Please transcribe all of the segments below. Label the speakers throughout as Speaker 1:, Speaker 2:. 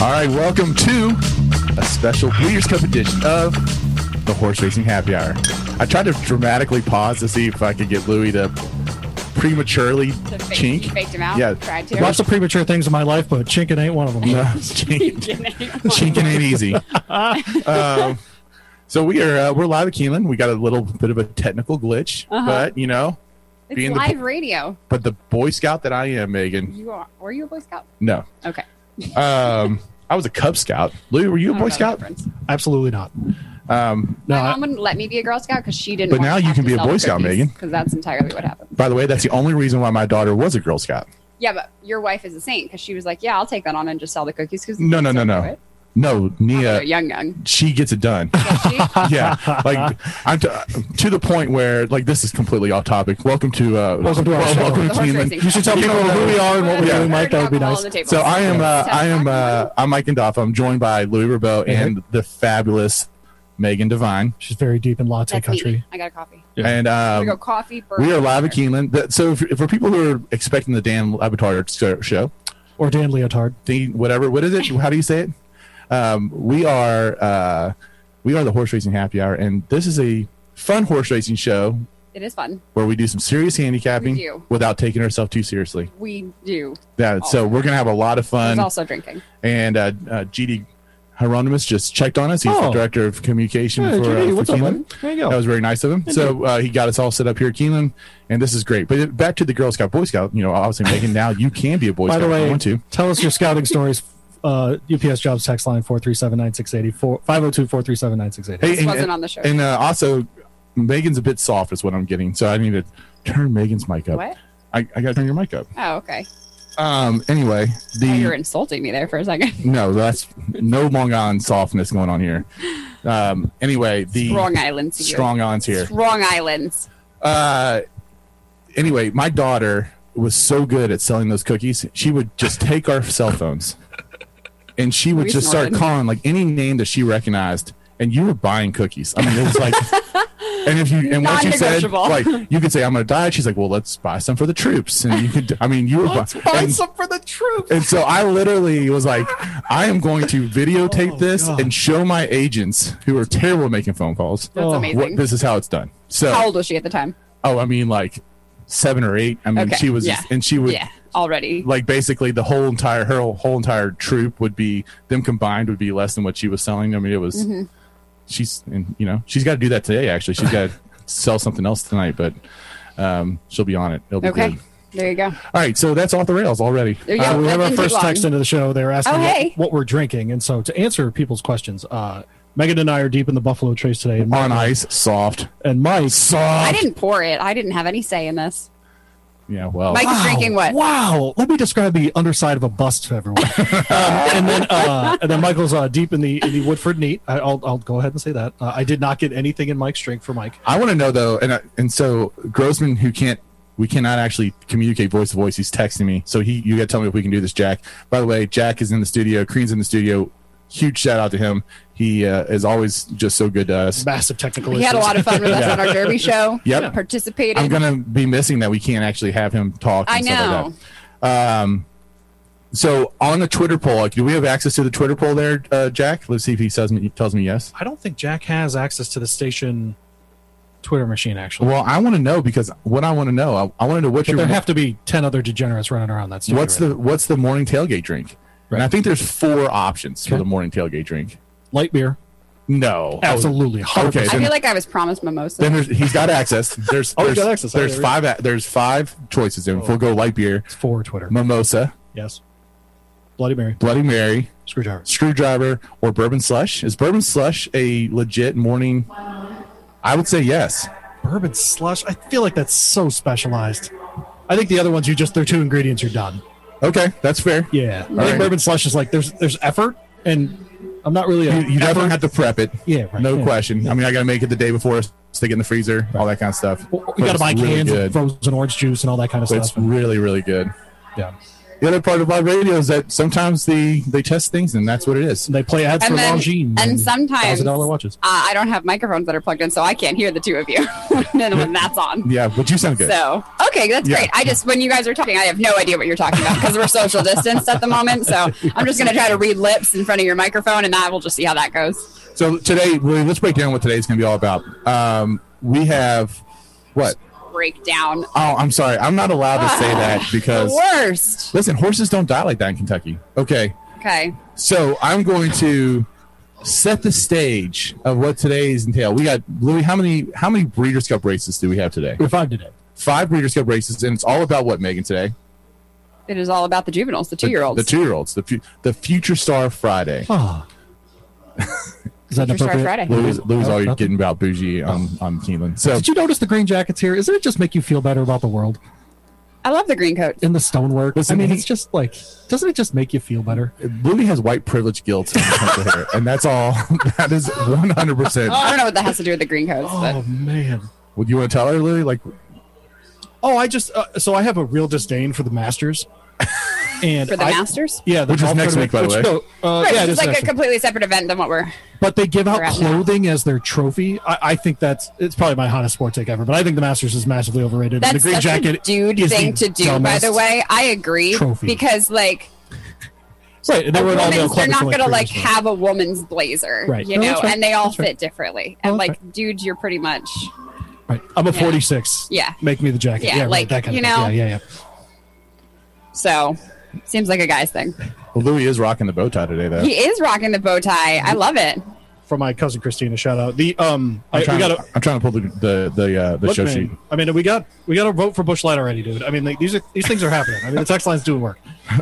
Speaker 1: right, welcome to a special Breeders' Cup edition of the Horse Racing Happy Hour. I tried to dramatically pause to see if I could get Louis to prematurely
Speaker 2: To fake-
Speaker 1: chink.
Speaker 2: you faked him out?
Speaker 1: Yeah,
Speaker 2: Tried to?
Speaker 3: Lots of premature things in my life, but chinking ain't one of them.
Speaker 1: No, chink,
Speaker 2: Chinking.
Speaker 1: chinking ain't easy. um, so we are uh, we're live at Keeneland. We got a little bit of a technical glitch,
Speaker 2: Uh-huh.
Speaker 1: but you know,
Speaker 2: It's
Speaker 1: Being the-
Speaker 2: live radio.
Speaker 1: but the Boy Scout that I am, Megan.
Speaker 2: You are. Were you a Boy Scout?
Speaker 1: No,
Speaker 2: Okay.
Speaker 1: um, I was a Cub Scout. Louis, were you a
Speaker 2: I don't
Speaker 1: Boy
Speaker 2: know the
Speaker 1: Scout?
Speaker 2: difference.
Speaker 3: Absolutely not.
Speaker 1: Um,
Speaker 3: No,
Speaker 2: My
Speaker 3: I-
Speaker 2: mom wouldn't let me be a Girl Scout because she didn't.
Speaker 1: But now you can be a Boy Scout, Megan.
Speaker 2: Because that's entirely what happened.
Speaker 1: By the way, that's the only reason why my daughter was a Girl Scout.
Speaker 2: Yeah, but your wife is a saint because she was like, "Yeah, I'll take that on and just sell the cookies." Because
Speaker 1: No, no, uh, no, no. No,
Speaker 2: Oh,
Speaker 1: Nia,
Speaker 2: young, young.
Speaker 1: she gets it done.
Speaker 2: Yeah, she-
Speaker 1: yeah, like I'm t- to the point where like this is completely off topic. Welcome to uh,
Speaker 3: Welcome to our show.
Speaker 1: welcome
Speaker 2: The
Speaker 1: to
Speaker 2: horse
Speaker 1: Keeneland.
Speaker 2: racing
Speaker 3: you should tell
Speaker 1: You
Speaker 3: people
Speaker 1: know,
Speaker 3: who we are and what we're
Speaker 1: Yeah.
Speaker 3: doing, Mike. That would be nice.
Speaker 1: So I am uh, I am uh, I'm Mike Indoff. I'm joined by Louis Rabeau and the fabulous Megan Devine.
Speaker 3: She's very deep in latte
Speaker 2: That's
Speaker 3: country.
Speaker 2: me. I got a coffee.
Speaker 4: Yeah.
Speaker 1: And
Speaker 2: we go
Speaker 1: um,
Speaker 2: coffee.
Speaker 1: we are
Speaker 2: bourbon,
Speaker 1: live at
Speaker 2: beer.
Speaker 1: Keeneland. That- So if, for people who are expecting the Dan Laboratory show,
Speaker 3: Or Dan Leotard.
Speaker 1: the whatever what is it how do you say it um, we are uh, we are the horse racing happy hour and this is a fun horse racing show
Speaker 2: It is fun.
Speaker 1: where we do some serious handicapping
Speaker 2: We do.
Speaker 1: without taking ourselves too seriously
Speaker 2: We do.
Speaker 1: yeah so we're gonna have a lot of
Speaker 2: There's
Speaker 1: fun
Speaker 2: also drinking.
Speaker 1: and uh, uh, gd Hieronymus just checked on us. He's the
Speaker 3: Oh.
Speaker 1: director of communication
Speaker 3: Hey,
Speaker 1: for,
Speaker 3: GD,
Speaker 1: uh, for
Speaker 3: what's up,
Speaker 1: Keeneland.
Speaker 3: buddy? There you go.
Speaker 1: That was very nice of him. So uh, he got us all set up here at Keeneland, and this is great. But back to the Girl Scout, Boy Scout. You know, obviously, Megan, now you can be a Boy
Speaker 3: By
Speaker 1: Scout
Speaker 3: the
Speaker 1: if you
Speaker 3: way,
Speaker 1: want to.
Speaker 3: tell us your scouting stories. Uh, UPS jobs text line 437 9680 502 437 9680.
Speaker 1: Hey, and,
Speaker 2: wasn't
Speaker 1: and-
Speaker 2: on the show.
Speaker 1: And uh, also, Megan's a bit soft, is what I'm getting. So I need to turn Megan's mic up.
Speaker 2: What?
Speaker 1: I, I got to turn your mic up.
Speaker 2: Oh, okay.
Speaker 1: Um. Anyway,
Speaker 2: Oh, you were
Speaker 1: the
Speaker 2: insulting me there for a second.
Speaker 1: no, that's no Long Island softness going on here. Um. Anyway, the
Speaker 2: Strong islands. here.
Speaker 1: strong ons here.
Speaker 2: Strong islands.
Speaker 1: Uh. Anyway, my daughter was so good at selling those cookies. She would just take our cell phones, and she would
Speaker 2: We
Speaker 1: just start
Speaker 2: snorted.
Speaker 1: calling like any name that she recognized. And you were buying cookies. I mean, it was like. And if you and once you said
Speaker 2: Non-negotiable.
Speaker 1: like you could say I'm gonna die, she's like, well, let's buy some for the troops, and you could. I mean, you were bu- and,
Speaker 2: for the troops.
Speaker 1: and so I literally was like, I am going to videotape
Speaker 3: Oh,
Speaker 1: this
Speaker 3: God.
Speaker 1: and show my agents who are terrible at making phone calls.
Speaker 2: That's
Speaker 3: Oh.
Speaker 2: amazing.
Speaker 1: What this is how it's done. So
Speaker 2: How old was she at the time?
Speaker 1: oh, I mean like seven or eight. I mean
Speaker 2: Okay,
Speaker 1: she was
Speaker 2: yeah.
Speaker 1: and she would
Speaker 2: yeah, already.
Speaker 1: like basically the whole entire her whole entire troop would be them combined would be less than what she was selling. I mean, it was
Speaker 2: Mm-hmm.
Speaker 1: she's and you know she's got to do that today. Actually, she's got to sell something else tonight, but um, she'll be on it. It'll be
Speaker 2: okay.
Speaker 1: good.
Speaker 2: There you go.
Speaker 1: All right, so that's off the rails already.
Speaker 2: There you go.
Speaker 1: Uh,
Speaker 3: we
Speaker 2: that
Speaker 3: have our
Speaker 2: didn't take
Speaker 3: first
Speaker 2: long.
Speaker 3: text into the show. They were asking
Speaker 2: Oh,
Speaker 3: what,
Speaker 2: hey.
Speaker 3: what we're drinking. And so to answer people's questions, uh, Megan and I are deep in the Buffalo Trace today. And
Speaker 1: on ice, soft,
Speaker 3: And Mike.
Speaker 2: I
Speaker 1: soft.
Speaker 2: didn't pour it. I didn't have any say in this.
Speaker 1: Yeah, well,
Speaker 2: Mike is drinking what?
Speaker 3: Wow. Let me describe the underside of a bust to everyone. um, and then uh, and then Michael's uh, deep in the in the Woodford neat. I, I'll I'll go ahead and say that uh, I did not get anything in Mike's drink for Mike.
Speaker 1: I want to know though, and I, and so Grossman, who can't, we cannot actually communicate voice to voice. He's texting me, so he, you got to tell me if we can do this, Jack. By the way, Jack is in the studio. Crean's in the studio. Huge shout out to him. He uh, is always just so good to us.
Speaker 3: Massive technical.
Speaker 2: He had a
Speaker 3: issues.
Speaker 2: lot of fun with us on our derby show.
Speaker 1: Yep.
Speaker 2: Participated.
Speaker 1: I'm gonna be missing that we can't actually have him talk.
Speaker 2: I
Speaker 1: And Stuff
Speaker 2: know.
Speaker 1: like that. Um, so on the Twitter poll, like, do we have access to the Twitter poll there, uh, Jack? Let's see if he says me, tells me yes.
Speaker 3: I don't think Jack has access to the station Twitter machine actually.
Speaker 1: Well, I want to know because what I want to know, I, I want to know what
Speaker 3: but
Speaker 1: your
Speaker 3: there have to be ten other degenerates running around that studio.
Speaker 1: what's
Speaker 3: right
Speaker 1: the what's the morning tailgate drink? And
Speaker 3: Right.
Speaker 1: I think there's four options for
Speaker 3: Okay.
Speaker 1: the morning tailgate drink.
Speaker 3: now. light beer?
Speaker 1: No,
Speaker 3: Absolutely. 100%.
Speaker 1: Okay,
Speaker 2: I
Speaker 1: then-
Speaker 2: feel like I was promised mimosa.
Speaker 1: Then there's he's got access. There's
Speaker 3: Oh, he's
Speaker 1: there's,
Speaker 3: got access.
Speaker 1: there's
Speaker 3: Okay,
Speaker 1: five a- there's five choices. There. We'll go light beer,
Speaker 3: It's for Twitter.
Speaker 1: mimosa,
Speaker 3: Yes. Bloody Mary.
Speaker 1: Bloody Mary,
Speaker 3: Screwdriver.
Speaker 1: screwdriver, or bourbon slush. Is bourbon slush a legit morning? I would say yes.
Speaker 3: Bourbon slush. I feel like that's so specialized. I think the other ones you just they're two ingredients you're done.
Speaker 1: Okay, that's fair.
Speaker 3: Yeah, I
Speaker 1: right.
Speaker 3: think bourbon slush is like there's there's effort, and I'm not really a
Speaker 1: You, you
Speaker 3: effort-
Speaker 1: definitely have to prep it.
Speaker 3: Yeah, right.
Speaker 1: no
Speaker 3: Yeah.
Speaker 1: question. I mean, I gotta make it the day before, stick it in the freezer, all that kind of stuff.
Speaker 3: We
Speaker 1: But
Speaker 3: got to
Speaker 1: it's
Speaker 3: buy
Speaker 1: really
Speaker 3: cans
Speaker 1: good.
Speaker 3: of frozen orange juice and all that kind of
Speaker 1: It's
Speaker 3: stuff. and-
Speaker 1: really really good.
Speaker 3: yeah.
Speaker 1: the other part of live radio is that sometimes they they test things, and that's what it is.
Speaker 3: They play ads
Speaker 2: And
Speaker 3: for
Speaker 2: then-
Speaker 3: Longines
Speaker 2: and sometimes-
Speaker 3: thousand dollar watches.
Speaker 2: Uh, I don't have microphones that are plugged in, so I can't hear the two of you when when that's on.
Speaker 1: Yeah, but you sound good.
Speaker 2: So okay, that's
Speaker 1: Yeah.
Speaker 2: great. I just when you guys are talking, I have no idea what you're talking about because we're social distanced at the moment. So I'm just gonna try to read lips in front of your microphone, and that we'll just see how that goes.
Speaker 1: So today, Willie, let's break down what today's going to be all about. Um, we have what?
Speaker 2: Breakdown.
Speaker 1: Oh, I'm sorry. I'm not allowed to say that
Speaker 2: The
Speaker 1: because
Speaker 2: worst.
Speaker 1: listen, horses don't die like that in Kentucky. Okay,
Speaker 2: Okay.
Speaker 1: so I'm going to set the stage of what today's entail. We got Louis. How many how many Breeders' Cup races do we have today?
Speaker 3: If I did it,
Speaker 1: Five Breeders' Cup races, and it's all about what Megan today.
Speaker 2: It is all about the juveniles, the two year olds.
Speaker 1: The two year olds. The fu- the Future Star Friday.
Speaker 3: ah, is that
Speaker 2: Future Star
Speaker 3: appropriate?
Speaker 2: Friday.
Speaker 1: Louis, Louis, all
Speaker 3: Oh,
Speaker 1: you're
Speaker 3: nothing. Oh.
Speaker 1: getting about bougie on on Keeneland. So
Speaker 3: Did you notice the green jackets here? Isn't it just make you feel better about the world
Speaker 2: I love the green coat.
Speaker 3: in the stonework?
Speaker 1: Listen,
Speaker 3: I mean,
Speaker 1: he-
Speaker 3: it's just like, doesn't it just make you feel better?
Speaker 1: Louis has white privilege guilt, when it comes to hair, and that's all. that is 100. percent
Speaker 2: I don't know what that has to do with the green coats, but
Speaker 3: Oh man.
Speaker 1: Would you want to tell her, Louis? Like,
Speaker 3: Oh, I just uh, so I have a real disdain for the Masters, and
Speaker 2: for the
Speaker 3: I-
Speaker 2: Masters.
Speaker 3: Yeah, the
Speaker 1: Which is
Speaker 3: golf
Speaker 1: next week, by the
Speaker 3: tournament,
Speaker 1: way.
Speaker 3: which- no, uh,
Speaker 2: Right,
Speaker 3: yeah, it
Speaker 2: it's
Speaker 3: is
Speaker 2: like
Speaker 3: next
Speaker 2: a
Speaker 3: week.
Speaker 2: completely separate event than what we're.
Speaker 3: but they give out
Speaker 2: Right now.
Speaker 3: clothing as their trophy. I, I think that's it's probably my hottest sport take ever. But I think the Masters is massively overrated.
Speaker 2: That's
Speaker 3: and the green
Speaker 2: such
Speaker 3: jacket
Speaker 2: a dude
Speaker 3: is the
Speaker 2: thing to do. By the
Speaker 3: dumbest-
Speaker 2: way, I agree
Speaker 3: trophy.
Speaker 2: because like
Speaker 3: right? And they were an all male
Speaker 2: women's,
Speaker 3: club.
Speaker 2: they're not
Speaker 3: until,
Speaker 2: gonna
Speaker 3: three
Speaker 2: like
Speaker 3: years ago.
Speaker 2: have a woman's blazer,
Speaker 3: Right.
Speaker 2: you
Speaker 3: No,
Speaker 2: know,
Speaker 3: that's right.
Speaker 2: and they all
Speaker 3: That's right.
Speaker 2: fit differently. And
Speaker 3: No, that's
Speaker 2: like dudes, you're pretty much
Speaker 3: Right. I'm a
Speaker 2: yeah.
Speaker 3: 46.
Speaker 2: Yeah.
Speaker 3: make me the jacket.
Speaker 2: Yeah,
Speaker 3: Yeah, right,
Speaker 2: like,
Speaker 3: that kind
Speaker 2: you
Speaker 3: of thing.
Speaker 2: know.
Speaker 3: Yeah, yeah,
Speaker 2: so. Seems like a guy's thing.
Speaker 1: well, Louis is rocking the bow tie today, though.
Speaker 2: He is rocking the bow tie. I love it.
Speaker 3: yeah. From my cousin Christina, shout out the um. I,
Speaker 1: I'm,
Speaker 3: we
Speaker 1: trying,
Speaker 3: got a
Speaker 1: I'm trying to pull the the the, uh, the
Speaker 3: look,
Speaker 1: show
Speaker 3: man,
Speaker 1: sheet.
Speaker 3: I mean, we got we got a vote for Bush Light already, dude. I mean, like, these are these things are happening. I mean, the text line's doing work.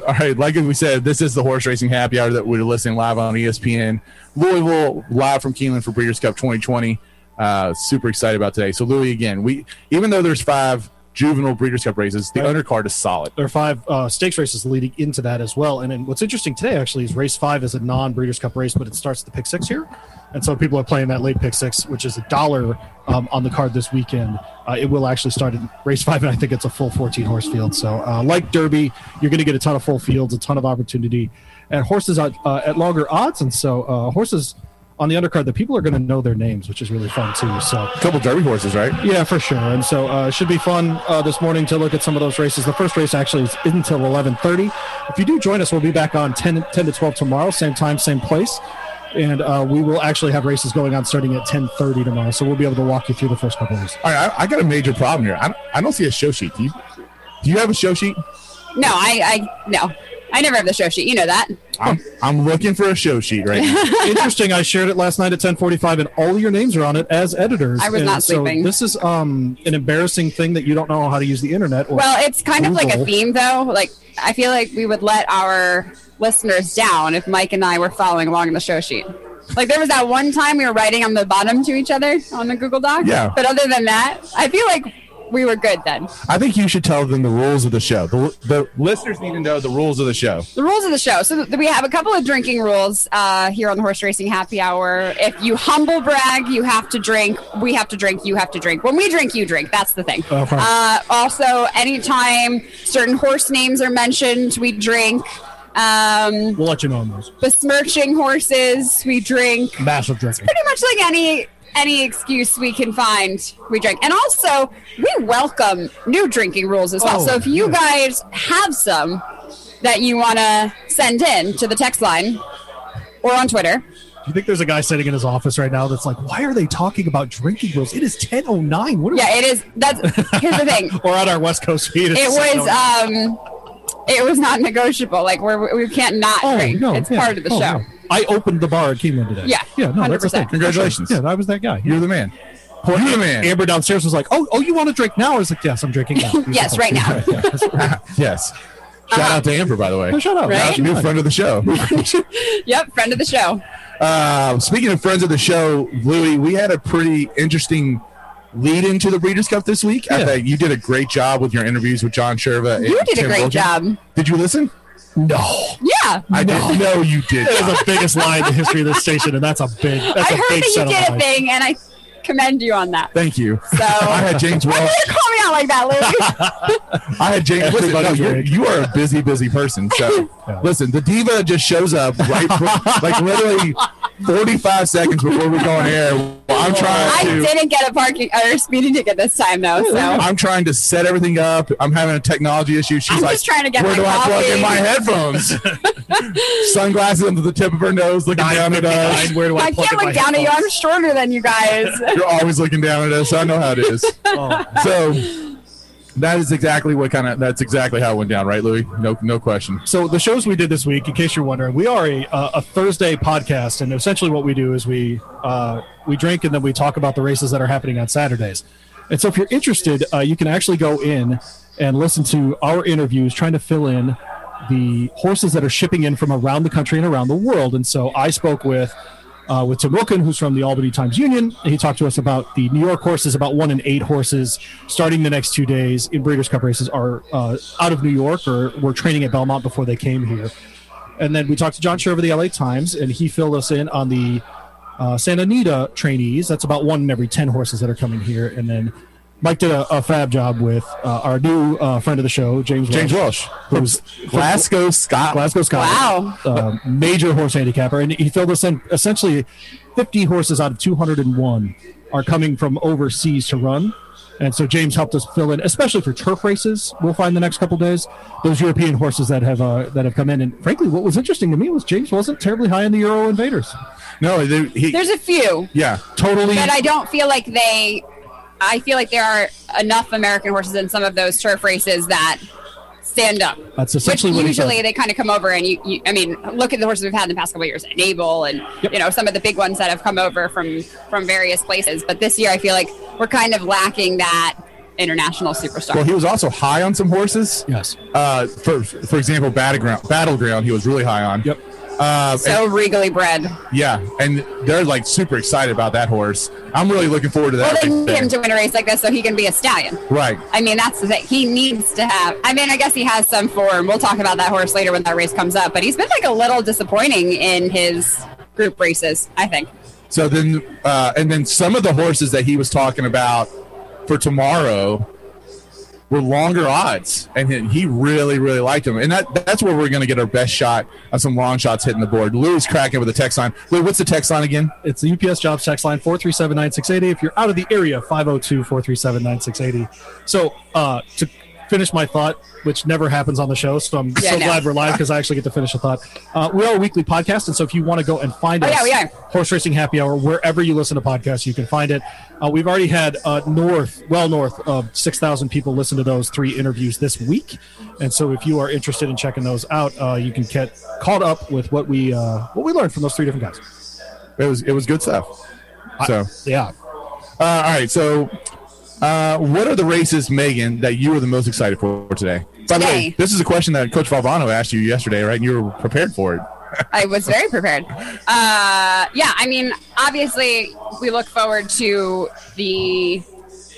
Speaker 1: All right, like we said, this is the horse racing happy hour that we're listening live on E ESPN Louisville, live from Keeneland for Breeders' Cup 2020. Uh, super excited about today. So Louis, again, we even though there's five juvenile Breeders' Cup races, the
Speaker 3: Right.
Speaker 1: undercard is solid.
Speaker 3: there are five uh, stakes races leading into that as well. And, then what's interesting today actually is race five is a non Breeders' Cup race, but it starts at the pick six here, and so people are playing that late pick six, which is a dollar um, on the card this weekend. Uh, it will actually start in race five, and I think it's a full 14 horse field. So uh, like Derby, you're going to get a ton of full fields, a ton of opportunity, and horses at, uh, at longer odds, and so uh, horses. On the undercard, the people are going to know their names, which is really fun too. So,
Speaker 1: A couple Derby horses, right?
Speaker 3: yeah, for sure. And so uh, it should be fun uh, this morning to look at some of those races. The first race actually is until 11.30. If you do join us, we'll be back on 10, 10 to 12 tomorrow, same time, same place. And uh, we will actually have races going on starting at 10.30 tomorrow. So we'll be able to walk you through the first couple of races.
Speaker 1: All right, I, I got a major problem here. I, don't- I don't see a show sheet. Do you, do you have a show sheet?
Speaker 2: No, I, I no, I never have the show sheet. You know that.
Speaker 1: I'm, I'm looking for a show sheet right now.
Speaker 3: Interesting. I shared it last night at 10:45, and all your names are on it as editors.
Speaker 2: I was
Speaker 3: And
Speaker 2: not sleeping.
Speaker 3: So this is um, an embarrassing thing that you don't know how to use the internet. Or
Speaker 2: Well, it's kind of like a
Speaker 3: Google.
Speaker 2: theme, though. Like, I feel like we would let our listeners down if Mike and I were following along in the show sheet. Like, there was that one time we were writing on the bottom to each other on the Google Doc.
Speaker 1: Yeah.
Speaker 2: But other than that, I feel like we were good then.
Speaker 1: I think you should tell them the rules of the show. The, the listeners need to know the rules of the show.
Speaker 2: The rules of the show. So th- we have a couple of drinking rules uh, here on the Horse Racing Happy Hour. If you humble brag, you have to drink. We have to drink. You have to drink. When we drink, you drink. That's the thing.
Speaker 3: Okay.
Speaker 2: Uh, also, anytime certain horse names are mentioned, we drink. Um,
Speaker 3: we'll let you know on those.
Speaker 2: besmirching horses, we drink.
Speaker 3: Massive drinking.
Speaker 2: Pretty much like any any excuse we can find, we drink. And also, we welcome new drinking rules as well.
Speaker 3: Oh,
Speaker 2: so if you
Speaker 3: yeah.
Speaker 2: guys have some that you want to send in to the text line or on Twitter,
Speaker 3: Do you think there's a guy sitting in his office right now that's like, why are they talking about drinking rules? It is 10.09. What are
Speaker 2: yeah, it is. That's here's the thing.
Speaker 3: we- Or on our West Coast feed. it's
Speaker 2: It
Speaker 3: 7:09.
Speaker 2: was um, it was not negotiable. Like we're, we can't not
Speaker 3: Oh,
Speaker 2: drink.
Speaker 3: no,
Speaker 2: it's
Speaker 3: yeah.
Speaker 2: part of the
Speaker 3: Oh,
Speaker 2: show.
Speaker 3: no. I opened the bar at Keeneland today.
Speaker 2: Yeah,
Speaker 3: Yeah, no, that's the
Speaker 2: 100%.
Speaker 3: thing.
Speaker 1: Congratulations.
Speaker 3: Yeah, I was that guy.
Speaker 1: You're the man. You're the man.
Speaker 3: Amber downstairs was like, oh, oh, you want to drink now? I was like, yes, I'm drinking now. She was
Speaker 2: Yes, right
Speaker 3: like,
Speaker 2: now.
Speaker 3: "Yeah, yeah."
Speaker 1: Yes. Shout out to Amber, by the way.
Speaker 3: Oh, shut up.
Speaker 2: Right?
Speaker 1: New friend of the show.
Speaker 2: Yep, friend of the show.
Speaker 1: Uh, speaking of friends of the show, Louie, we had a pretty interesting lead into the Breeders' Cup this week. I
Speaker 3: Yeah.
Speaker 1: think you did a great job with your interviews with John Sherva. and
Speaker 2: You did
Speaker 1: Tim
Speaker 2: a great
Speaker 1: Wilkin.
Speaker 2: job.
Speaker 1: Did you listen? No.
Speaker 2: Yeah.
Speaker 1: I didn't know you did.
Speaker 3: That is the biggest lie in the history of this station, and that's a big, that's
Speaker 2: I
Speaker 3: a
Speaker 2: heard
Speaker 3: big
Speaker 2: that
Speaker 3: set
Speaker 2: you
Speaker 3: of
Speaker 2: did a
Speaker 3: lies.
Speaker 2: thing, and I commend you on that.
Speaker 1: Thank you.
Speaker 2: So
Speaker 1: I had James
Speaker 2: why
Speaker 1: Wells.
Speaker 2: would you call me out like that, Louis?
Speaker 1: I had James. Listen, no,
Speaker 3: Everybody's
Speaker 1: you're,
Speaker 3: right.
Speaker 1: you are a busy, busy person. So
Speaker 3: Yeah.
Speaker 1: listen, the diva just shows up right, before, like literally 45 seconds before we go on air. Well, I'm
Speaker 2: I
Speaker 1: trying to.
Speaker 2: didn't get a parking or speeding ticket this time though, so
Speaker 1: I'm trying to set everything up. I'm having a technology issue. She's
Speaker 2: I'm
Speaker 1: like,
Speaker 2: just trying to get
Speaker 1: where
Speaker 2: my
Speaker 1: do I plug in
Speaker 2: coffee."
Speaker 1: my headphones? Sunglasses under the tip of her nose, looking down at us.
Speaker 3: Nine, where do I,
Speaker 2: I
Speaker 3: plug
Speaker 2: can't
Speaker 3: in my
Speaker 2: look down at you. I'm
Speaker 3: headphones?
Speaker 2: shorter than you guys.
Speaker 1: You're always looking down at us. I know how it is.
Speaker 3: Oh.
Speaker 1: So that is exactly what kind of. That's exactly how it went down, right, Louis? No, no question.
Speaker 3: So the shows we did this week, in case you're wondering, we are a, uh, a Thursday podcast, and essentially what we do is we uh, we drink and then we talk about the races that are happening on Saturdays. And so if you're interested, uh, you can actually go in and listen to our interviews trying to fill in the horses that are shipping in from around the country and around the world. And so I spoke with uh, with Tim Wilkin, who's from the Albany Times Union. He talked to us about the New York horses, about one in eight horses starting the next two days in Breeders' Cup races are uh, out of New York or were training at Belmont before they came here. And then we talked to John Sherver of the LA Times, and he filled us in on the uh, Santa Anita trainees. That's about one in every 10 horses that are coming here. And then Mike did a, a fab job with uh, our new uh, friend of the show, James
Speaker 1: James
Speaker 3: Welsh,
Speaker 1: Welsh,
Speaker 3: who's
Speaker 1: Glasgow, Scotland.
Speaker 3: Glasgow Scotland. Wow. major horse handicapper. And he filled us in essentially 50 horses out of 201 are coming from overseas to run. And so James helped us fill in, especially for turf races. We'll find the next couple days those European horses that have uh, that have come in. And frankly, what was interesting to me was James wasn't terribly high in the Euro Invaders.
Speaker 1: No, they, he,
Speaker 2: There's a few.
Speaker 1: yeah,
Speaker 3: Totally,
Speaker 2: But I don't feel like they. I feel like there are enough American horses in some of those turf races that stand up.
Speaker 3: That's
Speaker 2: Which
Speaker 3: essentially what he
Speaker 2: usually
Speaker 3: said.
Speaker 2: they kind of come over and you, you. I mean, look at the horses we've had in the past couple of years, Enable, and you know some of the big ones that have come over from from various places. But this year, I feel like we're kind of lacking that international superstar.
Speaker 1: Well, he was also high on some horses.
Speaker 3: Yes.
Speaker 1: Uh, for for example, battleground, battleground, he was really high on.
Speaker 3: Yep.
Speaker 1: Uh, and-
Speaker 2: so regally bred.
Speaker 1: yeah, and they're like super excited about that horse. I'm really looking forward to
Speaker 2: Well,
Speaker 1: that.
Speaker 2: they
Speaker 1: race
Speaker 2: need
Speaker 1: day.
Speaker 2: him to win a race like this so he can be a stallion.
Speaker 1: right.
Speaker 2: I mean, that's the thing. He needs to have. I mean, I guess he has some form. We'll talk about that horse later when that race comes up. But he's been like a little disappointing in his group races. I think.
Speaker 1: So then, uh, and then some of the horses that he was talking about for tomorrow were longer odds, and he- he really, really liked them. And that that's where we're going to get our best shot of some long shots hitting the board. Lou is cracking with the text line. Lou, what's the text line again?
Speaker 3: It's the UPS jobs text line 4379680. If you're out of the area, 502-437-9680. So uh, to finish my thought, which never happens on the show, so I'm
Speaker 2: Yeah,
Speaker 3: so
Speaker 2: I know.
Speaker 3: glad we're live because I actually get to finish a thought. Uh, we are a weekly podcast, and so if you want to go and find
Speaker 2: Oh,
Speaker 3: us,
Speaker 2: yeah, we are.
Speaker 3: Horse Racing Happy Hour, wherever you listen to podcasts, you can find it. Uh, we've already had uh, north, well north of 6,000 people listen to those three interviews this week. And so if you are interested in checking those out, uh, you can get caught up with what we uh, what we learned from those three different guys.
Speaker 1: It was it was good stuff. So
Speaker 3: Yeah.
Speaker 1: Uh, all right. So, uh, what are the races, Megan, that you were the most excited for today? By the way,
Speaker 2: Today.
Speaker 1: this is a question that Coach Valvano asked you yesterday, right? And you were prepared for it.
Speaker 2: I was very prepared. Uh, yeah, I mean, obviously, we look forward to the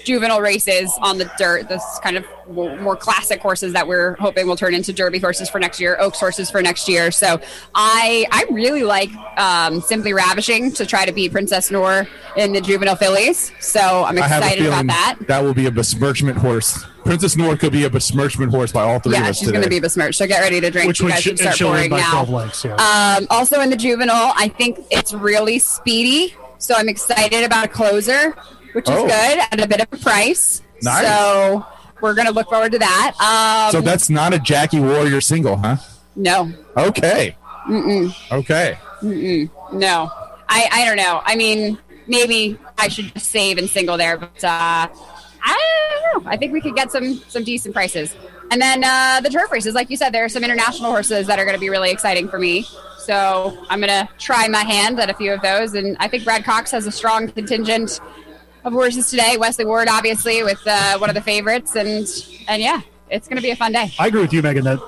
Speaker 2: juvenile races on the dirt, this kind of w- more classic horses that we're hoping will turn into Derby horses for next year, Oaks horses for next year. So I I really like um, Simply Ravishing to try to beat Princess Noor in the juvenile fillies. So I'm
Speaker 1: I have a
Speaker 2: excited about
Speaker 1: feeling
Speaker 2: that.
Speaker 1: will be a besmirchment horse. Princess Nora could be a besmirchment horse by all three of
Speaker 2: Yeah,
Speaker 1: us
Speaker 2: she's going to be
Speaker 1: today.
Speaker 2: besmirched. So get ready to drink.
Speaker 3: which
Speaker 2: you
Speaker 3: would
Speaker 2: guys
Speaker 3: sh-
Speaker 2: should start
Speaker 3: she'll win
Speaker 2: pouring
Speaker 3: by
Speaker 2: now.
Speaker 3: 12 lengths. Yeah.
Speaker 2: Um, also in the juvenile, I think it's really speedy, so I'm excited about a closer, which is
Speaker 1: Oh.
Speaker 2: good at a bit of a price.
Speaker 1: Nice.
Speaker 2: So we're gonna look forward to that. Um,
Speaker 1: so that's not a Jackie Warrior single, huh?
Speaker 2: no,
Speaker 1: Okay. Mm-mm. Okay.
Speaker 2: no, I I don't know. I mean, maybe I should just save and single there, but uh, I don't know. I think we could get some some decent prices. And then uh, the turf races, like you said, there are some international horses that are going to be really exciting for me. So I'm going to try my hand at a few of those. And I think Brad Cox has a strong contingent of horses today. Wesley Ward, obviously, with uh, one of the favorites, and and yeah, it's going to be a fun day.
Speaker 3: I agree with you, Megan, that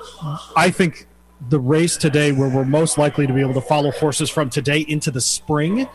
Speaker 3: I think the race today where we're most likely to be able to follow horses from today into the spring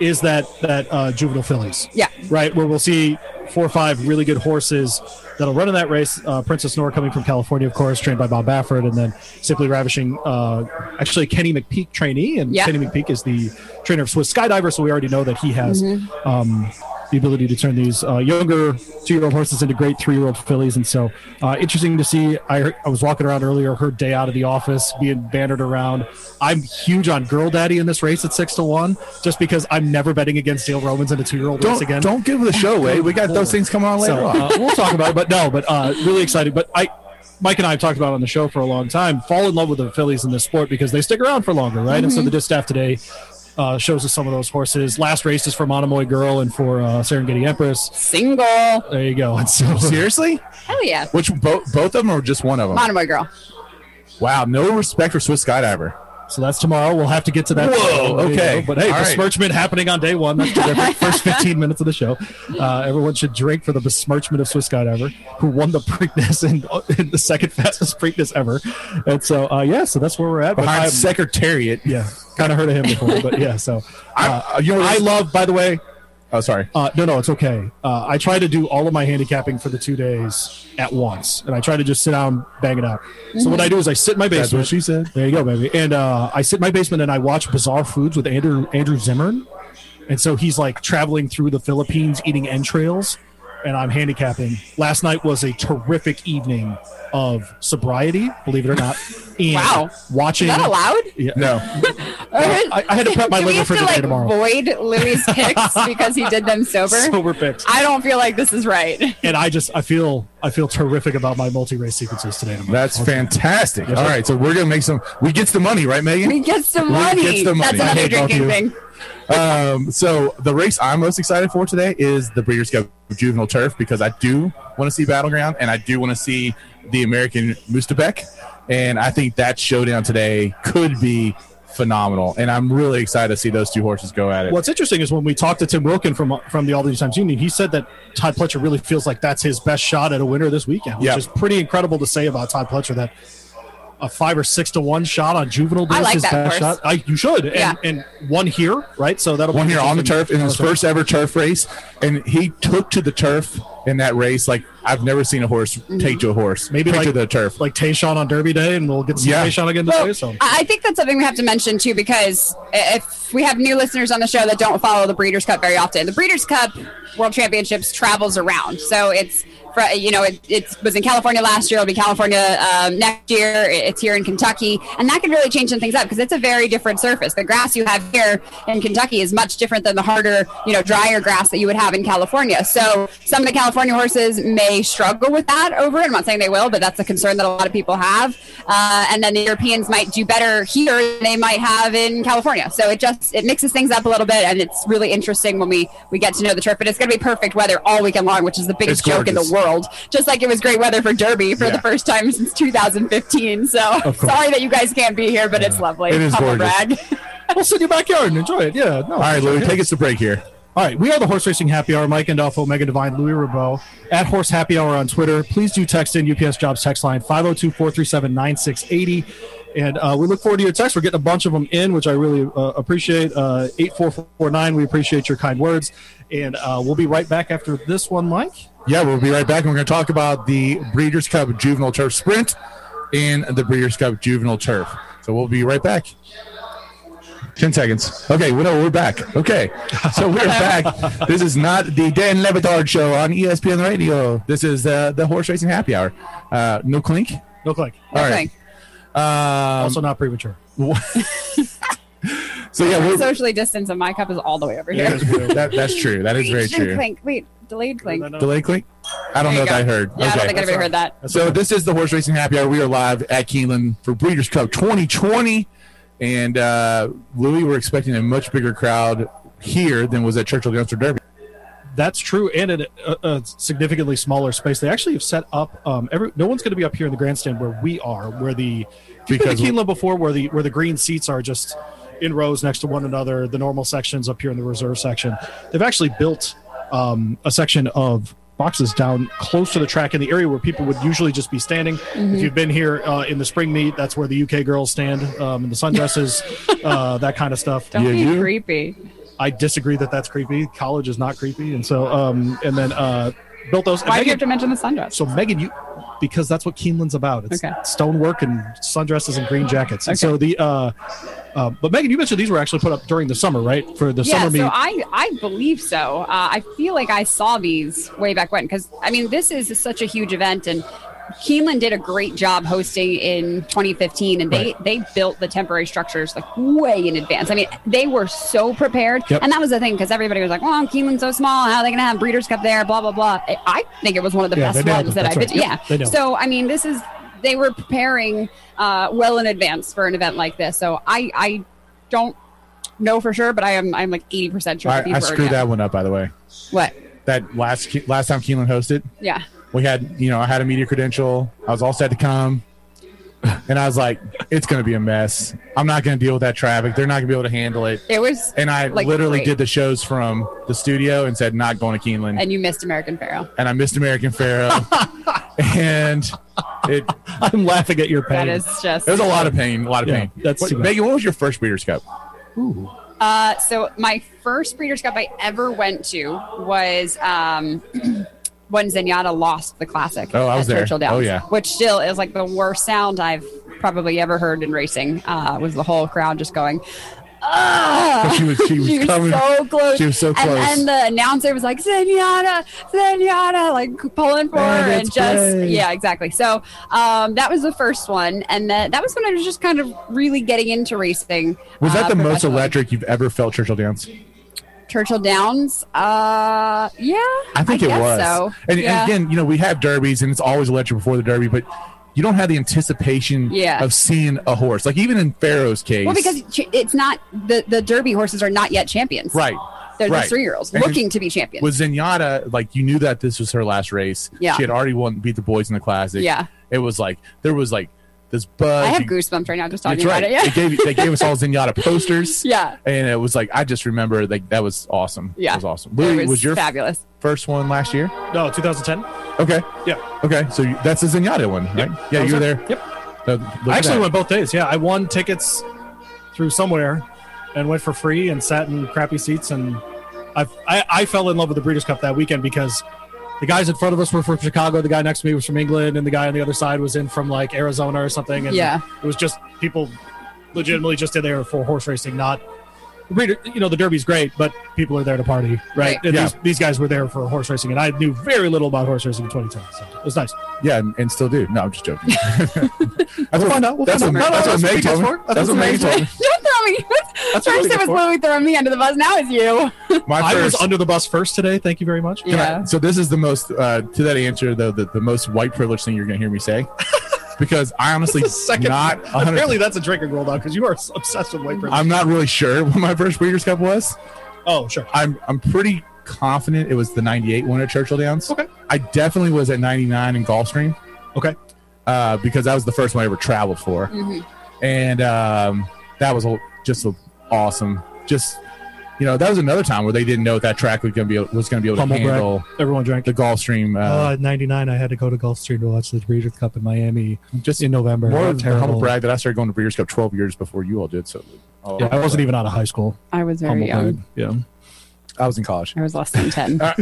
Speaker 3: is that that uh, juvenile fillies.
Speaker 2: Mm-hmm. Yeah.
Speaker 3: Right, where we'll see four or five really good horses that'll run in that race. Uh, Princess Nora coming from California, of course, trained by Bob Baffert, and then Simply Ravishing, uh, actually Kenny McPeak trainee, and
Speaker 2: Yeah.
Speaker 3: Kenny McPeak is the trainer of Swiss Skydiver, so we already know that he has um, the ability to turn these uh, younger two-year-old horses into great three-year-old fillies. And so, uh, interesting to see. I, heard- I was walking around earlier, heard Day out of the office being bannered around. I'm huge on Girl Daddy in this race at six to one, just because I'm never betting against Dale Romans in a two-year-old race
Speaker 1: Don't
Speaker 3: again.
Speaker 1: don't give the show away. We got those things coming on later
Speaker 3: So
Speaker 1: on.
Speaker 3: uh, we'll talk about it, but no, but uh, really excited. But I, Mike and I have talked about it on the show for a long time. Fall in love with the Phillies in this sport because they stick around for longer, right? And so
Speaker 1: Mm-hmm.
Speaker 3: the distaff today uh, shows us some of those horses. Last race is for Monomoy Girl and for uh, Serengeti Empress.
Speaker 2: Single. Hell
Speaker 3: There you go. And so
Speaker 1: Seriously?
Speaker 2: yeah.
Speaker 1: Which both both of them or just one of them?
Speaker 2: Monomoy girl.
Speaker 1: Wow, no respect for Swiss Skydiver.
Speaker 3: So that's tomorrow. We'll have to get to that.
Speaker 1: Whoa,
Speaker 3: There you
Speaker 1: okay.
Speaker 3: go. But hey,
Speaker 1: All right.
Speaker 3: besmirchment happening on day one. That's terrific. First 15 minutes of the show. Uh, everyone should drink for the besmirchment of Swiss Skydiver, who won the Preakness in, in the second fastest Preakness ever. And so, uh, yeah, so that's where we're at. But
Speaker 1: Behind
Speaker 3: I'm-
Speaker 1: Secretariat.
Speaker 3: yeah, kind of heard of him before. But yeah, so. Uh,
Speaker 1: I, you know,
Speaker 3: I love, by the way,
Speaker 1: oh, sorry.
Speaker 3: uh, no, no, it's okay. Uh, I try to do all of my handicapping for the two days at once, and I try to just sit down, bang it out. So what I do is I sit in my basement.
Speaker 1: That's what she said.
Speaker 3: There you go, baby. And uh, I sit in my basement and I watch Bizarre Foods with Andrew Andrew Zimmern, and so he's like traveling through the Philippines eating entrails, and I'm handicapping. Last night was a terrific evening of sobriety, believe it or not. And
Speaker 2: Wow.
Speaker 3: watching.
Speaker 2: Is that allowed?
Speaker 1: No,
Speaker 3: I- I had to prep my
Speaker 2: Do we
Speaker 3: liver
Speaker 2: have
Speaker 3: for
Speaker 2: to,
Speaker 3: today
Speaker 2: like,
Speaker 3: tomorrow.
Speaker 2: Void Louis picks because he did them sober.
Speaker 3: sober fix.
Speaker 2: I don't feel like this is right.
Speaker 3: And I just I feel I feel terrific about my multi race sequences today. tomorrow.
Speaker 1: that's fantastic. All right, so we're gonna make some. We gets the money, right,
Speaker 2: We
Speaker 1: Megan?
Speaker 2: get some
Speaker 1: We
Speaker 2: money.
Speaker 1: get some money.
Speaker 2: That's
Speaker 1: I
Speaker 2: another
Speaker 1: hate both
Speaker 2: drinking
Speaker 1: of you.
Speaker 2: thing.
Speaker 1: Um, so the race I'm most excited for today is the Breeders' Cup Juvenile Turf because I do want to see Battleground and I do want to see the American Mustabek, and I think that showdown today could be phenomenal. And I'm really excited to see those two horses go at it.
Speaker 3: What's interesting is when we talked to Tim Wilkin from from the Albany Times Union, he said that Todd Pletcher really feels like that's his best shot at a winner this weekend, which
Speaker 1: Yeah.
Speaker 3: is pretty incredible to say about Todd Pletcher that a five or six to one shot on juvenile day
Speaker 2: I
Speaker 3: is
Speaker 2: like
Speaker 3: his
Speaker 2: that
Speaker 3: best
Speaker 2: horse.
Speaker 3: shot. I, you should, and,
Speaker 2: Yeah.
Speaker 3: and one here, right? So that'll be
Speaker 1: one here on the
Speaker 3: interesting.
Speaker 1: turf in his
Speaker 3: On the turf.
Speaker 1: first ever turf race, and he took to the turf in that race like I've never seen a horse take to a horse.
Speaker 3: Maybe
Speaker 1: take
Speaker 3: like-
Speaker 1: to the turf.
Speaker 3: like Tayshawn on Derby Day, and we'll get some
Speaker 1: Yeah.
Speaker 3: Tayshawn again
Speaker 2: Well,
Speaker 3: today. So
Speaker 2: I I think that's something we have to mention too, because i- if we have new listeners on the show that don't follow the Breeders' Cup very often, the Breeders' Cup World Championships travels around, so it's fr- you know it, it was in California last year, it'll be California um, next year, it- it's here in Kentucky, and that can really change some things up because it's a very different surface. The grass you have here in Kentucky is much different than the harder, you know, drier grass that you would have in California. So some of the California horses may struggle with that over. I'm not saying they will, but that's a concern that a lot of people have. Uh, and then the Europeans might do better here than they might have in California. So it just it mixes things up a little bit, and it's really interesting when we we get to know the turf. But it's going to be perfect weather all weekend long, which is the biggest
Speaker 1: It's
Speaker 2: joke in the
Speaker 1: gorgeous.
Speaker 2: world. Just like it was great weather for Derby for
Speaker 1: Yeah.
Speaker 2: the first time since 2015. So sorry that you guys can't be here, but it's lovely.
Speaker 1: It is
Speaker 2: Humble
Speaker 1: gorgeous.
Speaker 2: brag.
Speaker 3: we'll sit in your backyard and enjoy it. Yeah. No,
Speaker 1: All right, Louis, take us to break here.
Speaker 3: All right, we are the Horse Racing Happy Hour. Mike Andolfo, Megan Devine, Louis Rabeau at Horse Happy Hour on Twitter. Please do text in UPS Jobs text line 502 437 9680. And uh, we look forward to your text. We're getting a bunch of them in, which I really uh, appreciate. Uh, 84449, we appreciate your kind words. And uh, we'll be right back after this one, Mike.
Speaker 1: Yeah, we'll be right back. and We're going to talk about the Breeders' Cup Juvenile Turf Sprint and the Breeders' Cup Juvenile Turf. So we'll be right back. 10 seconds. Okay, well, no, we're back. Okay, so we're back. This is not the Dan Levitard show on E ESPN Radio. This is uh, the Horse Racing Happy Hour. Uh, no clink?
Speaker 3: No click.
Speaker 1: All right. Um,
Speaker 3: also, not premature.
Speaker 1: so, yeah, we're,
Speaker 2: socially distance and my cup is all the way over here.
Speaker 1: that, that's true. That is very
Speaker 2: Wait, didn't
Speaker 1: true.
Speaker 2: Clink. Wait, delayed clink.
Speaker 1: Delay clink? I don't know
Speaker 2: There
Speaker 1: if
Speaker 2: you
Speaker 1: I
Speaker 2: go.
Speaker 1: heard.
Speaker 2: Yeah, I don't
Speaker 1: Okay.
Speaker 2: think anybody heard that.
Speaker 3: That's
Speaker 1: So
Speaker 3: okay.
Speaker 1: this is the Horse Racing Happy Hour. We are live at Keeneland for Breeders' Cup 2020, and uh, Louis, we're expecting a much bigger crowd here than was at Churchill Downs Derby.
Speaker 3: That's true, and in a, a significantly smaller space. They actually have set up. Um, every no one's going to be up here in the grandstand where we are, where the because
Speaker 1: Because-
Speaker 3: Keeneland before, where the where the green seats are just in rows next to one another. The normal sections up here in the reserve section. They've actually built um, a section of boxes down close to the track in the area where people would usually just be standing.
Speaker 2: Mm-hmm.
Speaker 3: If you've been here uh, in the spring meet, that's where the UK girls stand um, in the sundresses, uh, that kind of stuff.
Speaker 2: Don't
Speaker 1: Yeah,
Speaker 2: be
Speaker 1: you-
Speaker 2: creepy.
Speaker 3: I disagree that that's creepy. College is not creepy, and so um, and then uh, built those. and
Speaker 2: Why do you
Speaker 3: Megan-
Speaker 2: have to mention the sundress?
Speaker 3: so Megan, you because that's what Keeneland's about. It's
Speaker 2: Okay.
Speaker 3: stonework and sundresses and green jackets. And
Speaker 2: Okay.
Speaker 3: so the, uh, uh, but Megan, you mentioned these were actually put up during the summer, right? For the
Speaker 2: yeah,
Speaker 3: summer meet.
Speaker 2: so I, I believe so. Uh, I feel like I saw these way back when because I mean this is such a huge event and Keeneland did a great job hosting in 2015 and they they built the temporary structures like way in advance. I mean they were so prepared
Speaker 3: Yep.
Speaker 2: and that was the thing because everybody was like, "Well, Keeneland's so small. How are they going to have Breeders' Cup there?" Blah blah blah. I- I think it was one of the
Speaker 3: Yeah,
Speaker 2: best
Speaker 3: they nailed
Speaker 2: ones
Speaker 3: it.
Speaker 2: that I've
Speaker 3: That's
Speaker 2: been.
Speaker 3: right. Yep, they
Speaker 2: Yeah.
Speaker 3: nailed
Speaker 2: So I mean this is they were preparing uh, well in advance for an event like this. So I I don't know for sure, but I am I'm like eighty percent sure.
Speaker 1: I,
Speaker 2: that these
Speaker 1: I
Speaker 2: were
Speaker 1: screwed
Speaker 2: now.
Speaker 1: that one up, by the way.
Speaker 2: What?
Speaker 1: That last Ke- last time Keelan hosted,
Speaker 2: Yeah.
Speaker 1: we had you know I had a media credential. I was all set to come, and I was like, it's going to be a mess. I'm not going to deal with that traffic. They're not going to be able to handle it.
Speaker 2: It was
Speaker 1: And I
Speaker 2: Like,
Speaker 1: literally
Speaker 2: great.
Speaker 1: did the shows from the studio and said not going to Keeneland.
Speaker 2: and you missed American Pharaoh.
Speaker 1: and I missed American Pharaoh. and it
Speaker 3: I'm laughing at your pain.
Speaker 2: That is just
Speaker 1: it was a lot of pain, a lot of
Speaker 3: Yeah,
Speaker 1: pain.
Speaker 3: that's
Speaker 1: What-
Speaker 3: too bad.
Speaker 1: Megan. What was your first Breeders' Cup?
Speaker 3: Ooh.
Speaker 2: uh so my first Breeders' Cup I ever went to was um when Zenyatta lost the classic
Speaker 1: Oh, I was
Speaker 2: at
Speaker 1: there.
Speaker 2: Churchill Downs.
Speaker 1: Oh, yeah.
Speaker 2: Which still is like the worst sound I've probably ever heard in racing. Uh was the whole crowd just going Ah!
Speaker 1: She was she was
Speaker 2: she was
Speaker 1: coming.
Speaker 2: so close.
Speaker 1: She was so
Speaker 2: And,
Speaker 1: close.
Speaker 2: and the announcer was like, Zenyatta, Zenyatta, like pulling for her
Speaker 3: And
Speaker 2: and
Speaker 3: it's
Speaker 2: just,
Speaker 3: Bray.
Speaker 2: yeah, exactly. So um, that was the first one. And that, that was when I was just kind of really getting into racing.
Speaker 1: was that
Speaker 2: uh,
Speaker 1: the most
Speaker 2: professionally.
Speaker 1: electric you've ever felt Churchill Downs?
Speaker 2: Churchill Downs? Uh, yeah.
Speaker 1: I think it
Speaker 2: guess
Speaker 1: was.
Speaker 2: So.
Speaker 1: And,
Speaker 2: yeah.
Speaker 1: and again, you know, we have derbies and it's always electric before the derby, but you don't have the anticipation
Speaker 2: Yeah.
Speaker 1: of seeing a horse. Like even in Pharaoh's case.
Speaker 2: well, because ch- it's not the, the Derby horses are not yet champions.
Speaker 1: right.
Speaker 2: They're
Speaker 1: right.
Speaker 2: the three year olds
Speaker 1: And
Speaker 2: looking to be champions.
Speaker 1: With Zenyatta, like you knew that this was her last race.
Speaker 2: Yeah.
Speaker 1: She had already won beat the boys in the classic.
Speaker 2: Yeah.
Speaker 1: It was like there was like this buzz.
Speaker 2: I have
Speaker 1: You-
Speaker 2: goosebumps right now just talking
Speaker 1: That's right.
Speaker 2: about it. Yeah.
Speaker 1: They gave they gave us all Zenyatta posters.
Speaker 2: Yeah.
Speaker 1: And it was like I just remember like that was awesome.
Speaker 2: Yeah.
Speaker 1: It was awesome. Louis,
Speaker 2: It
Speaker 1: was, your
Speaker 2: fabulous.
Speaker 1: first one last year?
Speaker 3: No, 2010.
Speaker 1: Okay.
Speaker 3: Yeah.
Speaker 1: Okay. So you- that's the Zenyatta one, right? Yeah,
Speaker 3: I was
Speaker 1: you were there.
Speaker 3: Yep.
Speaker 1: No, look
Speaker 3: I
Speaker 1: at
Speaker 3: actually
Speaker 1: that.
Speaker 3: went both days. Yeah, I won tickets through somewhere and went for free and sat in crappy seats. And I've, I, I fell in love with the Breeders' Cup that weekend because the guys in front of us were from Chicago, the guy next to me was from England, and the guy on the other side was in from like Arizona or something. And
Speaker 2: Yeah.
Speaker 3: it was just people legitimately just in there for horse racing, not. the Breeder, you know the Derby's great, but people are there to party, right?
Speaker 2: Right.
Speaker 3: And
Speaker 1: Yeah.
Speaker 3: these, these guys were there for horse racing, and I knew very little about horse racing in 2010, so it was nice.
Speaker 1: Yeah, and, and still do. No, I'm just joking. that's what,
Speaker 3: find out. We'll
Speaker 1: that's
Speaker 3: find
Speaker 1: what,
Speaker 3: out.
Speaker 1: that's
Speaker 3: No,
Speaker 1: what
Speaker 3: no,
Speaker 1: Meg
Speaker 3: that's
Speaker 1: told me.
Speaker 3: what Meg
Speaker 1: That's what Meg told me.
Speaker 2: Don't throw me.
Speaker 1: That's what
Speaker 2: First
Speaker 1: Meg
Speaker 2: it was
Speaker 1: told me.
Speaker 2: Louie throwing me under the bus. Now it's you.
Speaker 1: My
Speaker 3: I was
Speaker 1: first.
Speaker 3: under the bus first today. Thank you very much.
Speaker 1: Can I-
Speaker 2: Yeah.
Speaker 1: so this is the most uh, to that answer though the, the most white privilege thing you're gonna hear me say because I honestly
Speaker 3: It's the second.
Speaker 1: not 100
Speaker 3: apparently that's a drinking roll now because you are so obsessed with white privilege.
Speaker 1: I'm not really sure what my first Breeders' Cup was.
Speaker 3: oh sure.
Speaker 1: I'm I'm pretty confident it was the '98 one at Churchill Downs.
Speaker 3: Okay.
Speaker 1: I definitely was at '99 in Gulfstream.
Speaker 3: Okay.
Speaker 1: Uh, because that was the first one I ever traveled for, and um, that was a, just a, awesome. Just you know, that was another time where they didn't know what that track was going to be was going to be able to
Speaker 3: Humble brag.
Speaker 1: handle
Speaker 3: Everyone drank.
Speaker 1: the Gulfstream.
Speaker 5: Uh,
Speaker 3: Oh,
Speaker 1: Uh,
Speaker 5: at 99, I had to go to Gulfstream to watch the Breeders' Cup in Miami
Speaker 1: just
Speaker 5: in November.
Speaker 1: more
Speaker 5: How
Speaker 1: of the
Speaker 5: terrible.
Speaker 1: humble brag that I started going to Breeders' Cup 12 years before you all did. So oh,
Speaker 3: I wasn't even out of high school.
Speaker 2: I was very
Speaker 3: Humble
Speaker 2: young.
Speaker 3: brag. Yeah.
Speaker 1: I was in college.
Speaker 2: I was less than 10.
Speaker 1: Uh,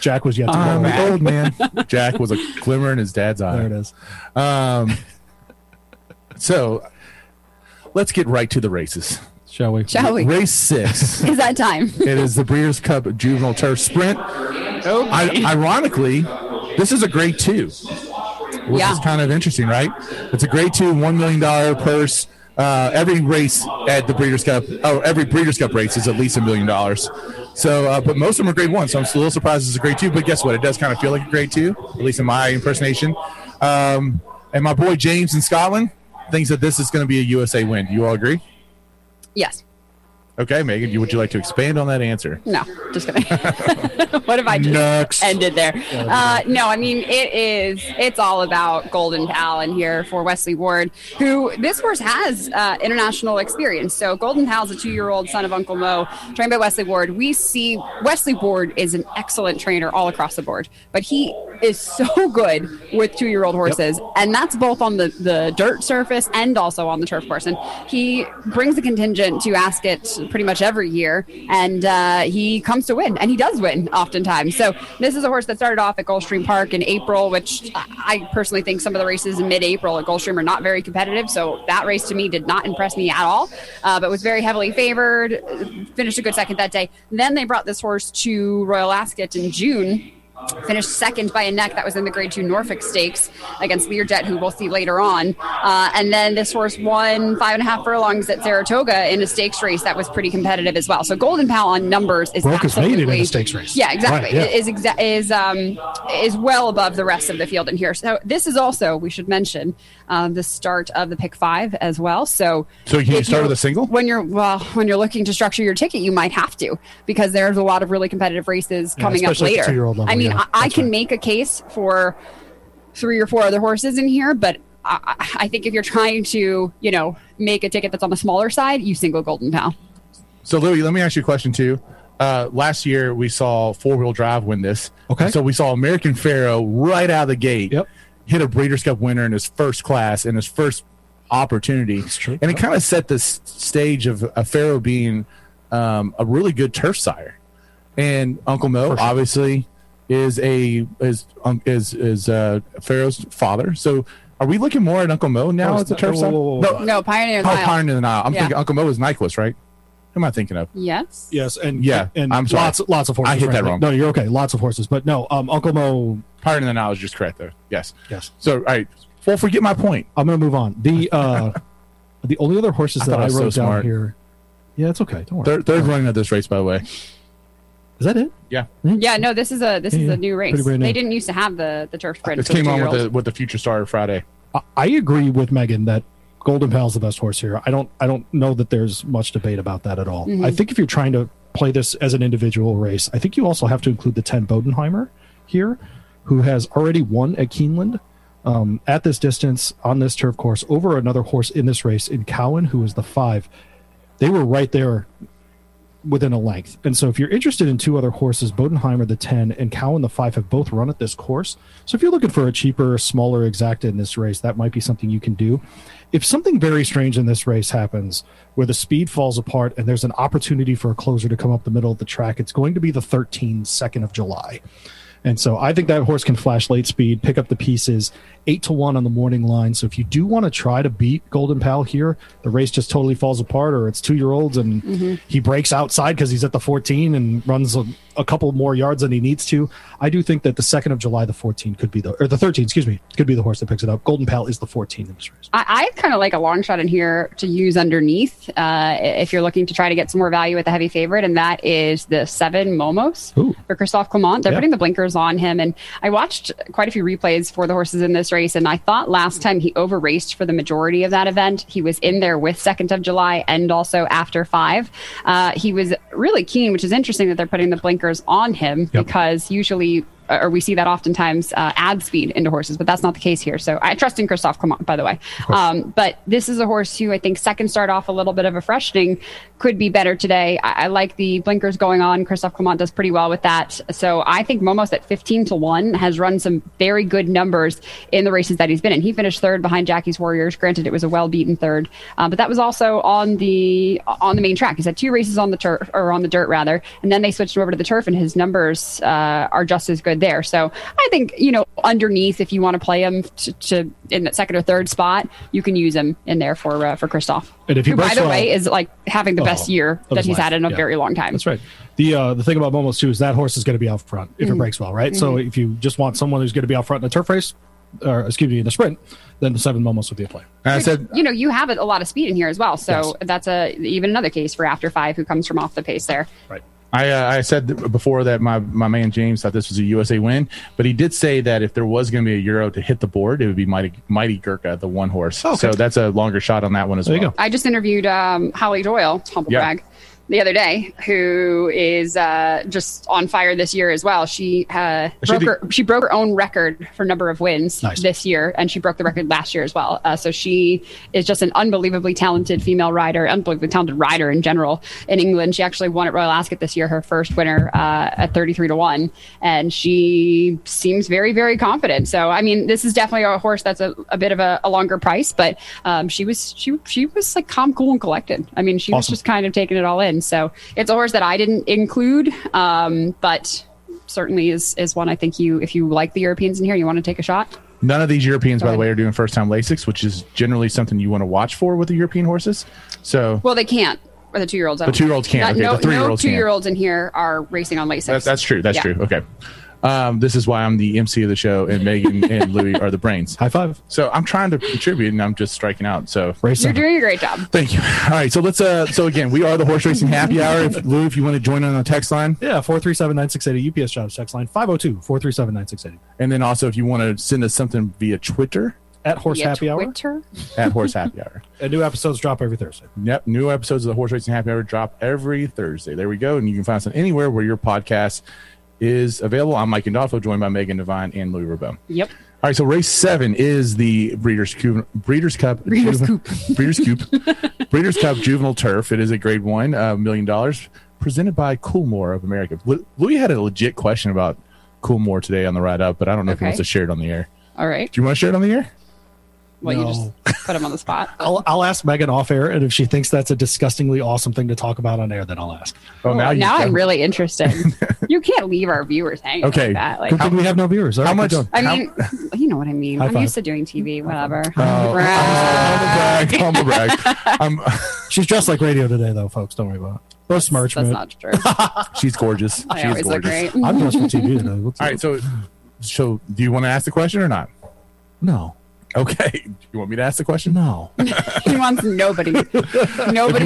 Speaker 3: Jack was yet to
Speaker 1: I'm
Speaker 2: Humble
Speaker 3: go.
Speaker 2: brag.
Speaker 1: an old man. Jack was a glimmer in his dad's eye.
Speaker 5: There it is.
Speaker 1: Um, so let's get right to the races.
Speaker 5: Shall we?
Speaker 2: Shall we?
Speaker 1: Race six.
Speaker 2: Is that time?
Speaker 1: it is the Breeders' Cup Juvenile Turf Sprint. I, ironically, this is a grade two, which
Speaker 2: Yeah.
Speaker 1: is kind of interesting, right? It's a grade two, one million dollar purse. Uh, every race at the Breeders' Cup, oh, every Breeders' Cup race is at least a million dollars. So, uh, but most of them are grade one, so I'm a little surprised it's a grade two. But guess what? It does kind of feel like a grade two, at least in my impersonation. Um, and my boy James in Scotland thinks that this is going to be a USA win. Do you all agree?
Speaker 2: Yes.
Speaker 1: Okay, Megan, you, would you like to expand on that answer?
Speaker 2: No, just kidding. what if I just
Speaker 1: Next.
Speaker 2: ended there? Uh, no, I mean, it is, it's all about Golden Pal in here for Wesley Ward, who this horse has uh, international experience. So Golden Pal's a two year old son of Uncle Mo, trained by Wesley Ward. We see Wesley Ward is an excellent trainer all across the board, but he is so good with two year old horses. And that's both on the, the dirt surface and also on the turf course. And he brings a contingent to Ascot pretty much every year, and uh, he comes to win, and he does win oftentimes. So this is a horse that started off at Gulfstream Park in April, which I personally think some of the races in mid-April at Gulfstream are not very competitive. So that race to me did not impress me at all, uh, but was very heavily favored. Finished a good second that day. Then they brought this horse to Royal Ascot in June finished second by a neck that was in the grade two norfolk stakes against learjet who we'll see later on uh, and then this horse won five and a half furlongs at saratoga in a stakes race that was pretty competitive as well so golden pal on numbers is
Speaker 3: Broke his maiden in
Speaker 2: absolutely-
Speaker 3: a stakes race.
Speaker 2: yeah exactly
Speaker 3: Right, yeah.
Speaker 2: is exa- is um is well above the rest of the field in here so this is also we should mention um, the start of the pick five as well so
Speaker 1: So can you
Speaker 2: if
Speaker 1: start
Speaker 2: you're-
Speaker 1: with a single?
Speaker 2: when you're well when you're looking to structure your ticket you might have to because there's a lot of really competitive races
Speaker 3: Yeah,
Speaker 2: coming up
Speaker 3: especially at the
Speaker 2: later
Speaker 3: two-year-old level,
Speaker 2: i mean I,
Speaker 3: yeah,
Speaker 2: I
Speaker 3: that's
Speaker 2: can
Speaker 3: right.
Speaker 2: make a case for three or four other horses in here but I, I- I think if you're trying to you know make a ticket that's on the smaller side you single golden pal
Speaker 1: So Louis, let me ask you a question too. Uh, last year we saw four wheel drive win this.
Speaker 3: Okay.
Speaker 1: So we saw American Pharaoh right out of the gate.
Speaker 3: Yep.
Speaker 1: Hit a Breeders' Cup winner in his first class in his first opportunity. That's
Speaker 3: true.
Speaker 1: And it kind of set the s- stage of a Pharaoh being um, a really good turf sire. And Uncle Mo
Speaker 3: For sure.
Speaker 1: obviously is a is um, is is uh, Pharaoh's father. So are we looking more at Uncle Mo now
Speaker 3: No,
Speaker 1: as
Speaker 3: Oh, it's
Speaker 1: a
Speaker 3: not-
Speaker 1: turf
Speaker 3: whoa,
Speaker 1: sire?
Speaker 3: whoa, whoa, whoa.
Speaker 1: No,
Speaker 2: no pioneer
Speaker 1: Oh,
Speaker 2: Mile.
Speaker 1: Pioneer in the Nile. I'm
Speaker 2: Yeah.
Speaker 1: thinking Uncle Mo is Nyquist, right? Who am I thinking of?
Speaker 2: yes
Speaker 3: Yes, and
Speaker 1: Yeah,
Speaker 3: and
Speaker 1: I'm sorry.
Speaker 3: lots lots of horses.
Speaker 1: I hit that
Speaker 3: frankly.
Speaker 1: wrong.
Speaker 3: No, you're okay. Lots of horses, but no, um, Uncle Mo.
Speaker 1: Pioneer in the Nile is just correct, though. Yes.
Speaker 3: Yes,
Speaker 1: So, all right. Well, forget my point.
Speaker 3: I'm gonna move on. The uh, the only other horses
Speaker 1: I
Speaker 3: that
Speaker 1: thought I
Speaker 3: I
Speaker 1: was so
Speaker 3: wrote down
Speaker 1: smart.
Speaker 3: here. Yeah, it's okay. Don't worry.
Speaker 1: Third, third running of this race, by the way.
Speaker 3: Is that it?
Speaker 1: Yeah.
Speaker 2: yeah no this is a this is
Speaker 3: Yeah,
Speaker 2: a new race
Speaker 3: pretty brand
Speaker 2: they
Speaker 3: new.
Speaker 2: didn't used to have the the turf sprint
Speaker 1: It
Speaker 2: for the
Speaker 1: came on with
Speaker 2: two-year-olds.
Speaker 1: the with the Future Star Friday.
Speaker 3: I- I agree with Megan that Golden Pal's the best horse here. I don't I don't know that there's much debate about that at all. I think if you're trying to play this as an individual race, I think you also have to include the 10 Bodenheimer here, who has already won at Keeneland um, at this distance on this turf course over another horse in this race in Cowan, who is the five. They were right there within a length. And so if you're interested in two other horses, Bodenheimer the 10 and Cowan the 5 have both run at this course. So if you're looking for a cheaper, smaller exacta in this race, that might be something you can do. If something very strange in this race happens where the speed falls apart and there's an opportunity for a closer to come up the middle of the track, it's going to be the 13 second of July. And so I think that horse can flash late speed, pick up the pieces, eight to one on the morning line. So if you do want to try to beat Golden Pal here, the race just totally falls apart, or it's two year olds and he breaks outside because he's at the 14 and runs a, a couple more yards than he needs to. I do think that the second of July, the 14 could be the or the 13, excuse me, could be the horse that picks it up. Golden Pal is the 14 in this race.
Speaker 2: I, I kind of like a long shot in here to use underneath uh, if you're looking to try to get some more value with the heavy favorite, and that is the seven Momos
Speaker 3: Ooh.
Speaker 2: for Christophe Clement. They're
Speaker 3: Yeah.
Speaker 2: putting the blinkers on him, and I watched quite a few replays for the horses in this race, and I thought last time he over raced for the majority of that event. He was in there with second of July and also after five. Uh, he was really keen, which is interesting that they're putting the blinkers on him
Speaker 3: Yep.
Speaker 2: because usually. uh, Or we see that oftentimes uh, add speed into horses, but that's not the case here. So I trust in Christophe Clement, by the way. Um, but this is a horse who I think second start off a little bit of a freshening could be better today. I, I like the blinkers going on. Christophe Clement does pretty well with that. So I think Momos at 15 to 1 has run some very good numbers in the races that he's been in. He finished third behind Jackie's Warriors. Granted, it was a well beaten third, uh, but that was also on the on the main track. He's had two races on the turf or on the dirt rather, and then they switched him over to the turf, and his numbers uh, are just as good there. So I think you know underneath, if you want to play him to, to in that second or third spot, you can use him in there for uh, for Christoph.
Speaker 3: And if he
Speaker 2: who, by
Speaker 3: breaks
Speaker 2: the
Speaker 3: well-
Speaker 2: way, is like having the best
Speaker 3: Oh,
Speaker 2: year
Speaker 3: of
Speaker 2: that
Speaker 3: his
Speaker 2: he's
Speaker 3: life,
Speaker 2: had in a
Speaker 3: yeah.
Speaker 2: very long time.
Speaker 3: That's right. The uh, the thing about Momos too is that horse is going to be out front if it breaks well, right? So if you just want someone who's going to be out front in a turf race, or excuse me, in a sprint, then the seven Momos would be a play.
Speaker 1: And I said,
Speaker 2: you know, you have a lot of speed in here as well, so
Speaker 3: Yes.
Speaker 2: that's a even another case for after five who comes from off the pace there.
Speaker 3: Right.
Speaker 1: I, uh, I said th- before that my, my man James thought this was a USA win, but he did say that if there was going to be a Euro to hit the board, it would be Mighty, Mighty Gurkha, the one horse.
Speaker 3: Okay.
Speaker 1: So that's a longer shot on that one as
Speaker 3: There you
Speaker 1: well.
Speaker 3: go.
Speaker 2: I just interviewed um, Holly Doyle, humble
Speaker 1: Yeah.
Speaker 2: brag, the other day, who is uh, just on fire this year as well. She uh,
Speaker 1: Is she
Speaker 2: broke
Speaker 1: the-
Speaker 2: her she broke her own record for number of wins
Speaker 3: Nice.
Speaker 2: this year, and she broke the record last year as well. Uh, so she is just an unbelievably talented female rider, unbelievably talented rider in general in England. She actually won at Royal Ascot this year, her first winner uh, at thirty three to one, and she seems very very confident. So I mean, this is definitely a horse that's a, a bit of a, a longer price, but um, she was she she was like calm, cool, and collected. I mean, she was
Speaker 3: Awesome.
Speaker 2: just kind of taking it all in. in. So it's a horse that I didn't include, um, but certainly is is one I think you if you like the Europeans in here, you want to take a shot.
Speaker 1: None of these Europeans, by the
Speaker 2: ahead.
Speaker 1: way, are doing first time Lasix, which is generally something you want to watch for with the European horses. So
Speaker 2: Well, they can't. Or the two year olds.
Speaker 1: The two-year-olds can't. Okay,
Speaker 2: no,
Speaker 1: the three-year-olds
Speaker 2: No
Speaker 1: can.
Speaker 2: two year olds in here are racing on LASIK.
Speaker 1: that, that's true. That's
Speaker 2: Yeah.
Speaker 1: true. Okay. Um, this is why I'm the MC of the show, and Megan and Louie are the brains.
Speaker 3: High five.
Speaker 1: So I'm trying to contribute, and I'm just striking out. So
Speaker 3: Race
Speaker 2: You're
Speaker 3: on.
Speaker 2: doing a great job.
Speaker 1: Thank you. All right, so let's. uh So again, we are the horse racing happy hour. If, Lou, if you want to join on the text line,
Speaker 3: Yeah, 437-9680 UPS jobs text line 502-437-9680.
Speaker 1: and then also if you want to send us something via Twitter
Speaker 3: At Horse
Speaker 2: Via
Speaker 3: Happy Hour.
Speaker 2: Twitter.
Speaker 1: at Horse Happy Hour.
Speaker 3: And new episodes drop every Thursday.
Speaker 1: Yep, new episodes of the Horse Racing Happy Hour drop every Thursday. There we go, and you can find us on anywhere where your podcast is available. I'm Mike Andolfo, joined by Megan Devine and Louis Rabone.
Speaker 2: Yep.
Speaker 1: All right, so race seven is the Breeders' Cup, Breeders' Cup,
Speaker 2: Breeders'
Speaker 1: Juvenile- Breeders' Cup, Breeders' Cup Juvenile Turf. It is a Grade One, uh, million dollars, presented by Coolmore of America. Lu- Louis had a legit question about Coolmore today on the ride up, but I don't know if he
Speaker 2: Okay.
Speaker 1: wants to share it on the air.
Speaker 2: All right.
Speaker 1: Do you want to share it on the air?
Speaker 2: Well, you
Speaker 3: No.
Speaker 2: just put him on the spot.
Speaker 3: I'll, I'll ask Megan off air, and if she thinks that's a disgustingly awesome thing to talk about on air, then I'll ask.
Speaker 1: Oh,
Speaker 2: now
Speaker 1: you-
Speaker 2: I'm really interested. you can't leave our viewers hanging
Speaker 1: Okay.
Speaker 2: like that. Like,
Speaker 3: Good thing we have no viewers. All
Speaker 1: How
Speaker 3: right,
Speaker 1: much?
Speaker 3: we're done.
Speaker 2: I
Speaker 1: how-
Speaker 2: mean, you know what I mean.
Speaker 3: High
Speaker 2: I'm
Speaker 3: five.
Speaker 2: used to doing TV, whatever.
Speaker 1: Oh,
Speaker 2: Brag.
Speaker 1: I'm a brag. I'm a brag.
Speaker 3: She's dressed like radio today, though, folks. Don't worry about it. Or smirch,
Speaker 2: That's
Speaker 3: man.
Speaker 2: not true. I
Speaker 1: I'm, she's gorgeous. uh, She's
Speaker 2: always
Speaker 1: gorgeous.
Speaker 2: look great.
Speaker 3: I'm dressed for TV today. What's
Speaker 1: All right, so so do you want to ask the question or not?
Speaker 3: No,
Speaker 1: Okay. Do you want me to ask the question?
Speaker 3: no.
Speaker 2: he wants nobody.
Speaker 1: If
Speaker 2: Nobody's
Speaker 1: you want to
Speaker 2: asking
Speaker 1: know what the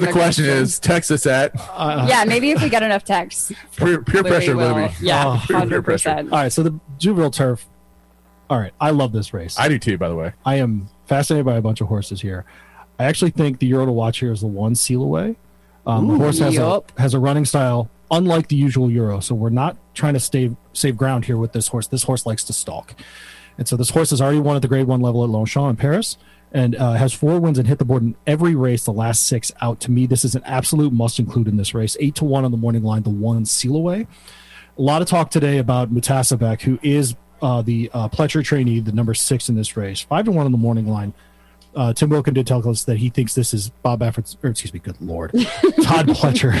Speaker 2: their
Speaker 1: question
Speaker 2: questions.
Speaker 1: is, text us at
Speaker 3: Uh,
Speaker 2: Yeah, maybe if we get enough texts.
Speaker 1: peer, peer
Speaker 2: Louis
Speaker 1: pressure,
Speaker 2: will-
Speaker 1: Libby. Oh,
Speaker 2: Yeah,
Speaker 1: Peer
Speaker 2: hundred
Speaker 1: pressure. Uh,
Speaker 2: percent.
Speaker 3: All right, so the juvenile turf. All right, I love this race.
Speaker 1: I do too, by the way.
Speaker 3: I am fascinated by a bunch of horses here. I actually think the Euro to watch here is the one seal away. Um, the
Speaker 1: Ooh.
Speaker 3: horse has,
Speaker 2: Yup.
Speaker 3: a, has a running style unlike the usual Euro, so we're not trying to save save ground here with this horse. This horse likes to stalk, and so this horse has already won at the Grade One level at Longchamp in Paris, and uh, has four wins and hit the board in every race. The last six out to me, this is an absolute must include in this race. Eight to one on the morning line, the one seal away a lot of talk today about Mutasabek, who is uh, the uh, Pletcher trainee, the number six in this race, five to one on the morning line. Uh, Tim Wilkin did tell us that he thinks this is Bob Affords, or excuse me, good lord, Todd Pletcher.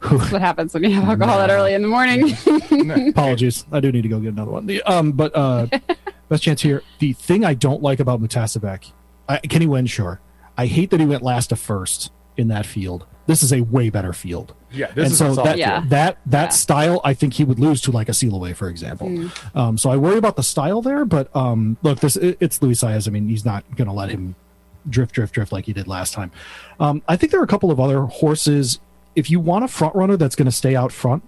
Speaker 3: Who,
Speaker 2: That's what happens when you have alcohol that early in the morning.
Speaker 3: apologies, I do need to go get another one. The, um, but uh, best chance here. The thing I don't like about Mutasabek, I, can he win? Sure. I hate that he went last to first in that field. This is a way better field.
Speaker 1: Yeah, this
Speaker 3: and
Speaker 1: is
Speaker 3: so
Speaker 1: a solid
Speaker 3: that,
Speaker 2: Yeah.
Speaker 3: that that
Speaker 2: Yeah.
Speaker 3: style, I think he would lose to like a seal away, for example.
Speaker 2: Hmm.
Speaker 3: Um, so I worry about the style there. But um, look, this it, it's Luis Saez. I mean, he's not going to let him drift, drift, drift like he did last time. Um, I think there are a couple of other horses. If you want a front runner that's going to stay out front,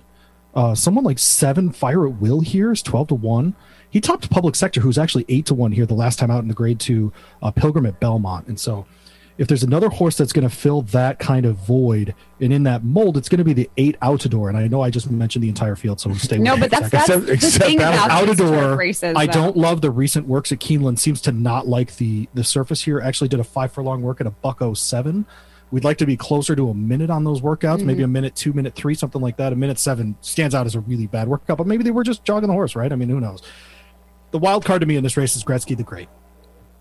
Speaker 3: uh, someone like Seven Fire at Will here is twelve to one. He topped Public Sector, who's actually eight to one here the last time out in the Grade Two uh, Pilgrim at Belmont, and so if there's another horse that's going to fill that kind of void and in that mold, it's going to be the eight Outador. And I know I just mentioned the entire field, so stay.
Speaker 2: No,
Speaker 3: with me
Speaker 2: but
Speaker 3: for
Speaker 2: that's
Speaker 3: a second.
Speaker 2: that's
Speaker 1: Except-
Speaker 2: the
Speaker 1: except
Speaker 2: thing
Speaker 1: that
Speaker 2: about these turf
Speaker 3: Outador.
Speaker 2: races.
Speaker 3: I
Speaker 2: though.
Speaker 3: don't love the recent works at Keeneland. Seems to not like the the surface here. Actually, did a five furlong work at a buck oh seven. We'd like to be closer to a minute on those workouts,
Speaker 2: Mm-hmm.
Speaker 3: maybe a minute, two minute, three, something like that. A minute seven stands out as a really bad workout, but maybe they were just jogging the horse, right? I mean, who knows? The wild card to me in this race is Gretzky the Great,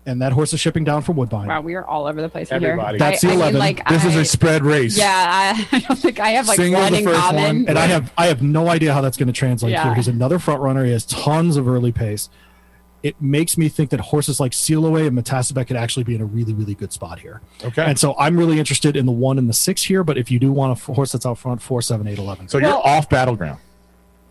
Speaker 3: and that horse is shipping down from Woodbine.
Speaker 2: Wow, we are all over the place
Speaker 1: Everybody.
Speaker 2: here.
Speaker 3: That's
Speaker 2: I,
Speaker 3: the
Speaker 2: I mean,
Speaker 3: 11.
Speaker 2: like,
Speaker 1: this
Speaker 2: I,
Speaker 1: is a spread race.
Speaker 2: yeah. I, I don't think I have like
Speaker 1: Single
Speaker 2: one
Speaker 1: the
Speaker 2: in
Speaker 1: first
Speaker 2: common.
Speaker 1: one.
Speaker 3: and I have I have no idea how that's going to translate
Speaker 2: Yeah.
Speaker 3: here. He's another front runner. He has tons of early pace. It makes me think that horses like Sealaway and Metasabek could actually be in a really really good spot here.
Speaker 1: Okay.
Speaker 3: And so I'm really interested in the one and the six here. But if you do want a f- horse that's out front, four, seven, eight, eleven.
Speaker 1: so
Speaker 2: Well-
Speaker 1: you're off battleground.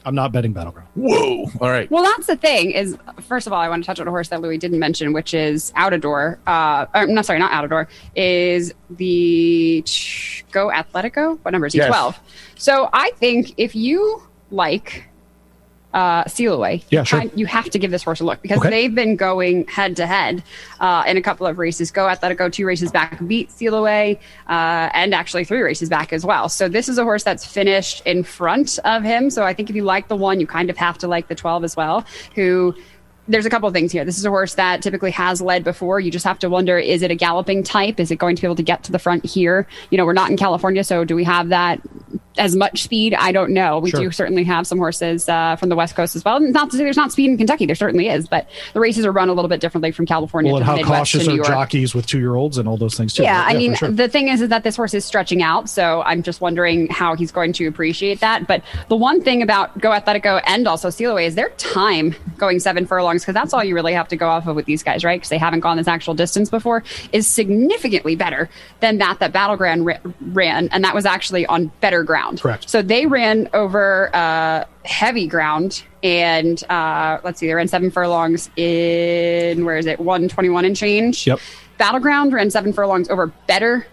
Speaker 3: I'm not betting battleground.
Speaker 1: Whoa. All right.
Speaker 2: Well, that's the thing. Is first of all, I want to touch on a horse that Louis didn't mention, which is Outador. Uh, or, no, sorry, not Outador. Is the Ch- Go Atletico? What number is he?
Speaker 1: Yes.
Speaker 2: Twelve. So I think if you like uh, Seal Away,
Speaker 3: Yeah, sure.
Speaker 2: I- you have to give this horse a look because
Speaker 3: Okay.
Speaker 2: they've been going head to head uh, in a couple of races. Go Atletico two races back beat Seal Away, uh, and actually three races back as well. So this is a horse that's finished in front of him. So I think if you like the one, you kind of have to like the twelve as well. Who there's a couple of things here. This is a horse that typically has led before. You just have to wonder is it a galloping type? Is it going to be able to get to the front here? You know, we're not in California, so do we have that as much speed. I don't know. We
Speaker 3: Sure.
Speaker 2: do certainly have some horses uh, from the West Coast as well. Not to say there's not speed in Kentucky, there certainly is, but the races are run a little bit differently from California
Speaker 3: Well,
Speaker 2: to
Speaker 3: and
Speaker 2: the
Speaker 3: how
Speaker 2: Midwest
Speaker 3: cautious
Speaker 2: to New
Speaker 3: are
Speaker 2: York.
Speaker 3: jockeys with two year olds and all those things too?
Speaker 2: Yeah, I
Speaker 3: for
Speaker 2: mean,
Speaker 3: sure.
Speaker 2: the thing is, is that this horse is stretching out, so I'm just wondering how he's going to appreciate that. But the one thing about Go Athletico and also Sealaway is their time going seven furlongs, because that's all you really have to go off of with these guys, right? Because they haven't gone this actual distance before, is significantly better than that that Battleground ra- ran, and that was actually on better ground.
Speaker 3: Correct.
Speaker 2: So they ran over uh, heavy ground, and uh, let's see, they ran seven furlongs in where is it, one twenty-one and change.
Speaker 3: Yep.
Speaker 2: Battleground ran seven furlongs over better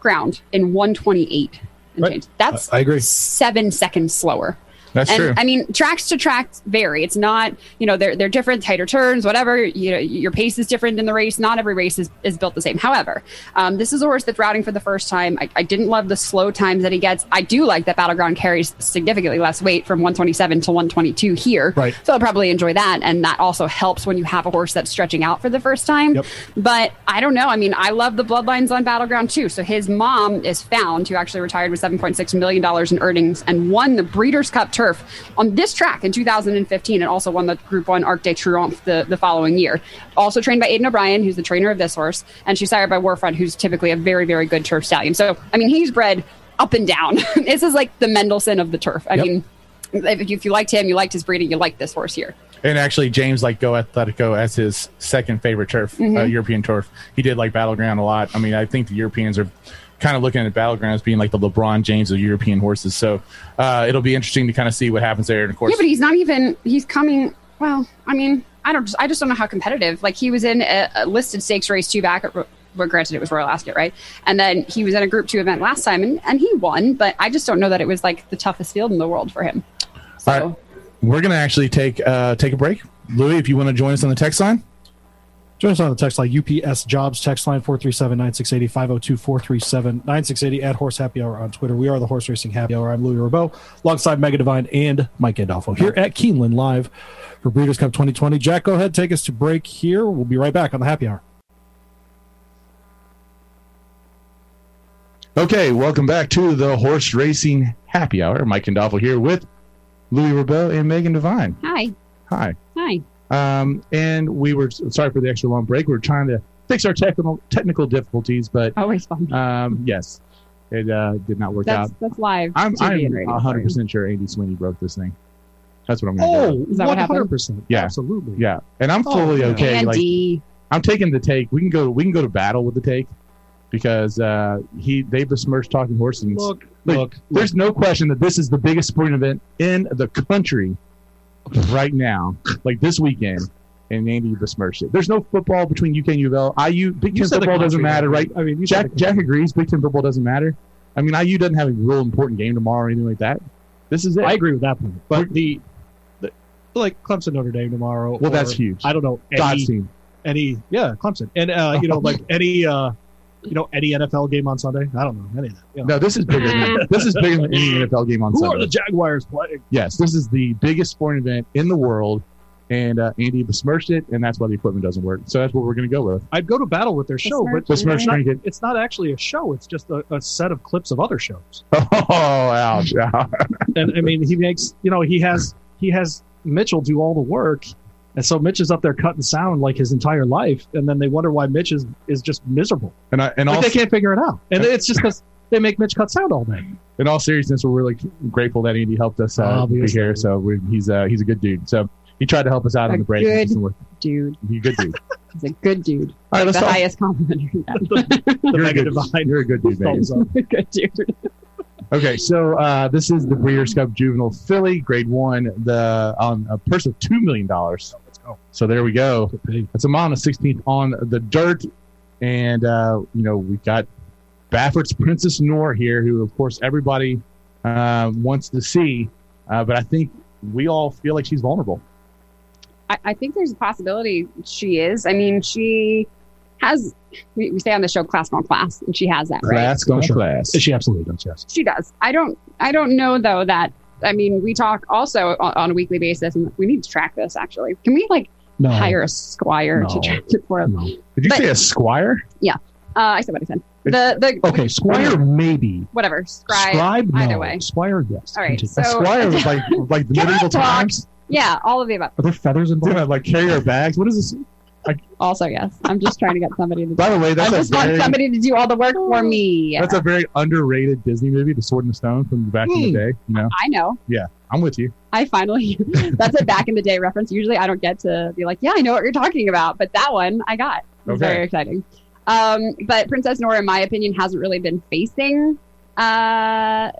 Speaker 2: ground in 128 and
Speaker 3: Right.
Speaker 2: change. That's
Speaker 3: I- I agree.
Speaker 2: seven seconds slower.
Speaker 1: That's
Speaker 2: and,
Speaker 1: true.
Speaker 2: I mean, tracks to tracks vary. It's not, you know, they're, they're different, tighter turns, whatever. You know, your pace is different in the race. Not every race is, is built the same. However, um, this is a horse that's routing for the first time. I, I didn't love the slow times that he gets. I do like that Battleground carries significantly less weight from 127 to 122 here.
Speaker 3: Right.
Speaker 2: So I'll probably enjoy that. And that also helps when you have a horse that's stretching out for the first time.
Speaker 3: Yep.
Speaker 2: But I don't know. I mean, I love the bloodlines on Battleground too. So his mom is found, who actually retired with $7.6 million in earnings and won the Breeders' Cup turf on this track in 2015 and also won the Group 1 Arc de Triomphe the, the following year. Also trained by Aiden O'Brien, who's the trainer of this horse, and she's sired by Warfront, who's typically a very, very good turf stallion. So, I mean, he's bred up and down. this is like the Mendelssohn of the turf. I
Speaker 3: Yep.
Speaker 2: mean, if you, if you liked him, you liked his breeding, you liked this horse here.
Speaker 1: and actually, James like Go Athletico as his second favorite turf, uh,
Speaker 2: Mm-hmm.
Speaker 1: European turf. He did like Battleground a lot. I mean, I think the Europeans are kind of looking at Battleground as being like the LeBron James of European horses. So uh, it'll be interesting to kind of see what happens there. And of course,
Speaker 2: Yeah, but he's not even. He's coming. Well, I mean, I don't. I just don't know how competitive. Like he was in a, a listed stakes race two back. At, well, granted, it was Royal Ascot, right? And then he was in a Group Two event last time, and, and he won. But I just don't know that it was like the toughest field in the world for him. So
Speaker 1: All right. we're gonna actually take uh, take a break. Louis, if you want to join us on the text line.
Speaker 3: Join us on the text line UPS Jobs text line 437-9680 502-437-9680 at Horse Happy Hour on Twitter. We are the Horse Racing Happy Hour. I'm Louis Rabeau alongside Mega Divine and Mike Gandolfo here at Keeneland live for Breeders' Cup 2020. Jack, go ahead, take us to break here. We'll be right back on the Happy Hour.
Speaker 1: Okay, welcome back to the Horse Racing Happy Hour. Mike Kendolfo here with Louis Rebel and Megan Devine.
Speaker 2: hi,
Speaker 1: Hi.
Speaker 2: hi.
Speaker 1: Um, and we were sorry for the extra long break. We were trying to fix our technical technical difficulties, but
Speaker 2: Always fun.
Speaker 1: um, yes, it uh, did not work
Speaker 2: That's
Speaker 1: out.
Speaker 2: that's live.
Speaker 1: I'm
Speaker 2: TV
Speaker 1: I'm
Speaker 2: and radio.
Speaker 1: 100 percent sure Andy Sweeney broke this thing. That's what I'm gonna
Speaker 3: Oh,
Speaker 1: do.
Speaker 3: 100%.
Speaker 1: Yeah.
Speaker 3: Absolutely.
Speaker 1: Yeah, and I'm
Speaker 3: Oh,
Speaker 1: fully
Speaker 3: yeah.
Speaker 1: okay. Like
Speaker 2: Andy.
Speaker 1: I'm taking the take. We can go. We can go to battle with the take because uh, he they besmirched talking horses.
Speaker 3: Look,
Speaker 1: Like,
Speaker 3: look,
Speaker 1: There's no question that this is the biggest sporting event in the country right now, like this weekend. And Andy besmirched it. There's no football between UK and UofL. IU Big Ten
Speaker 3: said the
Speaker 1: football doesn't
Speaker 3: country,
Speaker 1: matter, right?
Speaker 3: I mean, you
Speaker 1: Jack
Speaker 3: said the
Speaker 1: Jack agrees. Big Ten football doesn't matter. I mean, IU doesn't have a real important game tomorrow or anything like that. This is it.
Speaker 3: I agree with that point.
Speaker 1: But-
Speaker 3: But the, the like Clemson Notre Dame tomorrow.
Speaker 1: well, that's
Speaker 3: or
Speaker 1: huge.
Speaker 3: I don't know
Speaker 1: God's
Speaker 3: any,
Speaker 1: team.
Speaker 3: any yeah Clemson and uh, you know like any uh, you know any NFL game on Sunday. I don't know any of that. You know.
Speaker 1: No, this is bigger. than, this is bigger than any NFL game on
Speaker 3: Who are
Speaker 1: Sunday.
Speaker 3: the Jaguars playing?
Speaker 1: yes, this is the biggest sporting event in the world, and uh, Andy besmirched it, and that's why the equipment doesn't work. So that's what we're going to go with.
Speaker 3: I'd go to battle with their show, but
Speaker 1: Besmirched
Speaker 3: not-
Speaker 1: Trinket.
Speaker 3: it's not actually a show. It's just a, a set of clips of other shows.
Speaker 1: Oh, ouch. ouch.
Speaker 3: And I mean, he makes you know he has he has Mitchell do all the work. And so Mitch is up there cutting sound like his entire life, and then they wonder why Mitch is, is just miserable.
Speaker 1: And, I, in,
Speaker 3: Like
Speaker 1: all,
Speaker 3: they can't figure it out, and it's just because they make Mitch cut sound all day.
Speaker 1: in all seriousness, we're really grateful that Andy helped us uh, be
Speaker 3: Obviously.
Speaker 1: here. So we, he's uh, he's a good dude. So he tried to help us out
Speaker 2: A
Speaker 1: on the break.
Speaker 2: good-
Speaker 1: He's a
Speaker 2: dude.
Speaker 1: good dude.
Speaker 2: He's a good dude.
Speaker 1: All right, let's
Speaker 2: the
Speaker 1: talk.
Speaker 2: highest compliment. you can
Speaker 3: The
Speaker 1: You're a
Speaker 3: mega
Speaker 1: good-
Speaker 3: divide.
Speaker 1: You're a good dude, man.
Speaker 3: Thumbs up.
Speaker 2: get. good dude.
Speaker 1: Okay, so uh, this is the Breeders' Cup Juvenile Filly, Grade One, the on a purse of two million dollars. Oh, Let's go. So there we go. It's a mile and a sixteenth on the dirt, and uh, you know we've got Baffert's Princess Noor here, who of course everybody uh, wants to see, uh, but I think we all feel like she's vulnerable.
Speaker 2: I, I think there's a possibility she is. I mean, she has. We, we say on the show, class on class, and she has that, right?
Speaker 1: Class going
Speaker 3: Sure.
Speaker 1: class.
Speaker 3: She absolutely does. Yes.
Speaker 2: She does. I don't. I don't know though that. I mean, we talk also on, on a weekly basis, and we need to track this. Actually, can we like
Speaker 3: No.
Speaker 1: Oh.
Speaker 2: hire a squire
Speaker 3: No.
Speaker 2: to track it for us?
Speaker 3: No.
Speaker 1: Did you
Speaker 2: But-
Speaker 1: say a squire?
Speaker 2: Uh, I said what I said. The the
Speaker 3: Okay, Squire maybe.
Speaker 2: whatever scribe.
Speaker 3: Scribe, no.
Speaker 2: either way.
Speaker 3: Squire, yes.
Speaker 2: All right,
Speaker 3: Continue.
Speaker 2: so-
Speaker 3: Squire is like like the
Speaker 2: Can I
Speaker 3: medieval
Speaker 2: talk?
Speaker 3: times.
Speaker 2: Yeah, all of the above.
Speaker 3: Are there feathers
Speaker 1: Damn,
Speaker 3: involved?
Speaker 1: I, like carry our bags. What is this?
Speaker 2: Also, yes. I'm just trying to get somebody to.
Speaker 1: By the way,
Speaker 2: I
Speaker 1: that's a
Speaker 2: just want
Speaker 1: very
Speaker 2: somebody to do all the work for me.
Speaker 1: that's a very underrated Disney movie, The Sword and the Stone from back
Speaker 2: Hmm.
Speaker 1: in the day. You know,
Speaker 2: I know.
Speaker 1: I'm with you.
Speaker 2: I finally. that's a back in the day reference. Usually, I don't get to be like, "Yeah, I know what you're talking about," but that one I got. It was
Speaker 1: Okay.
Speaker 2: Very exciting. Um, but Princess Nora, in my opinion, hasn't really been facing, uh,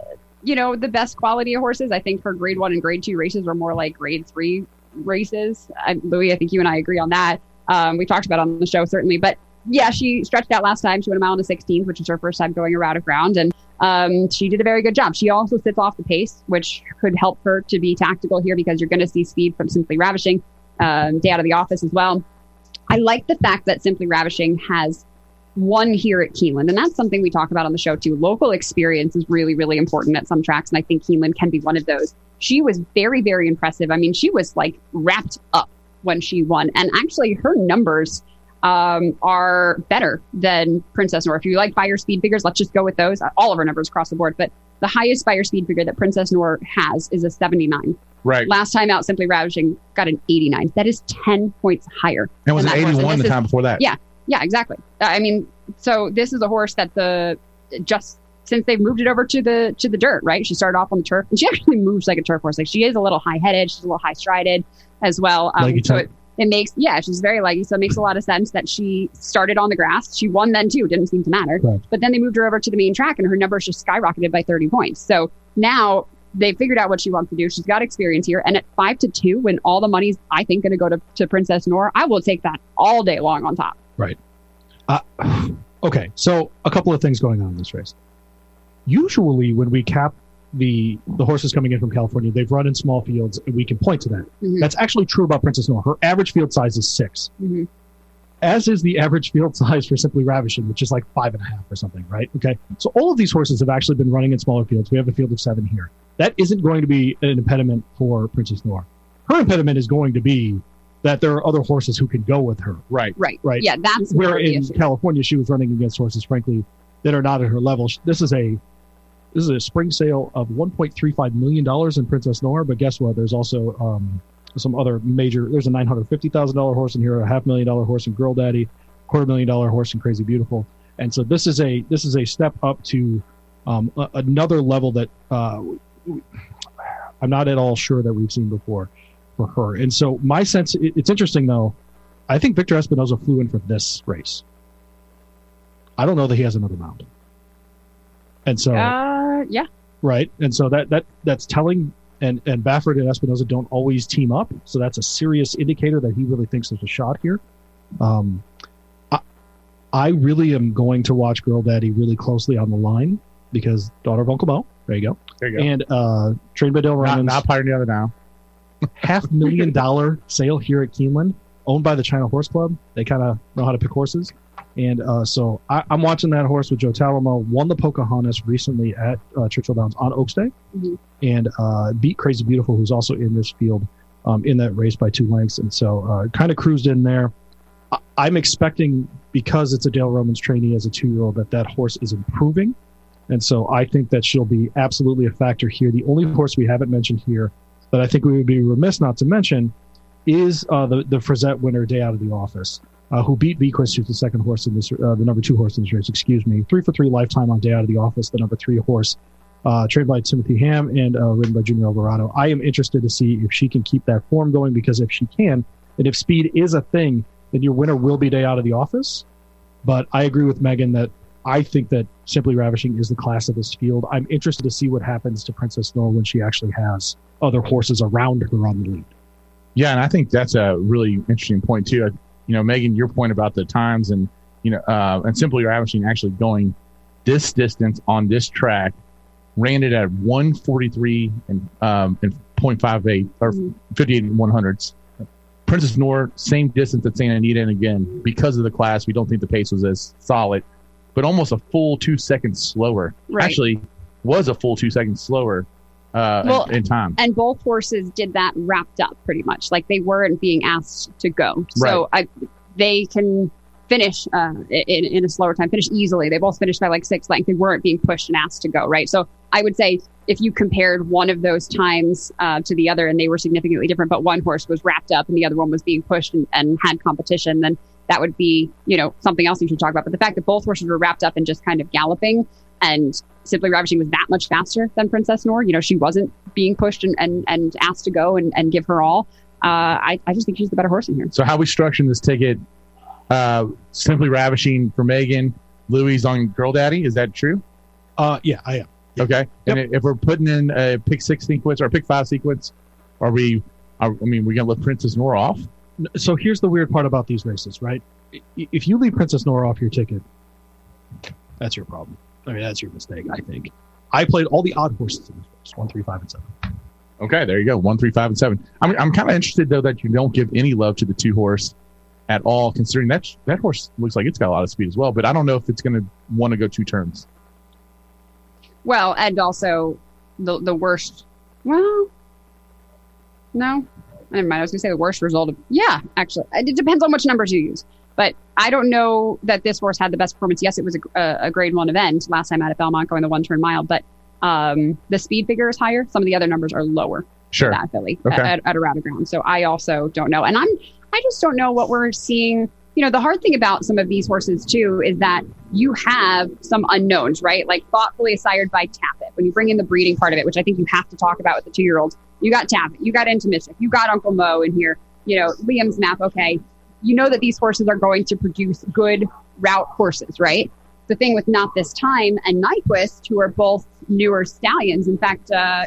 Speaker 2: you know, the best quality of horses. I think her grade one and grade two races were more like grade three races. I, Louis, I think you and I agree on that. Um, we talked about it on the show certainly, but yeah, she stretched out last time. She went a mile and a 16th, which is her first time going a route of ground, and um, she did a very good job. She also sits off the pace, which could help her to be tactical here because you're going to see speed from Simply Ravishing, um, day out of the office as well. I like the fact that Simply Ravishing has one here at Keeneland, and that's something we talk about on the show too. Local experience is really, really important at some tracks, and I think Keeneland can be one of those. She was very, very impressive. I mean, she was like wrapped up when she won, and actually, her numbers um, are better than Princess Nora. If you like fire speed figures, let's just go with those. All of her numbers across the board, but the highest fire speed figure that Princess Nora has is a 79.
Speaker 1: Right.
Speaker 2: Last time out, Simply Ravishing got an 89. That is 10 points higher.
Speaker 1: And was
Speaker 2: and
Speaker 1: an
Speaker 2: that horse,
Speaker 1: 81
Speaker 2: and
Speaker 1: the
Speaker 2: this
Speaker 1: time before that.
Speaker 2: Yeah. Yeah, exactly. I mean, so this is a horse that the just since they've moved it over to the to the dirt, right? She started off on the turf, and she actually moves like a turf horse. Like she is a little high headed, she's a little high strided as well. um,
Speaker 3: Leggy
Speaker 2: so
Speaker 3: type.
Speaker 2: it, it makes yeah, she's very leggy, so it makes a lot of sense that she started on the grass. She won then too, didn't seem to matter.
Speaker 3: Right.
Speaker 2: But then they moved her over to the main track, and her numbers just skyrocketed by thirty points. So now they figured out what she wants to do. She's got experience here. And at five to two, when all the money's, I think, going to go to, to Princess Nora, I will take that all day long on top.
Speaker 3: Uh, okay, so a couple of things going on in this race. Usually, when we cap the the horses coming in from California, they've run in small fields, and we can point to that.
Speaker 2: Mhm.
Speaker 3: That's actually true about Princess Nora. Her average field size is 6
Speaker 2: Mhm.
Speaker 3: as is the average field size for Simply Ravishing, which is like five and a half or something, right? Okay, so all of these horses have actually been running in smaller fields. We have a field of seven here. That isn't going to be an impediment for Princess Nora. Her impediment is going to be that there are other horses who can go with her.
Speaker 1: Right.
Speaker 2: Right.
Speaker 3: Right.
Speaker 2: Yeah, that's
Speaker 3: where
Speaker 2: the
Speaker 3: in
Speaker 2: issue.
Speaker 3: California she was running against horses, frankly, that are not at her level. Sh- This is a this is a spring sale of 1.35 million dollars in Princess Nora, but guess what? There's also um, some other major. There's a 950 thousand dollar horse in here, a half million dollar horse in Girl Daddy, quarter million dollar horse in Crazy Beautiful, and so this is a this is a step up to um, a- another level that uh, I'm not at all sure that we've seen before for her. And so my sense, it, it's interesting though. I think Victor Espinosa flew in for this race. I don't know that he has another mount. And so,
Speaker 2: Uh, yeah.
Speaker 3: right, and so that that that's telling. And and Baffert and Espinosa don't always team up, so that's a serious indicator that he really thinks there's a shot here. Um, I, I really am going to watch Girl Daddy really closely on the line because daughter of Uncle Mo. There you go.
Speaker 1: There you go.
Speaker 3: And uh, trained by Del
Speaker 1: Not,
Speaker 3: Ramos
Speaker 1: not pioneer the now.
Speaker 3: half million dollar sale here at Keeneland, owned by the China Horse Club. They kind of know how to pick horses. And uh, so I, I'm watching that horse with Joe Talamo, won the Pocahontas recently at uh, Churchill Downs on Oaks Day,
Speaker 2: Mhm.
Speaker 3: and uh, beat Crazy Beautiful, who's also in this field um, in that race by two lengths. And so uh, kind of cruised in there. I, I'm expecting, because it's a Dale Romans trainee as a two year old, that that horse is improving. And so I think that she'll be absolutely a factor here. The only horse we haven't mentioned here that I think we would be remiss not to mention is uh, the the Frazette winner day out of the office, uh, who beat Bequist, who's the second horse in this, uh, the number two horse in this race. Excuse me, three for three lifetime on day out of the office, the number three horse, uh, trained by Timothy Ham and uh, ridden by Junior Alvarado. I am interested to see if she can keep that form going because if she can, and if speed is a thing, then your winner will be day out of the office. But I agree with Megan that. I think that Simply Ravishing is the class of this field. I'm interested to see what happens to Princess Noel when she actually has other horses around her on the lead.
Speaker 1: Yeah, and I think that's a really interesting point too. Uh, You know, Megan, your point about the times and you know, uh, and simply ravishing actually going this distance on this track, ran it at one forty three and um and point five eight or
Speaker 2: Mhm.
Speaker 1: fifty eight and one hundreds. Princess Nor same distance at Santa Anita, and again because of the class, we don't think the pace was as solid, but almost a full two seconds slower.
Speaker 2: Right.
Speaker 1: Actually, was a full two seconds slower uh, in-
Speaker 2: Well,
Speaker 1: in time.
Speaker 2: And both horses did that wrapped up pretty much. Like they weren't being asked to go. So I, they can finish uh, in, in a slower time, finish easily. They both finished by like six length. They weren't being pushed and asked to go, right? So I would say if you compared one of those times uh, to the other and they were significantly different, but one horse was wrapped up and the other one was being pushed and, and had competition, then that would be, you know, something else you should talk about. But the fact that both horses were wrapped up and just kind of galloping and simply ravishing was that much faster than Princess Nor, you know, she wasn't being pushed and, and, and asked to go and, and give her all. Uh, I, I just think she's the better horse in here.
Speaker 1: So how we structuring this ticket? Uh, simply ravishing for Megan. Louis on Girl Daddy. Is that true?
Speaker 3: Uh, yeah, I am.
Speaker 1: Okay. And if we're putting in a pick six sequence or a pick five sequence, are we? Are, I mean, we're gonna let Princess Nora off.
Speaker 3: So here's the weird part about these races, right? I- If you leave Princess Nora off your ticket, that's your problem. I mean, that's your mistake. I think. I played all the odd horses in this race: one, three, five, and seven.
Speaker 1: Okay, there you go. One, three, five, and seven. I'm I'm kind of interested though that you don't give any love to the two horse at all, considering that that horse looks like it's got a lot of speed as well. But I don't know if it's gonna want to go two turns.
Speaker 2: Well, and also the the worst. Well, no, never mind. I was going to say the worst result of yeah. Actually, it depends on which numbers you use. But I don't know that this horse had the best performance. Yes, it was a, a, a Grade One event last time out at Belmont, going the one turn mile. But um, the speed figure is higher. Some of the other numbers are lower
Speaker 1: Sure.
Speaker 2: that Philly
Speaker 1: Okay.
Speaker 2: at, at around the ground. So I also don't know, and I'm I just don't know what we're seeing. You know, the hard thing about some of these horses too is that you have some unknowns, right? Like thoughtfully sired by Tappet. When you bring in the breeding part of it, which I think you have to talk about with the two-year-olds, you got Tappet, you got Into Mischief, you got Uncle Mo in here. You know, Liam's map. Okay, you know that these horses are going to produce good route horses, right? The thing with Not This Time and Nyquist, who are both newer stallions. In fact, uh,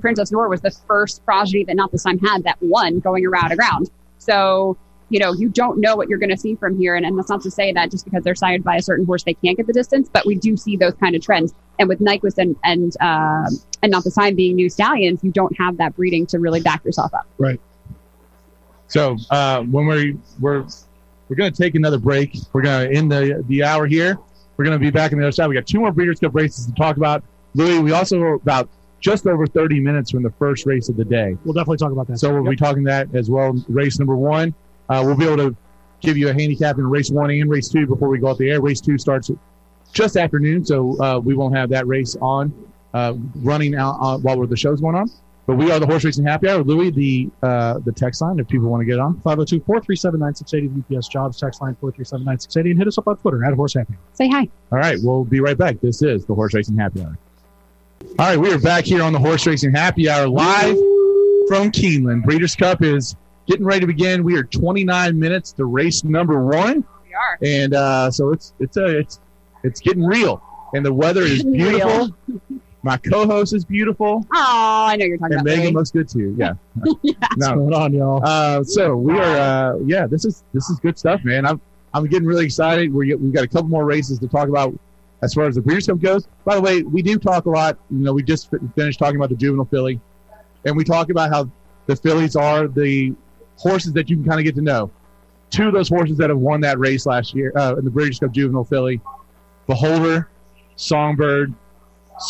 Speaker 2: Princess Nora was the first progeny that Not This Time had that won going around and around. So, you know, you don't know what you're going to see from here. And, and that's not to say that just because they're sired by a certain horse, they can't get the distance, but we do see those kind of trends. And with Nyquist and, and, uh, and Not This Time being new stallions, you don't have that breeding to really back yourself up.
Speaker 1: So uh, when we're we're we're gonna take another break. We're gonna end the the hour here. We're gonna be back on the other side. We got two more Breeders' Cup races to talk about. Louis, we also are about just over 30 minutes from the first race of the day.
Speaker 3: We'll definitely talk about that.
Speaker 1: So we'll be talking that as well. Race number one, uh, we'll be able to give you a handicap in race one and race two before we go out the air. Race two starts just afternoon, so uh, we won't have that race on uh, running out uh, while the show's going on. But we are the horse racing happy hour. Louis, the uh, the text line if people want to get on.
Speaker 3: 502 437 9680 UPS jobs text line 437 9680 and hit us up on Twitter at Horse Happy.
Speaker 2: Say hi.
Speaker 1: All right, we'll be right back. This is the Horse Racing Happy Hour. All right, we are back here on the Horse Racing Happy Hour live from Keeneland. Breeders' Cup is getting ready to begin. We are 29 minutes to race number one,
Speaker 2: We are.
Speaker 1: and uh, so it's it's uh, it's it's getting real. And the weather is
Speaker 2: Getting real.
Speaker 1: beautiful. My co-host is beautiful,
Speaker 2: Oh, I know you're talking
Speaker 1: and
Speaker 2: about
Speaker 1: Megan
Speaker 2: Louis.
Speaker 1: looks good too. Yeah.
Speaker 3: What's
Speaker 1: No.
Speaker 3: going on, y'all?
Speaker 1: Uh, so we are. Uh, yeah, this is this is good stuff, man. I'm I'm getting really excited. We we've got a couple more races to talk about as far as the Breeders' Cup goes. By the way, we do talk a lot. You know, we just fi- finished talking about the juvenile filly, and we talk about how the fillies are the horses that you can kind of get to know. Two of those horses that have won that race last year uh, in the Breeders' Cup Juvenile Filly, Beholder, Songbird,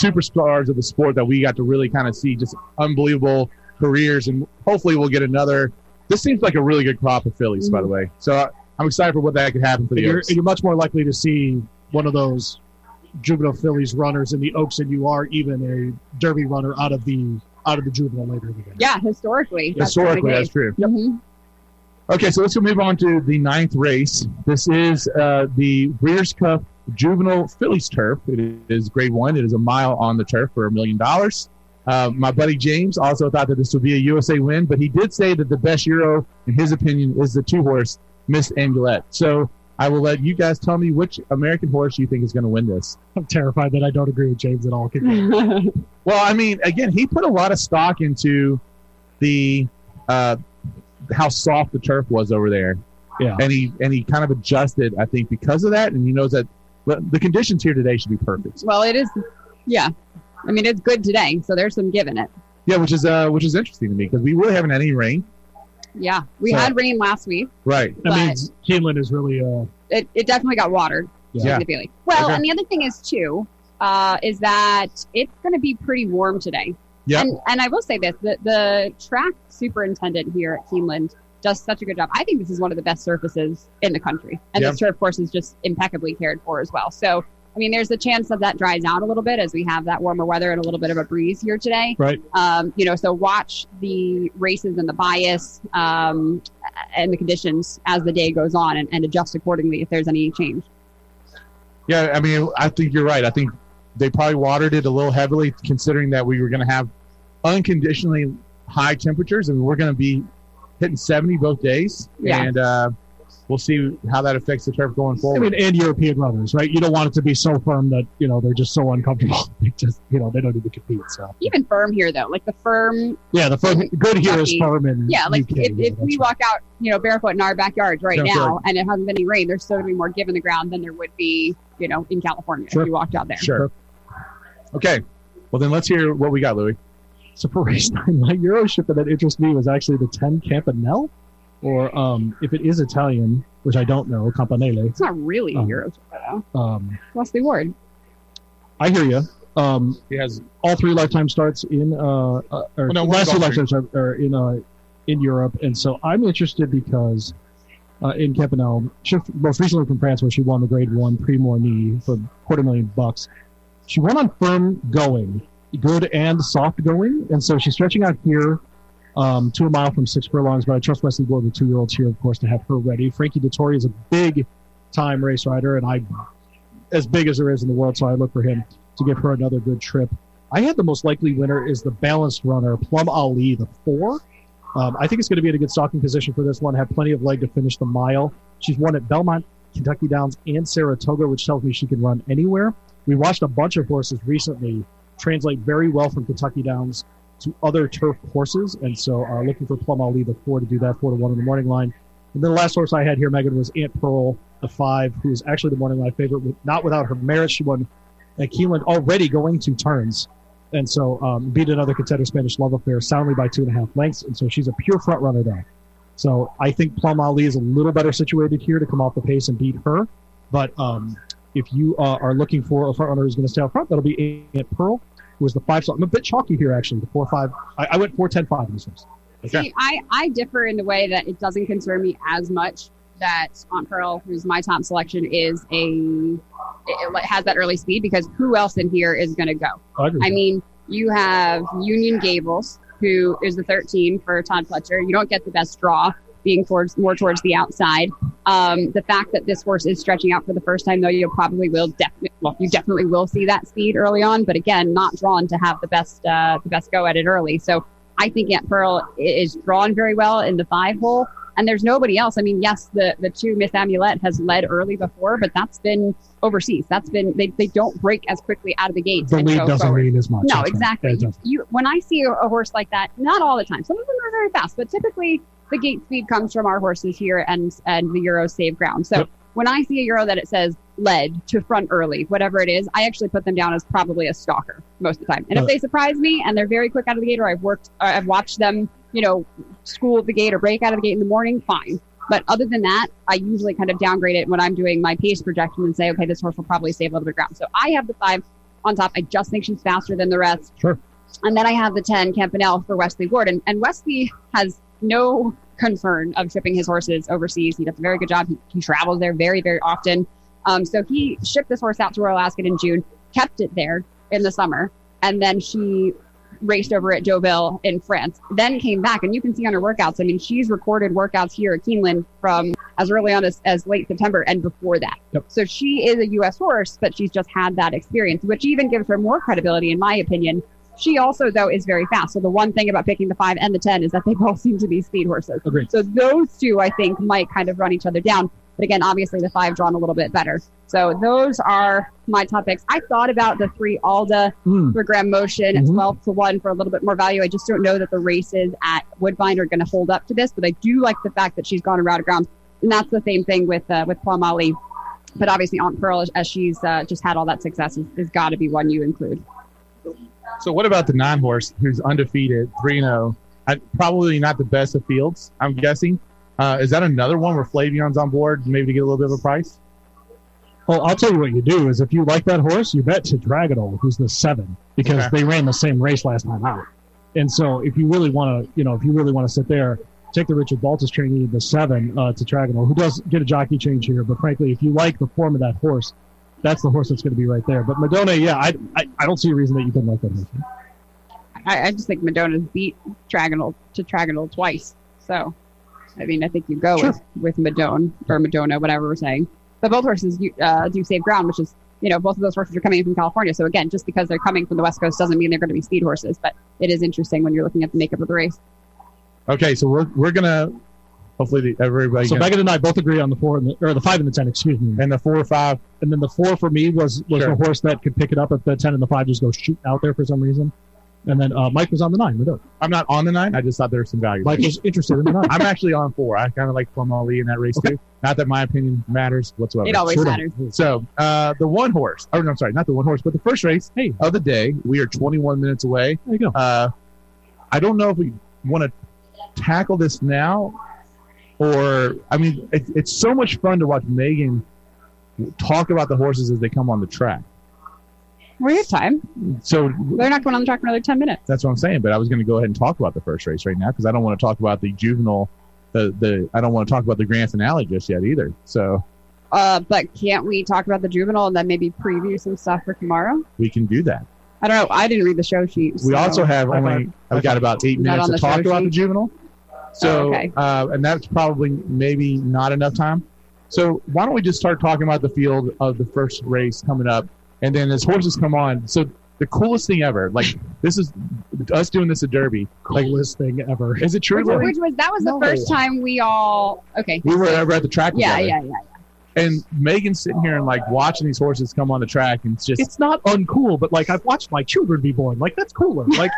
Speaker 1: superstars of the sport that we got to really kind of see just unbelievable careers, and hopefully we'll get another. This seems like a really good crop of fillies, by the way. So I- I'm excited for what that could happen for
Speaker 3: And
Speaker 1: the
Speaker 3: Mm-hmm. you're,
Speaker 1: Oaks.
Speaker 3: and you're much more likely to see one of those juvenile fillies runners in the Oaks than you are even a Derby runner out of the out of the juvenile later in the game.
Speaker 2: Yeah, historically. that's what
Speaker 1: Historically,
Speaker 2: it
Speaker 1: that's
Speaker 2: is.
Speaker 1: true.
Speaker 2: Mhm.
Speaker 1: Okay, so let's go move on to the ninth race. This is uh, the Breeders' Cup Juvenile Phillies Turf. It is Grade One. It is a mile on the turf for a million dollars. Uh, My buddy James also thought that this would be a USA win, but he did say that the best Euro, in his opinion, is the two horse Miss Angulette. So I will let you guys tell me which American horse you think is going to win this.
Speaker 3: I'm terrified that I don't agree with James at all. Can-
Speaker 2: Mm-hmm.
Speaker 1: Well, I mean, again, he put a lot of stock into the uh, how soft the turf was over there.
Speaker 3: Yeah.
Speaker 1: and he and he kind of adjusted, I think, because of that, and he knows that well, the conditions here today should be perfect.
Speaker 2: well, it is. Yeah. I mean, it's good today. So there's some give in it.
Speaker 1: Yeah, which is uh, which is interesting to me because we really haven't had any rain.
Speaker 2: Yeah, we
Speaker 1: So-
Speaker 2: had rain last week.
Speaker 1: Right.
Speaker 3: That
Speaker 2: But-
Speaker 3: means Keeneland is really uh,
Speaker 2: It, it definitely got watered.
Speaker 1: Yeah.
Speaker 2: in the Bailey. Well,
Speaker 1: Okay.
Speaker 2: and the other thing is too, uh, is that it's going to be pretty warm today.
Speaker 1: Yeah.
Speaker 2: And, and I will say this: the, the track superintendent here at Keeneland does such a good job. I think this is one of the best surfaces in the country, and
Speaker 3: Yeah.
Speaker 2: this turf course is just impeccably cared for as well. So, I mean, there's a chance that that dries out a little bit as we have that warmer weather and a little bit of a breeze here today.
Speaker 3: Right.
Speaker 2: Um, you know, so watch the races and the bias um, and the conditions as the day goes on, and, and adjust accordingly if there's any change.
Speaker 1: Yeah, I mean, I think you're right. I think they probably watered it a little heavily, considering that we were going to have unconditionally high temperatures, and we're going to be hitting 70 both days.
Speaker 2: Yeah.
Speaker 1: And uh, we'll see how that affects the turf going
Speaker 3: I
Speaker 1: forward.
Speaker 3: mean, and European runners, right? You don't want it to be so firm that you know they're just so uncomfortable. They just you know they don't even compete. So
Speaker 2: Even firm here, though, like the firm
Speaker 3: yeah, the firm, good here is firm and
Speaker 2: Yeah, like if, if we walk out, you know, barefoot in our backyards right
Speaker 1: That's
Speaker 2: now, and it hasn't been any rain, there's still gonna be more give in the ground than there would be, you know, in California
Speaker 3: Sure.
Speaker 2: if you walked out there.
Speaker 1: sure. Okay. Well, then let's hear what we got, Louis.
Speaker 3: So for race nine, my Euroship that interests me was actually the ten Campanelle, or um, if it is Italian, which I don't know, Campanelle.
Speaker 2: It's not really a
Speaker 3: Um,
Speaker 2: Euro though.
Speaker 3: Um,
Speaker 2: Wesley Ward.
Speaker 3: I hear you. Um,
Speaker 1: He has
Speaker 3: all three lifetime starts in uh, uh or
Speaker 1: Well, no, one
Speaker 3: last
Speaker 1: of
Speaker 3: two
Speaker 1: all
Speaker 3: lifetimes are, are in uh in Europe, and so I'm interested because uh, in Campanelle, she most recently from France, where she won the Grade One Prix Morny for quarter million bucks. She won on firm going, good and soft going, and so she's stretching out here. Um, to a mile from six furlongs, but I trust Wesley Gore, the two-year-old here, of course, to have her ready. Frankie Dettori is a big-time race rider, and I, as big as there is in the world, so I look for him to give her another good trip. I had the most likely winner is the balanced runner, Plum Ali, the four. Um, I think it's going to be in a good stalking position for this one. Had plenty of leg to finish the mile. She's won at Belmont, Kentucky Downs, and Saratoga, which tells me she can run anywhere. We watched a bunch of horses recently translate very well from Kentucky Downs to other turf horses, and so uh, looking for Plum Ali, the four, to do that four to one in the morning line. And then the last horse I had here, Megan, was Aunt Pearl, the five, who is actually the morning line favorite, with, not without her merit. She won at Keelan already going two turns and so um, beat another contender, Spanish Love Affair, soundly by two and a half lengths. And so she's a pure front runner there. So I think Plum Ali is a little better situated here to come off the pace and beat her. But um, if you uh, are looking for a front runner who's going to stay out front, that'll be Aunt Pearl, who is the five. So I'm a bit chalky here, actually. The four five. I, I went four ten five in this race.
Speaker 1: Okay.
Speaker 2: See, I, I differ in the way that it doesn't concern me as much that Aunt Pearl, who's my top selection, is a it, it has that early speed because who else in here is gonna go? I mean, you have Union Gables, who is the 13 for Todd Fletcher. You don't get the best draw, being towards more towards the outside. Um, the fact that this horse is stretching out for the first time, though, you probably will definitely well, you definitely will see that speed early on. But again, not drawn to have the best uh, the best go at it early. So I think Aunt Pearl i- is drawn very well in the five hole. And there's nobody else. I mean, yes, the, the two Miss Amulet has led early before, but that's been overseas. That's been they, they don't break as quickly out of the gates.
Speaker 3: the
Speaker 2: and
Speaker 3: lead
Speaker 2: go
Speaker 3: doesn't
Speaker 2: forward.
Speaker 3: mean as much.
Speaker 2: No,
Speaker 3: That's right.
Speaker 2: exactly.
Speaker 3: Yeah, it
Speaker 2: You,
Speaker 3: doesn't.
Speaker 2: you, when I see a, a horse like that, not all the time. Some of them are very fast, but typically the gate speed comes from our horses here and and the Euro save ground. So
Speaker 3: Yep.
Speaker 2: when I see a Euro that it says led to front early, whatever it is, I actually put them down as probably a stalker most of the time. And
Speaker 3: Uh,
Speaker 2: if they surprise me and they're very quick out of the gate, or I've worked, or I've watched them, you know, school the gate or break out of the gate in the morning, fine. But other than that, I usually kind of downgrade it when I'm doing my pace projection and say, okay, this horse will probably save a little bit of ground. So I have the five on top. I just think she's faster than the rest.
Speaker 3: Sure.
Speaker 2: And then I have the 10 Campanelle for Wesley Ward. And, and Wesley has no concern of shipping his horses overseas. He does a very good job. He, he travels there very, very often. Um, so he shipped this horse out to Royal Ascot in June, kept it there in the summer, and then she raced over at Deauville in France, then came back. And you can see on her workouts, I mean, she's recorded workouts here at Keeneland from as early on as, as late September and before that.
Speaker 3: Yep.
Speaker 2: So she is a U.S. horse, but she's just had that experience, which even gives her more credibility, in my opinion. She also, though, is very fast. So the one thing about picking the five and the 10 is that they both seem to be speed horses.
Speaker 3: Agreed.
Speaker 2: So those two, I think, might kind of run each other down. But again, obviously the five drawn a little bit better. So those are my topics. I thought about the three Alda
Speaker 3: Mm.
Speaker 2: for Graham Motion at
Speaker 3: Mhm.
Speaker 2: 12 to 1 for a little bit more value. I just don't know that the races at Woodbine are going to hold up to this, but I do like the fact that she's gone around ground. And that's the same thing with uh, with Plum Ali. But obviously, Aunt Pearl, as, as she's uh, just had all that success, is, is got to be one you include.
Speaker 1: So, what about the nine horse who's undefeated, 3 0? Probably not the best of fields, I'm guessing. Uh, is that another one where Flavion's on board, maybe to get a little bit of a price?
Speaker 3: Well, I'll tell you what you do is if you like that horse, you bet to Dragonol, who's the seven, because
Speaker 1: Okay.
Speaker 3: they ran the same race last time out. And so, if you really want to, you know, if you really want to sit there, take the Richard Baltus trainee, the seven uh, to Tragonal, who does get a jockey change here. But frankly, if you like the form of that horse, that's the horse that's going to be right there. But Madonna, yeah, I, I, I don't see a reason that you couldn't like that. horse.
Speaker 2: I, I just think Madonna's beat Tragonal to Tragonal twice. So, I mean, I think you go
Speaker 3: Sure.
Speaker 2: with, with Madone or Madonna, whatever we're saying. But both horses you- uh, do save ground, which is, you know, both of those horses are coming in from California. So, again, just because they're coming from the West Coast doesn't mean they're going to be speed horses. But it is interesting when you're looking at the makeup of the race.
Speaker 1: Okay, so we're we're gonna hopefully the, everybody
Speaker 3: So
Speaker 1: can-
Speaker 3: Megan and I both agree on the four and the, or the five and the ten, excuse me.
Speaker 1: and the four or five.
Speaker 3: And then the four for me was was
Speaker 1: Sure.
Speaker 3: the horse that could pick it up if the ten and the five just go shoot out there for some reason. And then uh, Mike was on the nine. Madonna.
Speaker 1: I'm not on the nine. I just thought there was some value.
Speaker 3: Mike was interested in the nine.
Speaker 1: I'm actually on four. I kind of like Plum Ali in that race too. Not that my opinion matters whatsoever.
Speaker 2: It always
Speaker 1: Sure don't.
Speaker 2: matters.
Speaker 1: So uh, the one horse. Oh, no, I'm sorry, not the one horse, but the first race
Speaker 3: Hey.
Speaker 1: of the day. We are 21 minutes away.
Speaker 3: There you go.
Speaker 1: Uh, I don't know if we want to tackle this now, or I mean, it, it's so much fun to watch Megan talk about the horses as they come on the track.
Speaker 2: We have time.
Speaker 1: So
Speaker 2: They're not going on the track for another 10 minutes.
Speaker 1: that's what I'm saying. But I was going to go ahead and talk about the first race right now because I don't want to talk about the juvenile. The, the I don't want to talk about the grand finale just yet either. So
Speaker 2: Uh, but can't we talk about the juvenile and then maybe preview some stuff for tomorrow?
Speaker 1: we can do that.
Speaker 2: I don't know. I didn't read the show sheet.
Speaker 1: We
Speaker 2: so-
Speaker 1: also have
Speaker 3: High
Speaker 1: only I've got about eight
Speaker 2: Not
Speaker 1: minutes
Speaker 2: on
Speaker 1: to
Speaker 2: the
Speaker 1: talk
Speaker 2: show
Speaker 1: about
Speaker 2: sheet?
Speaker 1: the juvenile. So
Speaker 2: Oh, okay.
Speaker 1: uh, and that's probably maybe not enough time. So why don't we just start talking about the field of the first race coming up and then as horses come on, so the coolest thing ever, like this is us doing this at Derby. Like
Speaker 3: Coolest thing ever.
Speaker 1: is it true?
Speaker 2: Which,
Speaker 1: Lori?
Speaker 2: which was that was the
Speaker 1: No.
Speaker 2: first time we all okay.
Speaker 1: We were ever at the track
Speaker 2: Yeah,
Speaker 1: together.
Speaker 2: yeah, yeah.
Speaker 1: And Megan's sitting here and like watching these horses come on the track and it's just
Speaker 3: it's not uncool, but like I've watched my children be born. Like that's cooler. Like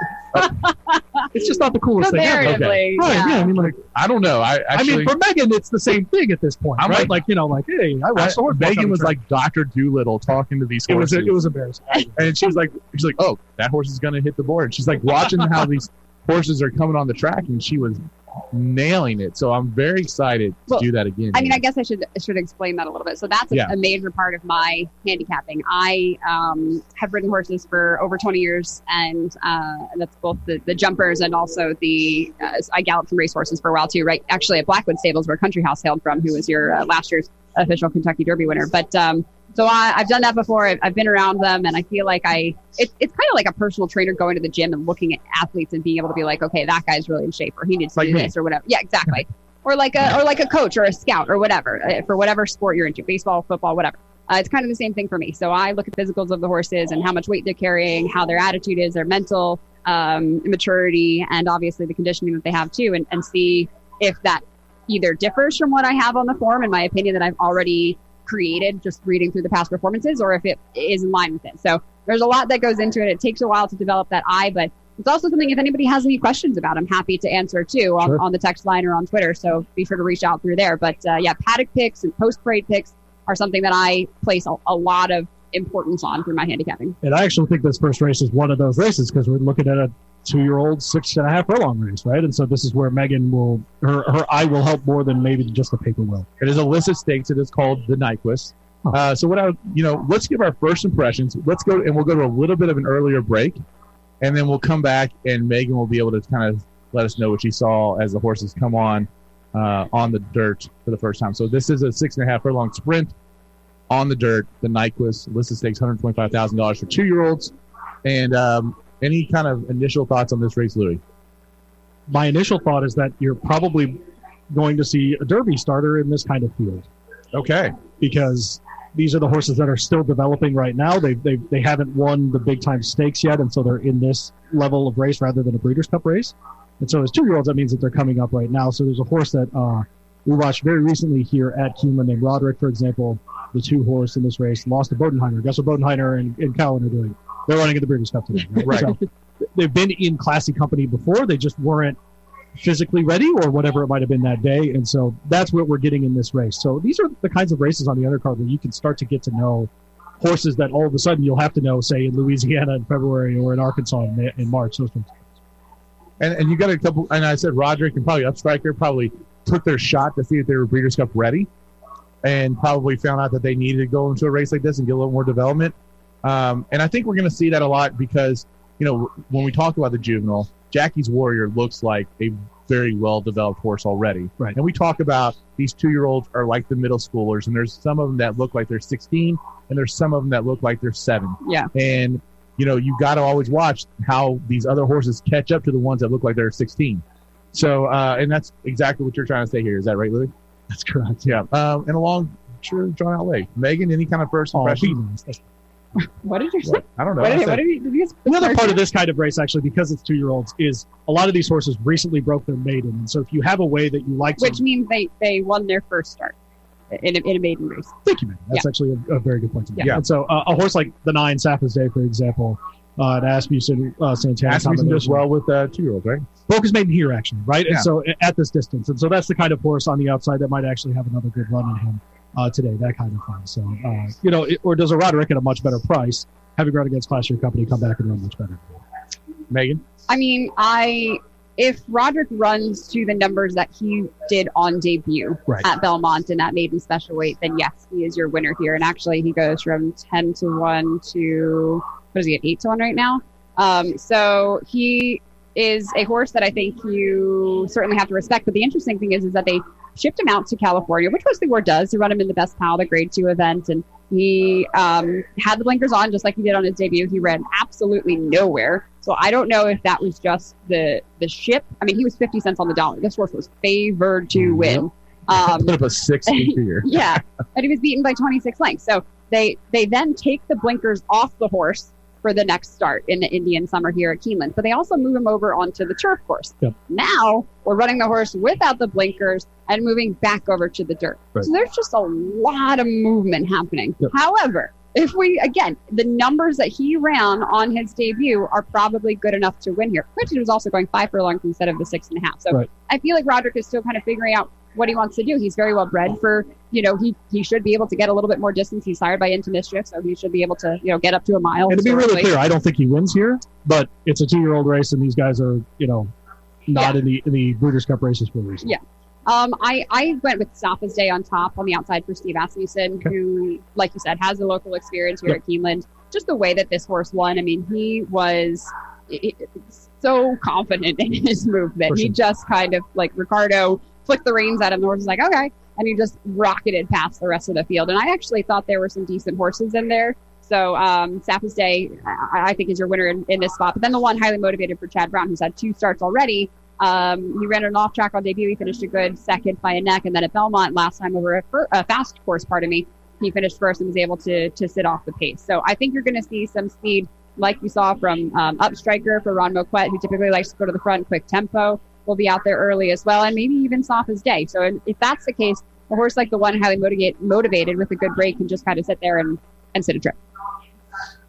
Speaker 3: it's just not the coolest thing ever.
Speaker 2: Comparatively,
Speaker 3: Right,
Speaker 2: yeah.
Speaker 3: yeah. I mean, like,
Speaker 1: I don't know. I actually
Speaker 3: I mean, for Megan, it's the same thing at this point,
Speaker 1: I'm
Speaker 3: right?
Speaker 1: like-
Speaker 3: Like, you know, like, hey, I
Speaker 1: I,
Speaker 3: watched the horse walk on
Speaker 1: Megan
Speaker 3: the
Speaker 1: was
Speaker 3: track.
Speaker 1: like Doctor Doolittle talking to these
Speaker 3: it was
Speaker 1: horses.
Speaker 3: it was embarrassing.
Speaker 1: and she was like, she's like, oh, that horse is gonna hit the board. She's like watching how these horses are coming on the track, and she was nailing it. So I'm very excited to
Speaker 2: Well,
Speaker 1: do that again.
Speaker 2: I mean, I guess I should should explain that a little bit. So that's a,
Speaker 1: Yeah.
Speaker 2: a major part of my handicapping. I um, have ridden horses for over 20 years, and uh, that's both the, the jumpers and also the. Uh, I galloped some race horses for a while too, right? Actually, at Blackwood Stables, where Country House hailed from, who was your uh, last year's official Kentucky Derby winner. But um, so I, I've done that before. I've, I've been around them, and I feel like I it, it's kind of like a personal trainer going to the gym and looking at athletes and being able to be like, okay, that guy's really in shape, or he needs to
Speaker 1: Like
Speaker 2: do
Speaker 1: me.
Speaker 2: this, or whatever. Yeah, exactly. Or like a or like a coach or a scout or whatever uh, for whatever sport you're into, baseball, football, whatever. Uh, it's kind of the same thing for me. So I look at physicals of the horses and how much weight they're carrying, how their attitude is, their mental um, maturity, and obviously the conditioning that they have too, and, and see if that either differs from what I have on the form, in my opinion, that I've already created just reading through the past performances, or if it is in line with it. So there's a lot that goes into it. It takes a while to develop that eye, but it's also something if anybody has any questions about, I'm happy to answer too on,
Speaker 3: Sure.
Speaker 2: on the text line or on Twitter. So be sure to reach out through there. But uh, yeah, paddock picks and post parade picks are something that I place a, a lot of importance on through my handicapping.
Speaker 3: And I actually think this first race is one of those races because we're looking at a two-year-old six and a half furlong race, right? And so this is where Megan will her her eye will help more than maybe just the paper will.
Speaker 1: it is a list of states. It is called the Nyquist. Uh, so what I, would- you know, let's give our first impressions. Let's go and we'll go to a little bit of an earlier break, and then we'll come back and Megan will be able to kind of let us know what she saw as the horses come on uh, on the dirt for the first time. So this is a six and a half furlong sprint on the dirt. The Nyquist listed stakes one hundred twenty-five thousand dollars for two-year-olds. And um, any kind of initial thoughts on this race, Louis?
Speaker 3: my initial thought is that you're probably going to see a derby starter in this kind of field
Speaker 1: Okay,
Speaker 3: because these are the horses that are still developing right now. They they they haven't won the big time stakes yet, and so they're in this level of race rather than a Breeders' Cup race. And so as two year olds, that means that they're coming up right now. So there's a horse that uh, we watched very recently here at Cuman named Roderick, for example, the two horse in this race lost to Bodenheimer. Guess what Bodenheimer and, and Cowan are doing? They're running at the Breeders' Cup today.
Speaker 1: Right.
Speaker 3: So they've been in classy company before. They just weren't physically ready or whatever it might have been that day. And so that's what we're getting in this race. So these are the kinds of races on the undercard where you can start to get to know horses that all of a sudden you'll have to know, say, in Louisiana in February or in Arkansas in, Ma- in March. Those things.
Speaker 1: and and you got a couple. And I said Roderick and probably Upstriker probably took their shot to see if they were Breeders' Cup ready, and probably found out that they needed to go into a race like this and get a little more development. Um, and I think we're going to see that a lot because you know when we talk about the juvenile, Jackie's Warrior looks like a very well developed horse already.
Speaker 3: Right.
Speaker 1: And we talk about these two year olds are like the middle schoolers, and there's some of them that look like they're 16, and there's some of them that look like they're seven.
Speaker 2: Yeah.
Speaker 1: And, you know, you got to always watch how these other horses catch up to the ones that look like they're 16. So, uh, and that's exactly what you're trying to say here. Is that right, Lily?
Speaker 3: That's correct.
Speaker 1: Yeah. Um, and along, sure, drawn out leg. Megan, any kind of first
Speaker 3: Oh,
Speaker 1: impression?
Speaker 2: What did you say?
Speaker 1: I don't know.
Speaker 2: What
Speaker 1: I
Speaker 2: did,
Speaker 1: said-
Speaker 2: what did you, did you guys-
Speaker 3: Another part of this kind of race, actually, because it's two year olds, is a lot of these horses recently broke their maiden. And so if you have a way that you like to.
Speaker 2: Which means they, they won their first start in a, in a maiden race.
Speaker 3: Thank you, man. That's actually a, a very good point to make.
Speaker 1: Yeah.
Speaker 3: And so uh, a horse like the nine Sapphires Day, for example, uh, at Asmussen, uh, Santana,
Speaker 1: Asmussen does
Speaker 3: combination,
Speaker 1: well with uh, two year olds, right?
Speaker 3: Focus made here action, right?
Speaker 1: Yeah.
Speaker 3: And so a- at this distance, and so that's the kind of horse on the outside that might actually have another good run in him uh, today. That kind of fun. So uh, you know, it, or does a Roderick at a much better price, having run against Class Year Company, come back and run much better?
Speaker 1: Megan?
Speaker 2: I mean, I if Roderick runs to the numbers that he did on debut
Speaker 3: Right.
Speaker 2: at Belmont in that maiden special weight, then yes, he is your winner here. And actually, he goes from ten to one to what is he at eight to one right now? Um, so he is a horse that I think you certainly have to respect. But the interesting thing is, is that they shipped him out to California, which mostly Ward does, to run him in the Best Pal, the Grade Two event, and he um, had the blinkers on just like he did on his debut. He ran absolutely nowhere. So I don't know if that was just the the ship. I mean, he was fifty cents on the dollar. This horse was favored to win. Um,
Speaker 1: Put up a six here.
Speaker 2: yeah, and he was beaten by 26 lengths. So they they then take the blinkers off the horse for the next start in the Indian summer here at Keeneland. But they also move him over onto the turf course.
Speaker 3: Yep.
Speaker 2: Now we're running the horse without the blinkers and moving back over to the dirt.
Speaker 3: Right.
Speaker 2: So there's just a lot of movement happening.
Speaker 3: Yep.
Speaker 2: However, if we again the numbers that he ran on his debut are probably good enough to win here. Granted, he was also going five furlongs instead of the six and a half. So
Speaker 3: Right.
Speaker 2: I feel like Roderick is still kind of figuring out what he wants to do. He's very well bred for, you know, he he should be able to get a little bit more distance. He's hired by Into Mischief, so he should be able to, you know, get up to a mile.
Speaker 3: And to be really
Speaker 2: historically.
Speaker 3: clear, I don't think he wins here, but it's a two-year-old race, and these guys are, you know, not in the in the Breeders' Cup races for a reason.
Speaker 2: Yeah. Um, I, I went with Staffa's Day on top on the outside for Steve Asmussen, who, like you said, has the local experience here at Keeneland. Just the way that this horse won, I mean, he was i- i- so confident in his movement.
Speaker 3: For
Speaker 2: He
Speaker 3: sure.
Speaker 2: just kind of, like Ricardo, flicked the reins at him. The horse was like, okay. And he just rocketed past the rest of the field. And I actually thought there were some decent horses in there. So um, Sapphis Day, I, I think, is your winner in, in this spot. But then the one highly motivated for Chad Brown, who's had two starts already. Um, he ran an off track on debut. He finished a good second by a neck, and then at Belmont last time over a, fir- a fast course. Pardon me. He finished first and was able to to sit off the pace. So I think you're going to see some speed, like you saw from um, Upstriker for Ron Moquette, who typically likes to go to the front, quick tempo. Will be out there early as well, and maybe even soft as day. So if that's the case, a horse like the one highly motivate, motivated with a good break can just kind of sit there and and sit a trip.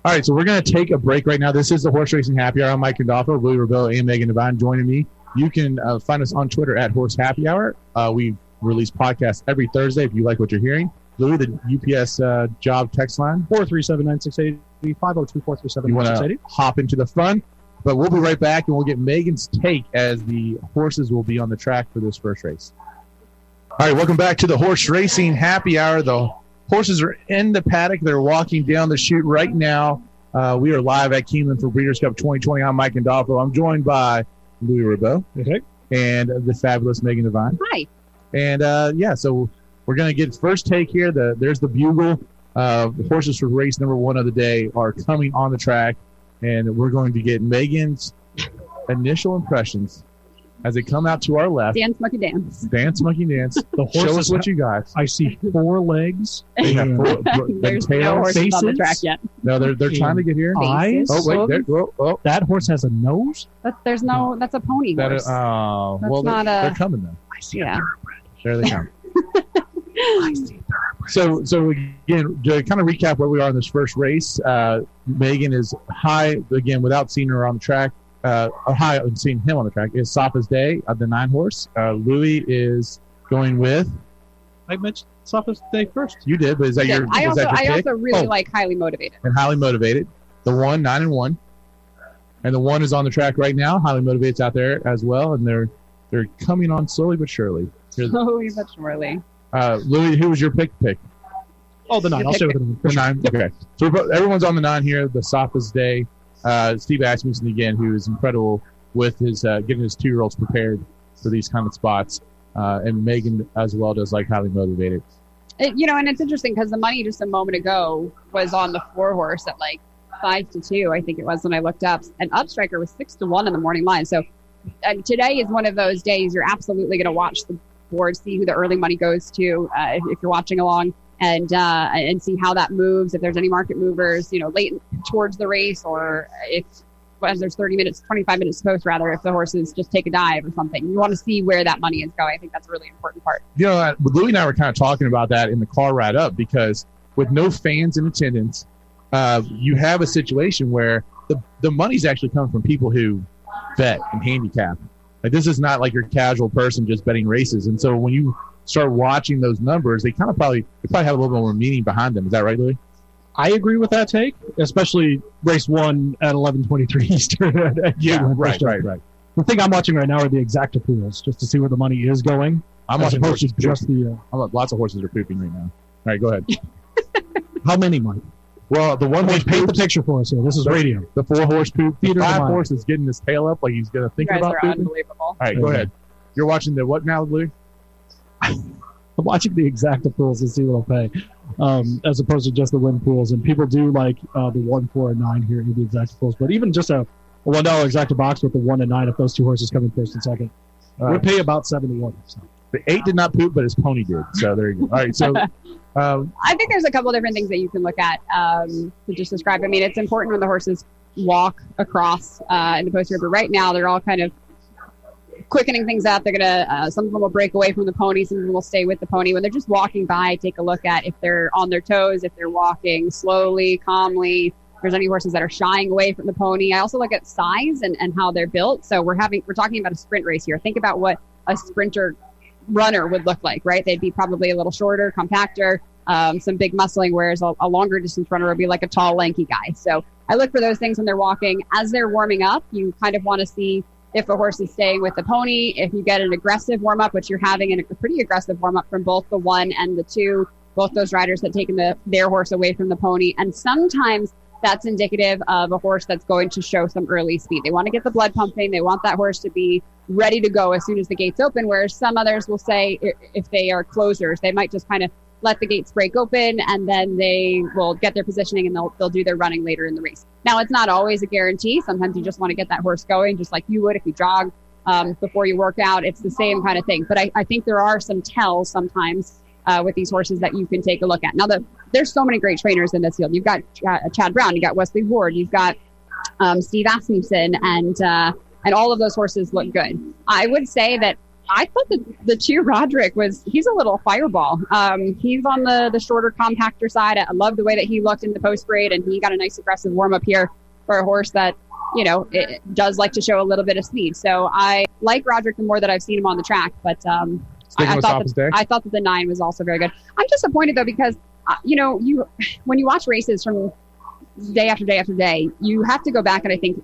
Speaker 1: All right, so we're going to take a break right now. This is the Horse Racing Happy Hour. I'm Mike Condolfo, Willie Rebello, and Megan Devine joining me. You can uh, find us on Twitter at Horse Happy Hour. Uh, we release podcasts every Thursday if you like what you're hearing. Louis, the UPS uh, job text line.
Speaker 3: Four three seven nine six eight five zero two four three seven
Speaker 1: You
Speaker 3: nine
Speaker 1: want
Speaker 3: six eight
Speaker 1: to
Speaker 3: eight.
Speaker 1: hop into the fun, but we'll be right back and we'll get Megan's take as the horses will be on the track for this first race. All right, welcome back to the horse racing happy hour. The horses are in the paddock. They're walking down the chute right now. Uh, we are live at Keeneland for Breeders' Cup 2020. I'm Mike Andolfo. I'm joined by Louis Ribeau
Speaker 3: Okay.
Speaker 1: and the fabulous Megan Devine.
Speaker 2: Hi.
Speaker 1: And uh, yeah, so we're gonna get first take here. The there's the bugle. Uh, the horses for race number one of the day are coming on the track, and we're going to get Megan's initial impressions as they come out to our left.
Speaker 2: Dance, monkey, dance.
Speaker 1: Dance, monkey, dance.
Speaker 3: The
Speaker 1: Show us
Speaker 3: horses.
Speaker 1: what you got.
Speaker 3: I see four legs.
Speaker 1: They have four- their
Speaker 2: There's no
Speaker 1: tails.
Speaker 2: horses on the
Speaker 3: faces.
Speaker 2: track yet.
Speaker 1: No, they're they're trying to get here.
Speaker 3: Eyes.
Speaker 1: Oh wait, there, oh, oh,
Speaker 3: That horse has a nose.
Speaker 2: That, there's no. That's a pony
Speaker 1: that,
Speaker 2: horse.
Speaker 1: uh, well,
Speaker 2: not
Speaker 1: they're,
Speaker 2: a-
Speaker 1: they're coming then.
Speaker 3: I see
Speaker 2: yeah.
Speaker 1: There they come. So, so again, to kind of recap where we are in this first race, uh, Megan is high again without seeing her on the track. Uh, or high and seeing him on the track is Sapa's Day of the nine horse. Uh, Louis is going with
Speaker 3: I mentioned Sophist Day first.
Speaker 1: you did, but is that
Speaker 2: Yeah,
Speaker 1: your
Speaker 2: I
Speaker 1: was
Speaker 2: also,
Speaker 1: that
Speaker 2: I
Speaker 1: your pick?
Speaker 2: also really
Speaker 1: Oh.
Speaker 2: like highly motivated.
Speaker 1: and highly motivated. The one nine and one, and the one is on the track right now. Highly motivated's out there as well, and they're they're coming on slowly but surely. Here's-
Speaker 2: Slowly but surely.
Speaker 1: Uh, Louis, who was your pick? Pick.
Speaker 3: Oh, the nine. I'll stay with the nine.
Speaker 1: The nine. Okay. So we're both- everyone's on the nine here. The softest day. Uh, Steve Asmussen again, who is incredible
Speaker 6: with his uh, getting his two year olds prepared for these kind of spots. Uh, and Megan as well does like highly motivated.
Speaker 2: It, you know, and it's interesting because the money just a moment ago was on the four horse at like five to two, I think it was when I looked up, and Upstriker was six to one in the morning line. So and today is one of those days you're absolutely going to watch the board, see who the early money goes to uh, if, if you're watching along, and uh, and see how that moves. If there's any market movers, you know, late towards the race, or if as there's 30 minutes, 25 minutes post rather, if the horses just take a dive or something, you want to see where that money is going. I think that's a really important part.
Speaker 6: You know, uh, Louie and I were kind of talking about that in the car ride up because with no fans in attendance, uh, you have a situation where the, the money's actually coming from people who bet and handicap. Like this is not like your casual person just betting races. And so when you start watching those numbers, they kind of probably they probably have a little bit more meaning behind them. Is that right, Louis?
Speaker 3: I agree with that take, especially race one at 11:23 Eastern. at Eagle and Christian.
Speaker 6: right.
Speaker 3: The thing I'm watching right now are the exact pools, just to see where the money is going.
Speaker 6: I'm
Speaker 3: as
Speaker 6: watching
Speaker 3: opposed to
Speaker 6: horses.
Speaker 3: just the uh,
Speaker 6: I'm, lots of horses are pooping right now. All right, go ahead.
Speaker 3: how many money.
Speaker 6: Well, the one horse
Speaker 3: Paint
Speaker 6: poop,
Speaker 3: the picture for us here. This is radio.
Speaker 6: the four horse poop, the
Speaker 3: Theater of
Speaker 6: five
Speaker 3: mind.
Speaker 6: horse is getting his tail up like he's gonna
Speaker 2: You
Speaker 6: think
Speaker 2: guys
Speaker 6: about
Speaker 2: are
Speaker 6: pooping.
Speaker 2: unbelievable.
Speaker 6: All right, go ahead. You're watching the what now, Louis?
Speaker 3: I'm watching the exact pools to see what I'll pay, um, as opposed to just the win pools. And people do like uh, the one, four, and nine here in the exact pools. But even just a, a one dollar exact box with the one and nine, if those two horses come in first and second,
Speaker 6: All
Speaker 3: we
Speaker 6: right.
Speaker 3: pay about seventy one. So.
Speaker 6: The eight did not poop, but his pony did. So there you go. All right, so um,
Speaker 2: I think there's a couple different things that you can look at um, to just describe. I mean, it's important when the horses walk across uh, in the post river. Right now, they're all kind of quickening things up. They're gonna uh, some of them will break away from the pony, some of them will stay with the pony. When they're just walking by, take a look at if they're on their toes, if they're walking slowly, calmly. If there's any horses that are shying away from the pony. I also look at size and, and how they're built. So we're having we're talking about a sprint race here. Think about what a sprinter runner would look like, right? They'd be probably a little shorter, compactor um, some big muscling, whereas a, a longer distance runner would be like a tall, lanky guy. So I look for those things when they're walking. As they're warming up, you kind of want to see if a horse is staying with the pony, if you get an aggressive warm up, which you're having an, a pretty aggressive warm up from both the one and the two, both those riders that taken the, their horse away from the pony. And sometimes that's indicative of a horse that's going to show some early speed. They want to get the blood pumping. They want that horse to be ready to go as soon as the gates open, whereas some others will say i- if they are closers, they might just kind of let the gates break open and then they will get their positioning and they'll, they'll do their running later in the race. Now, it's not always a guarantee. Sometimes you just want to get that horse going, just like you would if you jog um, before you work out. It's the same kind of thing. But I, I think there are some tells sometimes uh, with these horses that you can take a look at. Now, the, there's so many great trainers in this field. You've got Ch- uh, Chad Brown, you've got Wesley Ward, you've got um, Steve Asmussen, and, uh, and all of those horses look good. I would say that I thought that the cheer Roderick was he's a little fireball. Um, he's on the the shorter, compactor side. I love the way that he looked in the post grade, and he got a nice aggressive warm up here for a horse that you know it does like to show a little bit of speed. So I like Roderick the more that I've seen him on the track, but um,
Speaker 6: sticking
Speaker 2: I, I
Speaker 6: with
Speaker 2: thought
Speaker 6: Papa's
Speaker 2: that,
Speaker 6: day.
Speaker 2: I thought that the nine was also very good. I'm disappointed though because uh, you know you when you watch races from day after day after day, you have to go back and I think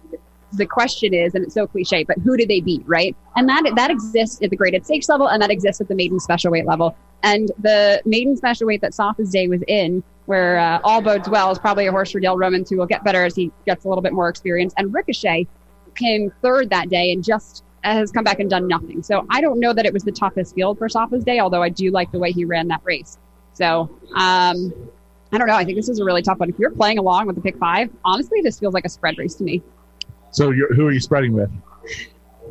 Speaker 2: the question is, and it's so cliche, but who did they beat, right? And that that exists at the graded stakes level, and that exists at the maiden special weight level. And the maiden special weight that Soft's Day was in, where uh, all bodes well, is probably a horse for Dale Romans who will get better as he gets a little bit more experience. And Ricochet came third that day and just has come back and done nothing. So I don't know that it was the toughest field for Soft's Day, although I do like the way he ran that race. So um, I don't know. I think this is a really tough one. If you're playing along with the pick five, honestly, this feels like a spread race to me.
Speaker 6: So you're, who are you spreading with?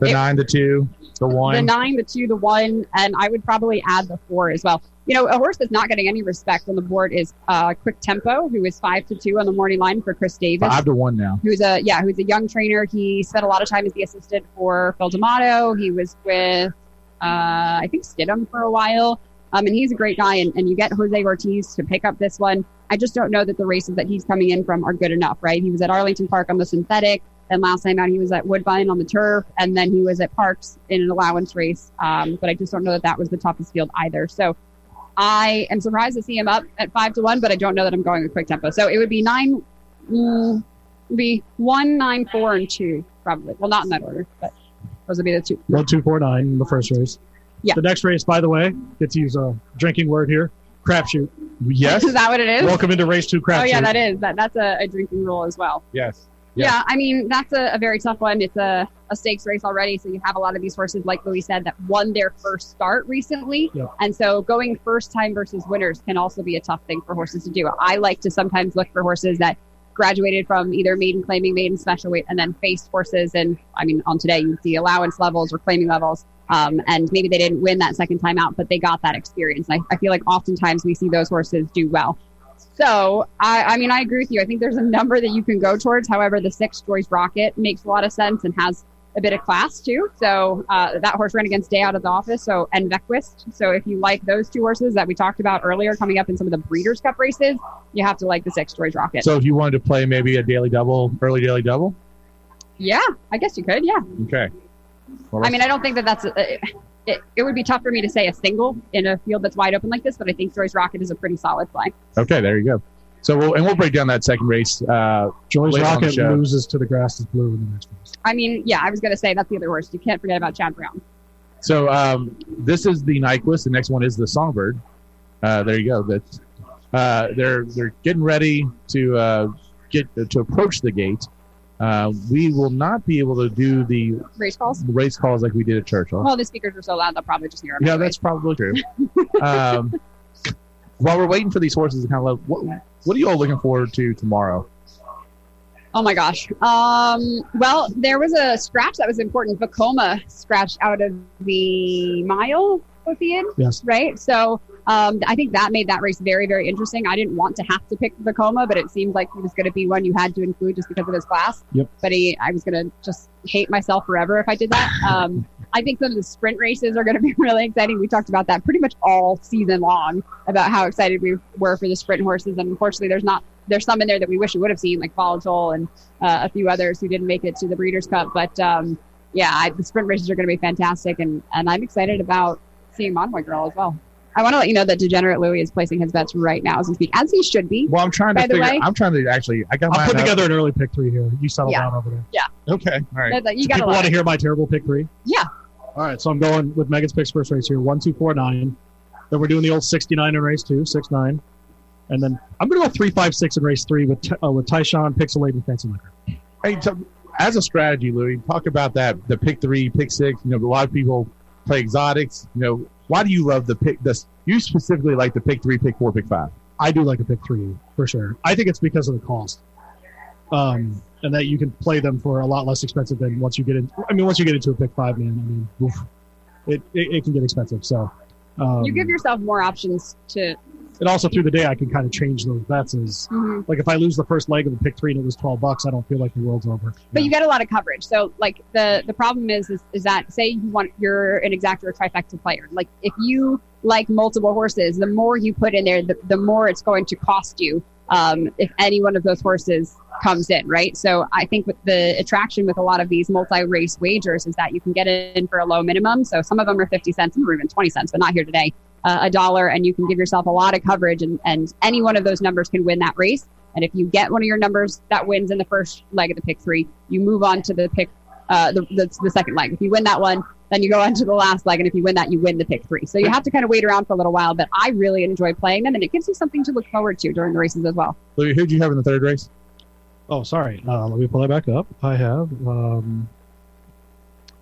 Speaker 6: The
Speaker 2: It-
Speaker 6: nine, the two, the
Speaker 2: the
Speaker 6: one.
Speaker 2: nine, the two, the one, and I would probably add the four as well. You know, a horse that's not getting any respect on the board is uh, Quick Tempo, who is five to two on the morning line for Chris Davis,
Speaker 6: Five to one now.
Speaker 2: who's a yeah, who's a young trainer. He spent a lot of time as the assistant for Phil D'Amato. He was with uh, I think Stidham for a while, um, and he's a great guy. And, and you get Jose Ortiz to pick up this one. I just don't know that the races that he's coming in from are good enough, right? He was at Arlington Park on the synthetic. And last time out, he was at Woodbine on the turf, and then he was at Parks in an allowance race. Um, but I just don't know that that was the toughest field either. So I am surprised to see him up at five to one, but I don't know that I'm going with quick tempo. So it would be nine, mm, it'd be one, nine, four, and two probably. Well, not in that order, but those would be the two.
Speaker 3: One two four nine in the first race.
Speaker 2: Yeah.
Speaker 3: The next race, by the way, get to use a drinking word here. Crapshoot.
Speaker 6: Yes.
Speaker 2: is Oh, that what it is?
Speaker 3: Welcome into race two. Crapshoot.
Speaker 2: oh yeah, that is that. That's a, a drinking rule as well.
Speaker 6: Yes.
Speaker 1: Yeah.
Speaker 2: Yeah. I mean, that's a, a very tough one. It's a, a stakes race already. So you have a lot of these horses, like Louis said, that won their first start recently.
Speaker 3: Yeah.
Speaker 2: And so going first time versus winners can also be a tough thing for horses to do. I like to sometimes look for horses that graduated from either maiden claiming, maiden special weight, and then faced horses. And I mean, on today, you see allowance levels or claiming levels. Um, and maybe they didn't win that second time out, but they got that experience. And I, I feel like oftentimes we see those horses do well. So, I, I mean, I agree with you. I think there's a number that you can go towards. However, the six Joyce Rocket makes a lot of sense and has a bit of class too. So uh, that horse ran against Day Out of the Office, so and Vequist. So if you like those two horses that we talked about earlier, coming up in some of the Breeders' Cup races, you have to like the six Joyce Rocket.
Speaker 1: So if you wanted to play maybe a daily double, early daily double,
Speaker 2: yeah, I guess you could. Yeah,
Speaker 1: okay. Well,
Speaker 2: I mean, I don't think that that's. A, it, it would be tough for me to say a single in a field that's wide open like this, but I think Joyce Rocket is a pretty solid play.
Speaker 1: okay, there you go. So we'll and we'll break down that second race. Uh,
Speaker 3: Joy's
Speaker 1: Later on the
Speaker 3: Rocket
Speaker 1: show.
Speaker 3: loses to the grass is blue in the next race.
Speaker 2: I mean, yeah, I was going to say that's the other horse. You can't forget about Chad Brown.
Speaker 1: so um, this is the Nyquist. The next one is the Songbird. Uh, there you go. That's uh, they're they're getting ready to uh, get to approach the gate. Uh, we will not be able to do the
Speaker 2: Race calls.
Speaker 1: race calls like we did at Churchill.
Speaker 2: Well, the speakers were so loud they'll probably just hear them.
Speaker 1: Yeah,
Speaker 2: anyway.
Speaker 1: that's probably true. um, while we're waiting for these horses to kind of love, what, what are you all looking forward to tomorrow?
Speaker 2: Oh my gosh. Um, well, there was a scratch that was important. Vacoma scratched out of the mile Othean,
Speaker 3: Yes.
Speaker 2: right? So um, I think that made that race very, very interesting. I didn't want to have to pick Vacoma, but it seemed like he was going to be one you had to include just because of his class.
Speaker 3: Yep.
Speaker 2: But he, I was going to just hate myself forever if I did that. Um, I think some of the sprint races are going to be really exciting. We talked about that pretty much all season long about how excited we were for the sprint horses, and unfortunately, there's not there's some in there that we wish we would have seen, like Volatile and uh, a few others who didn't make it to the Breeders' Cup. But um, yeah, I, the sprint races are going to be fantastic, and, and I'm excited about seeing Monboy Girl as well. I want to let you know that Degenerate Louis is placing his bets right now as we speak, as he should be.
Speaker 1: Well, I'm trying to
Speaker 2: By the
Speaker 1: figure.
Speaker 2: way-
Speaker 1: I'm trying to actually. I got
Speaker 3: I'll
Speaker 1: mine
Speaker 3: put
Speaker 1: up.
Speaker 3: together an early pick three here. You settle
Speaker 2: Yeah.
Speaker 3: down over there.
Speaker 1: Okay, all right.
Speaker 2: That- that- You
Speaker 3: Do
Speaker 2: got
Speaker 3: people
Speaker 2: a lot.
Speaker 3: want to hear my terrible pick three?
Speaker 2: Yeah.
Speaker 3: All right, so I'm going with Megan's picks first race here. One, two, four, nine. Then we're doing the old sixty-nine in race two, six, nine, and then I'm going to go three, five, six in race three with Ty- uh, with Tyshawn, Pixelate, and Fancy Liquor.
Speaker 1: Hey, so as a strategy, Louis, talk about that. The pick three, pick six. You know, a lot of people play exotics. You know, why do you love the pick? This you specifically like the pick three, pick four, pick five.
Speaker 3: I do like a pick three for sure. I think it's because of the cost, um, and that you can play them for a lot less expensive than once you get in. I mean, once you get into a pick five, man, I mean, oof, it, it it can get expensive. So um,
Speaker 2: You give yourself more options to.
Speaker 3: and also through the day, I can kind of change those bets as
Speaker 2: Mhm.
Speaker 3: Like if I lose the first leg of the pick three and it was twelve bucks, I don't feel like the world's over.
Speaker 2: But you get a lot of coverage. So like the the problem is is, is that say you want you're an exact or a trifecta player. Like if you like multiple horses, the more you put in there, the, the more it's going to cost you um, if any one of those horses comes in, right? So I think with the attraction with a lot of these multi-race wagers is that you can get in for a low minimum. So some of them are 50 cents, some are even 20 cents, but not here today, uh, a dollar, and you can give yourself a lot of coverage and, and any one of those numbers can win that race. And if you get one of your numbers that wins in the first leg of the pick three, you move on to the pick, uh, the, the, the second leg. If you win that one, then you go on to the last leg. And if you win that, you win the pick three. So you have to kind of wait around for a little while, but I really enjoy playing them and it gives you something to look forward to during the races as well.
Speaker 1: Louis, who'd you have in the third race?
Speaker 3: Oh, sorry. Uh, let me pull that back up. I have um,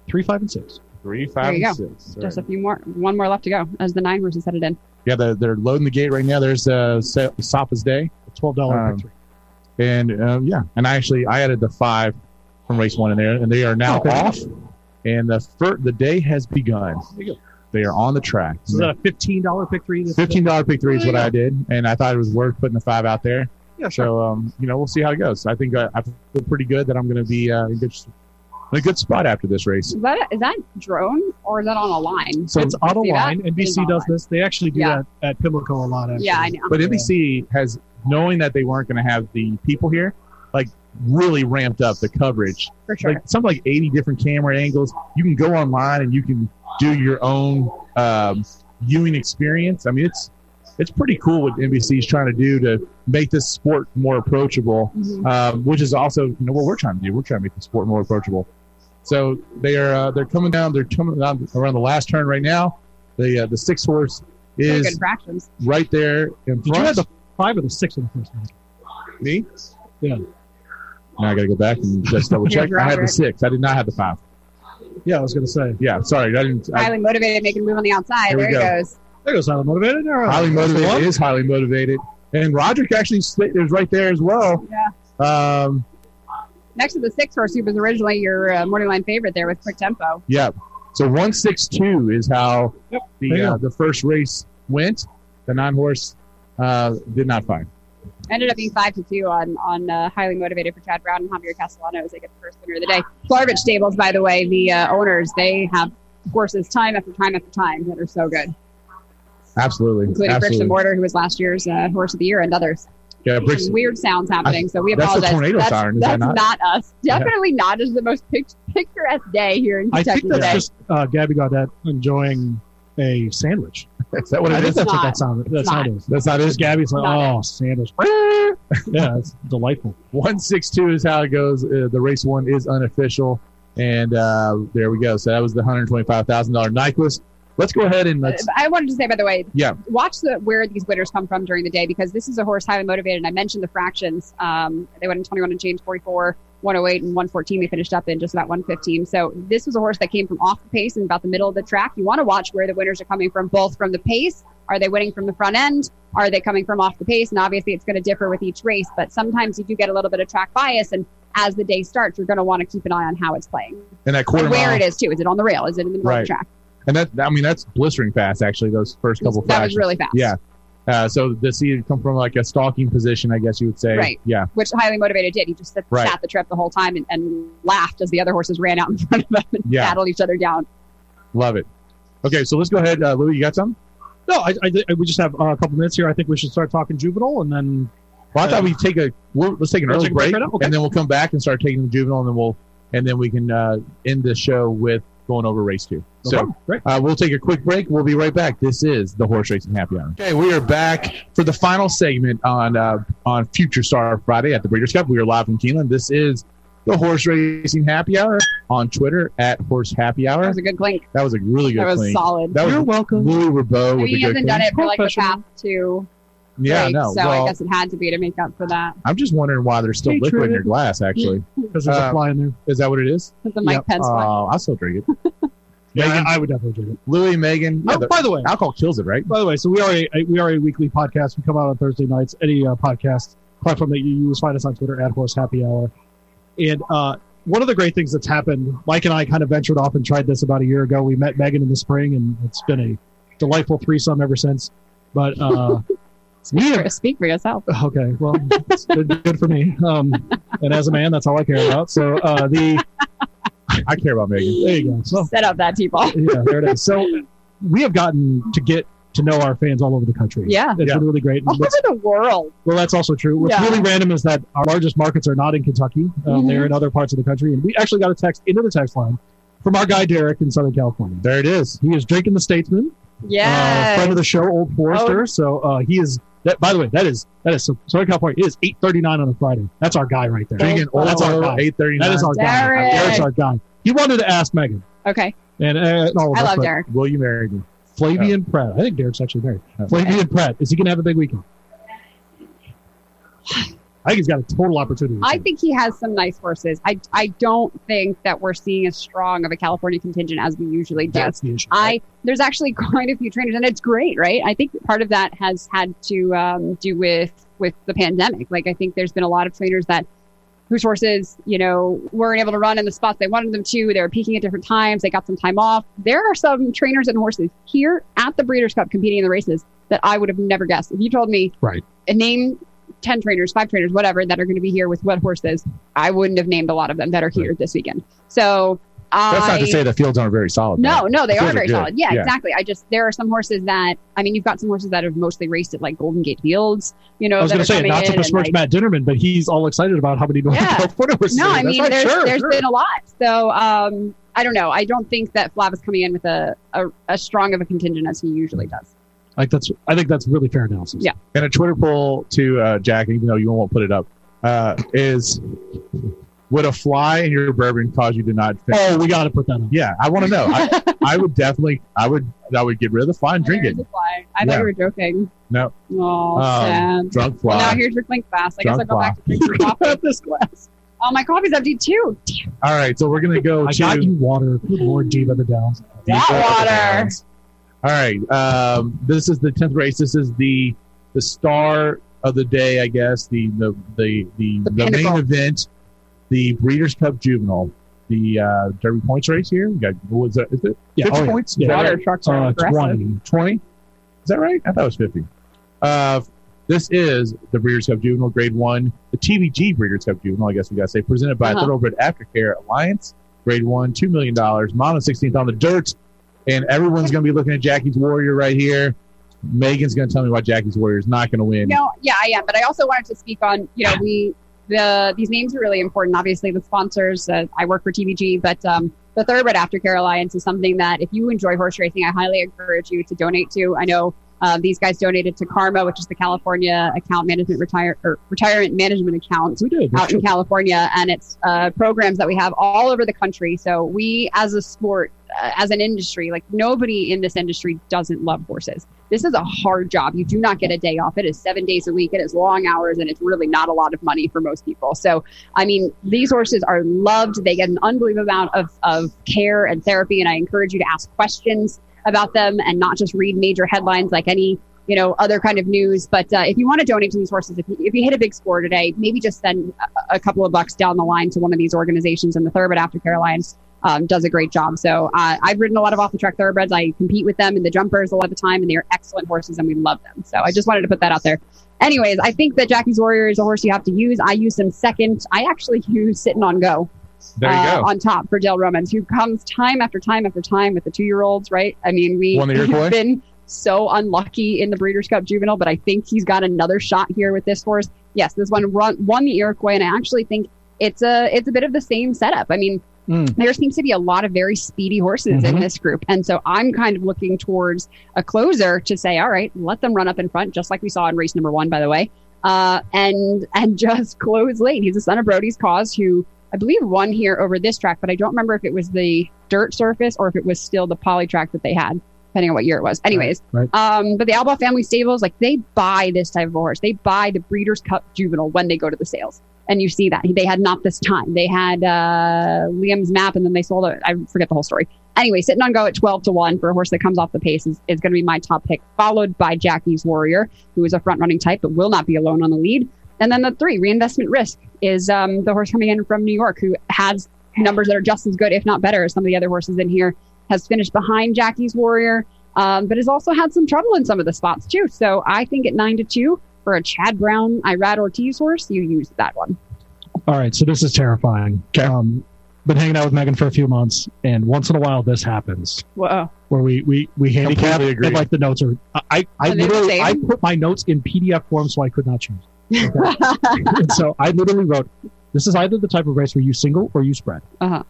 Speaker 3: three, five, and six.
Speaker 1: Three,
Speaker 2: There
Speaker 1: five,
Speaker 2: you
Speaker 1: and six. All
Speaker 2: Just a
Speaker 1: right.
Speaker 2: few more, one more left to go as the nine horses headed in.
Speaker 1: Yeah, they're, they're loading the gate right now. There's uh, Sa- Sapa's Day.
Speaker 3: Twelve dollar
Speaker 1: Um,
Speaker 3: pick three.
Speaker 1: and um, yeah, and I actually I added the five from race one in there, and they are now
Speaker 3: Okay.
Speaker 1: off, and the fir- the day has begun. They are on the track.
Speaker 3: So is that a fifteen dollar pick three? This
Speaker 1: Fifteen dollar pick three is
Speaker 3: There
Speaker 1: what
Speaker 3: you
Speaker 1: I did, and I thought it was worth putting the five out there.
Speaker 3: Yeah,
Speaker 1: So um, you know, we'll see how it goes. I think uh, I, I feel pretty good that I'm going to be uh, in, good, in a good spot after this race.
Speaker 2: Is that, is that drone or is that on a line?
Speaker 1: So,
Speaker 3: it's auto
Speaker 2: See that?
Speaker 3: line.
Speaker 2: It's
Speaker 3: NBC
Speaker 2: auto
Speaker 3: does
Speaker 2: line.
Speaker 3: this. They actually do
Speaker 2: Yeah.
Speaker 3: that at Pimlico a lot. Actually.
Speaker 2: Yeah, I know.
Speaker 1: but NBC has knowing that they weren't going to have the people here, like really ramped up the coverage
Speaker 2: For sure.
Speaker 1: like something like 80 different camera angles. You can go online and you can do your own um, viewing experience. I mean, it's it's pretty cool what NBC's trying to do to make this sport more approachable,
Speaker 2: Mhm.
Speaker 1: um, which is also you know what we're trying to do. We're trying to make the sport more approachable. So they are uh, they're coming down. They're coming down around the last turn right now. The uh, the six horse
Speaker 2: Really good
Speaker 1: is
Speaker 2: fractions.
Speaker 1: right there in
Speaker 3: Did you have
Speaker 1: front.
Speaker 3: the five or the six in the first one?
Speaker 1: Me?
Speaker 3: Yeah.
Speaker 1: Now I got to go back and just double check. I had the
Speaker 2: Robert.
Speaker 1: six. I did not have the five.
Speaker 3: Yeah, I was going to say.
Speaker 1: Yeah, sorry. I didn't. I,
Speaker 2: Highly motivated, making a move on the outside.
Speaker 1: Here we
Speaker 2: There it
Speaker 1: go.
Speaker 2: goes.
Speaker 3: There goes highly motivated. All right.
Speaker 1: highly
Speaker 3: That's the
Speaker 1: motivated
Speaker 3: one.
Speaker 1: is highly motivated, and Roderick actually sli- is right there as well. Yeah. Um.
Speaker 2: Next to the six horse, who was originally your uh, morning line favorite there with quick tempo.
Speaker 1: Yeah. So one six two is how the
Speaker 3: There you
Speaker 1: uh, the first race went. The non horse uh, did not find.
Speaker 2: Ended up being five to two on on uh, highly motivated for Chad Brown and Javier Castellanos. They get the first winner of the day. Clarvich Stables, by the way, the uh, owners they have horses time after time after time that are so good,
Speaker 1: Absolutely.
Speaker 2: including Brixton
Speaker 1: Absolutely.
Speaker 2: Border, who was last year's uh, horse of the year, and others.
Speaker 1: Yeah,
Speaker 2: Some
Speaker 1: Brixton.
Speaker 2: Weird sounds happening, so we
Speaker 1: That's the
Speaker 2: apologize.
Speaker 1: tornado
Speaker 2: that's
Speaker 1: siren, is
Speaker 2: that's
Speaker 1: that not?
Speaker 2: us. Definitely not. It's the most pic- picturesque day here in
Speaker 3: I
Speaker 2: Kentucky
Speaker 3: think that's
Speaker 2: today.
Speaker 3: just uh, Gabby Goddard enjoying a sandwich.
Speaker 1: Is that what
Speaker 3: I
Speaker 1: it
Speaker 3: think
Speaker 1: is?
Speaker 3: that's what
Speaker 2: Not-
Speaker 3: that sound, that
Speaker 2: not.
Speaker 3: sound is.
Speaker 1: That's not it.
Speaker 3: Just Gabby's like,
Speaker 2: Not
Speaker 3: oh, sandwich. yeah, it's delightful.
Speaker 1: One six two is how it goes. Uh, the race one is unofficial, and uh, there we go. So that was the hundred twenty five thousand dollar Nyquist. Let's go ahead and let's.
Speaker 2: Uh, I wanted to say, by the way,
Speaker 1: Yeah.
Speaker 2: watch the where these winners come from during the day because this is a horse highly motivated. And I mentioned the fractions. Um, they went in 21 and change 44, 108, and 114. They finished up in just about 115. So this was a horse that came from off the pace and about the middle of the track. You want to watch where the winners are coming from, both from the pace. Are they winning from the front end? Are they coming from off the pace? And obviously, it's going to differ with each race, but sometimes you do get a little bit of track bias. And as the day starts, you're going to want to keep an eye on how it's playing,
Speaker 1: And that quarter
Speaker 2: and where
Speaker 1: mile,
Speaker 2: it is too. Is it on the rail? Is it in the middle of
Speaker 1: Right.
Speaker 2: the track?
Speaker 1: and that I mean that's blistering fast. Actually, those first couple
Speaker 2: that was
Speaker 1: fractions.
Speaker 2: really fast.
Speaker 1: Yeah. Uh, so to see it come from like a stalking position, I guess you would say.
Speaker 2: Right.
Speaker 1: Yeah.
Speaker 2: which highly motivated did. He just sat,
Speaker 1: Right.
Speaker 2: sat the trip the whole time and, and laughed as the other horses ran out in front of him and
Speaker 1: Yeah.
Speaker 2: battled each other down.
Speaker 1: Love it. Okay, so let's go ahead, uh, Louis. You got some?
Speaker 3: No, I, I, I- we just have uh, a couple minutes here. I think we should start talking juvenile and then
Speaker 1: Well, I thought
Speaker 3: Uh,
Speaker 1: we'd take a. We'll, let's take an
Speaker 3: Let's
Speaker 1: early
Speaker 3: take a break
Speaker 1: break,
Speaker 3: right now? Okay.
Speaker 1: and then we'll come back and start taking the juvenile, and then we'll and then we can uh, end the show with going over race two.
Speaker 3: No
Speaker 1: so
Speaker 3: problem. Great.
Speaker 1: Uh, we'll take a quick break. We'll be right back. This is the Horse Racing Happy Hour. Okay, we are back for the final segment on uh, on Future Star Friday at the Breeders' Cup. We are live from Keeneland. This is the Horse Racing Happy Hour on Twitter at Horse Happy
Speaker 2: That
Speaker 1: Hour.
Speaker 2: was a good clink.
Speaker 1: That was a really good
Speaker 2: That was
Speaker 1: clean.
Speaker 2: solid.
Speaker 1: That was
Speaker 3: welcome.
Speaker 1: Louis Rabeau
Speaker 2: I
Speaker 1: with
Speaker 2: mean, he
Speaker 1: a good
Speaker 2: hasn't done
Speaker 1: clean.
Speaker 2: it for like the
Speaker 3: Professional.
Speaker 2: past two.
Speaker 1: Yeah,
Speaker 2: breaks,
Speaker 1: no.
Speaker 2: So
Speaker 1: well,
Speaker 2: I guess it had to be to make up for that.
Speaker 1: I'm just wondering why there's still
Speaker 3: Hey,
Speaker 1: liquid in
Speaker 3: Trudy.
Speaker 1: your glass. Actually,
Speaker 3: Because there's
Speaker 1: Uh,
Speaker 3: a fly in there.
Speaker 1: is that what it is?
Speaker 2: With the Mike Pence one.
Speaker 1: Oh, I'll still drink it.
Speaker 3: Yeah,
Speaker 1: Megan,
Speaker 3: I, I would definitely do it.
Speaker 1: Louis, Megan. yeah,
Speaker 3: Oh,
Speaker 1: the-
Speaker 3: by the way,
Speaker 1: alcohol kills it, right?
Speaker 3: By the way, so we are a we are a weekly podcast. We come out on Thursday nights. Any uh, podcast platform that you use, find us on Twitter at Horse Happy Hour. And uh, one of the great things that's happened, Mike and I kind of ventured off and tried this about a year ago. We met Megan in the spring, and it's been a delightful threesome ever since. But uh, we have
Speaker 2: For- Speak for yourself.
Speaker 3: okay, well, it's been good for me. Um, and as a man, that's all I care about. So uh, the
Speaker 1: I care about Megan.
Speaker 3: there you go. So
Speaker 2: Set up that T-ball.
Speaker 3: yeah, there it is. So we have gotten to get to know our fans all over the country.
Speaker 2: Yeah.
Speaker 3: It's
Speaker 1: Yeah.
Speaker 3: been really great. And
Speaker 2: All over
Speaker 3: what's-
Speaker 2: the world.
Speaker 3: well, that's also true. What's
Speaker 2: Yeah.
Speaker 3: really random is that our largest markets are not in Kentucky. Um,
Speaker 2: Mhm.
Speaker 3: They're in other parts of the country. And we actually got a text into the text line from our guy Derek in Southern California.
Speaker 1: There it is.
Speaker 3: He is drinking the Statesman, uh,
Speaker 2: Yeah.
Speaker 3: friend of the show, Old Forester.
Speaker 2: Oh.
Speaker 3: So uh, he is. That, by the way, that is that is Southern California. It is eight thirty nine on a Friday. That's our guy right there.
Speaker 1: Drinking
Speaker 2: Oh,
Speaker 3: that's our
Speaker 1: Oro
Speaker 3: guy.
Speaker 1: eight thirty nine.
Speaker 3: That is our guy.
Speaker 2: Derek.
Speaker 3: Derek's our guy. He wanted to ask Megan
Speaker 2: okay.
Speaker 3: and, uh, and all of
Speaker 2: I
Speaker 3: us,
Speaker 2: love
Speaker 3: but-
Speaker 2: Derek.
Speaker 1: Will you marry me?
Speaker 3: Flavian Pratt. I think Derek's actually married.
Speaker 1: Oh.
Speaker 3: Flavian Pratt. Is he going to have a big weekend? I think he's got a total opportunity.
Speaker 2: I think he has some nice horses. I, I don't think that we're seeing as strong of a California contingent as we usually do.
Speaker 3: that's the issue.
Speaker 2: I there's actually quite a few trainers, and it's great, right? I think part of that has had to um, do with with the pandemic. Like I think there's been a lot of trainers that whose horses, you know, weren't able to run in the spots they wanted them to. They were peaking at different times. They got some time off. There are some trainers and horses here at the Breeders' Cup competing in the races that I would have never guessed. If you told me,
Speaker 3: Right.
Speaker 2: a name. 10 trainers, five trainers, whatever, that are going to be here with what horses. I wouldn't have named a lot of them that are here this weekend. So,
Speaker 1: That's not
Speaker 2: I,
Speaker 1: to say the fields aren't very solid.
Speaker 2: no,
Speaker 1: though.
Speaker 2: no, they
Speaker 1: Those
Speaker 2: are
Speaker 1: are
Speaker 2: very
Speaker 1: good.
Speaker 2: solid. Yeah,
Speaker 1: Yeah.
Speaker 2: exactly. I just there are some horses that I mean, you've got some horses that have mostly raced at like Golden Gate Fields. You know,
Speaker 3: I was
Speaker 2: that
Speaker 3: going
Speaker 2: are
Speaker 3: to say
Speaker 2: coming
Speaker 3: not to
Speaker 2: in and,
Speaker 3: besmirch
Speaker 2: like-
Speaker 3: Matt Dinnerman, but he's all excited about how many Northern
Speaker 2: Yeah.
Speaker 3: California were
Speaker 2: No, I
Speaker 3: seeing. That's
Speaker 2: mean,
Speaker 3: right.
Speaker 2: there's
Speaker 3: sure,
Speaker 2: there's
Speaker 3: sure.
Speaker 2: been a lot. So um, I don't know. I don't think that Flav is coming in with a, a as strong of a contingent as he usually does.
Speaker 3: like that's. I think that's really fair analysis.
Speaker 2: Yeah.
Speaker 1: And a Twitter poll to uh, Jack, even though you won't put it up, uh, is would a fly in your bourbon cause you to not? Finish?
Speaker 3: Oh, we got to put that on.
Speaker 1: Yeah, I want to know. I, I would definitely. I would. I would get rid of the fly and drink
Speaker 2: There's
Speaker 1: it.
Speaker 2: a fly. I thought
Speaker 1: Yeah.
Speaker 2: you were joking.
Speaker 1: No.
Speaker 2: Oh,
Speaker 1: Um,
Speaker 2: sad.
Speaker 1: Drunk
Speaker 2: Well, now
Speaker 1: fly.
Speaker 2: here's your clink fast. I guess
Speaker 1: Drunk
Speaker 2: I'll go back to drinking
Speaker 3: Drop
Speaker 2: coffee.
Speaker 3: this glass.
Speaker 2: Oh, my coffee's empty too.
Speaker 6: All right, so we're gonna go
Speaker 3: I
Speaker 6: to
Speaker 3: got you water. Good Lord, Diva the Downs.
Speaker 2: That water.
Speaker 6: All right, um, this is the tenth race. This is the the star of the day, I guess. The the the the, the
Speaker 2: The
Speaker 6: main
Speaker 2: pinnacle.
Speaker 6: event, the Breeders' Cup Juvenile, the uh, Derby points race here. We got what was that? Is it
Speaker 3: Yeah,
Speaker 6: fifty
Speaker 3: oh, yeah.
Speaker 6: points?
Speaker 3: Yeah.
Speaker 6: Is that
Speaker 2: Water
Speaker 6: right?
Speaker 2: trucks are
Speaker 3: Uh,
Speaker 2: aggressive.
Speaker 3: 20.
Speaker 6: 20? Is that right? I thought it was 50. Uh, this is the Breeders' Cup Juvenile Grade 1, the TVG Breeders' Cup Juvenile, I guess we got to say, presented by
Speaker 2: Uh-huh.
Speaker 6: Thoroughbred Aftercare Alliance, Grade 1, $2 million, mile and 16th on the dirt. And everyone's going to be looking at Jackie's Warrior right here. Megan's going to tell me why Jackie's Warrior is not going to win.
Speaker 2: No, yeah, I am. But I also wanted to speak on, you know, we the these names are really important. Obviously, the sponsors. Uh, I work for TVG, but um, the Thoroughbred Aftercare Alliance is something that if you enjoy horse racing, I highly encourage you to donate to. I know. Uh, these guys donated to Karma, which is the California Account Management Retire or Retirement Management Account
Speaker 3: We did.
Speaker 2: out in California, and it's uh, programs that we have all over the country. So we, as a sport, uh, as an industry, like nobody in this industry doesn't love horses. This is a hard job. You do not get a day off. It is seven days a week. It is long hours, and it's really not a lot of money for most people. So, I mean, these horses are loved. They get an unbelievable amount of, of care and therapy, and I encourage you to ask questions about them and not just read major headlines like any you know other kind of news but uh, if you want to donate to these horses if you, if you hit a big score today maybe just send a, a couple of bucks down the line to one of these organizations and the thoroughbred aftercare alliance um, does a great job so uh, i've ridden a lot of off the track thoroughbreds i compete with them in the jumpers a lot of the time and they are excellent horses and we love them so i just wanted to put that out there anyways i think that jackie's warrior is a horse you have to use i use him second i actually use sitting on go
Speaker 6: There you
Speaker 2: uh,
Speaker 6: go.
Speaker 2: on top for Dale Romans, who comes time after time after time with the two year olds, right? I mean, we,
Speaker 6: Won the
Speaker 2: we've
Speaker 6: Iroquois?
Speaker 2: been so unlucky in the Breeders' Cup Juvenile, but I think he's got another shot here with this horse. Yes, this one run, won the Iroquois, and I actually think it's a it's a bit of the same setup. I mean,
Speaker 3: Mm.
Speaker 2: there seems to be a lot of very speedy horses in this group, and so I'm kind of looking towards a closer to say, all right, let them run up in front, just like we saw in race number one, by the way, uh, and and just close late. He's the son of Brody's Cause, who I believe one here over this track, but I don't remember if it was the dirt surface or if it was still the poly track that they had, depending on what year it was. Anyways,
Speaker 3: right.
Speaker 2: Um, but the Alba family stables, like they buy this type of horse. They buy the Breeders' Cup Juvenile when they go to the sales. And you see that they had not this time. They had uh, Liam's map, and then they sold it. I forget the whole story. Anyway, sitting on go at twelve to one for a horse that comes off the pace is, is going to be my top pick, followed by Jackie's Warrior, who is a front running type but will not be alone on the lead. And then the three reinvestment risk is um, the horse coming in from New York who has numbers that are just as good, if not better, as some of the other horses in here. Has finished behind Jackie's Warrior, um, but has also had some trouble in some of the spots too. So I think at nine to two for a Chad Brown Irad Ortiz horse, you use that one.
Speaker 3: All right, so this is terrifying. Um, been hanging out with Megan for a few months, and once in a while this happens
Speaker 2: Whoa!
Speaker 3: where we we we handicap
Speaker 6: Completely agree.
Speaker 3: and like the notes are. I I,
Speaker 2: Are
Speaker 3: I
Speaker 2: they the
Speaker 3: literally
Speaker 2: same?
Speaker 3: I put my notes in PDF form so I could not choose.
Speaker 2: uh
Speaker 3: and so I literally wrote, "This is either the type of race where you single or you spread."
Speaker 2: huh.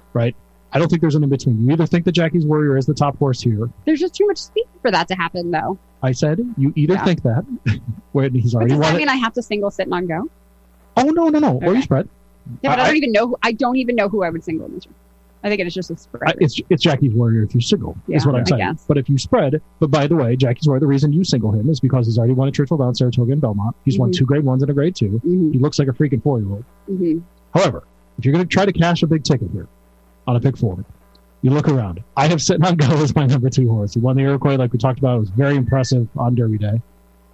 Speaker 3: I don't think there's an in between. You either think that Jackie's Warrior is the top horse here.
Speaker 2: There's just too much speed for that to happen, though.
Speaker 3: I said you either
Speaker 2: Yeah.
Speaker 3: think that, where he's
Speaker 2: But
Speaker 3: already
Speaker 2: does
Speaker 3: won
Speaker 2: that
Speaker 3: it.
Speaker 2: mean I have to single sit and on go?
Speaker 3: oh no no no, or
Speaker 2: Okay.
Speaker 3: you spread.
Speaker 2: Yeah, but I,
Speaker 6: I-
Speaker 2: don't even know. Who, I don't even know who I would single in this room. I think it is just a
Speaker 3: I,
Speaker 2: spread.
Speaker 3: it's it's Jackie's Warrior if you single is
Speaker 2: Yeah,
Speaker 3: what I'm
Speaker 2: I
Speaker 3: saying.
Speaker 2: guess.
Speaker 3: But if you spread, but by the way, Jackie's Warrior. The reason you single him is because he's already won at Churchill Downs, Saratoga, and Belmont. He's won
Speaker 2: Mhm.
Speaker 3: two Grade Ones and a Grade Two.
Speaker 2: hmm
Speaker 3: He looks like a freaking four year old.
Speaker 2: hmm
Speaker 3: However, if you're going to try to cash a big ticket here on a pick four, you look around. I have sitting on go as my number two horse. He won the Iroquois, like we talked about. It was very impressive on Derby Day.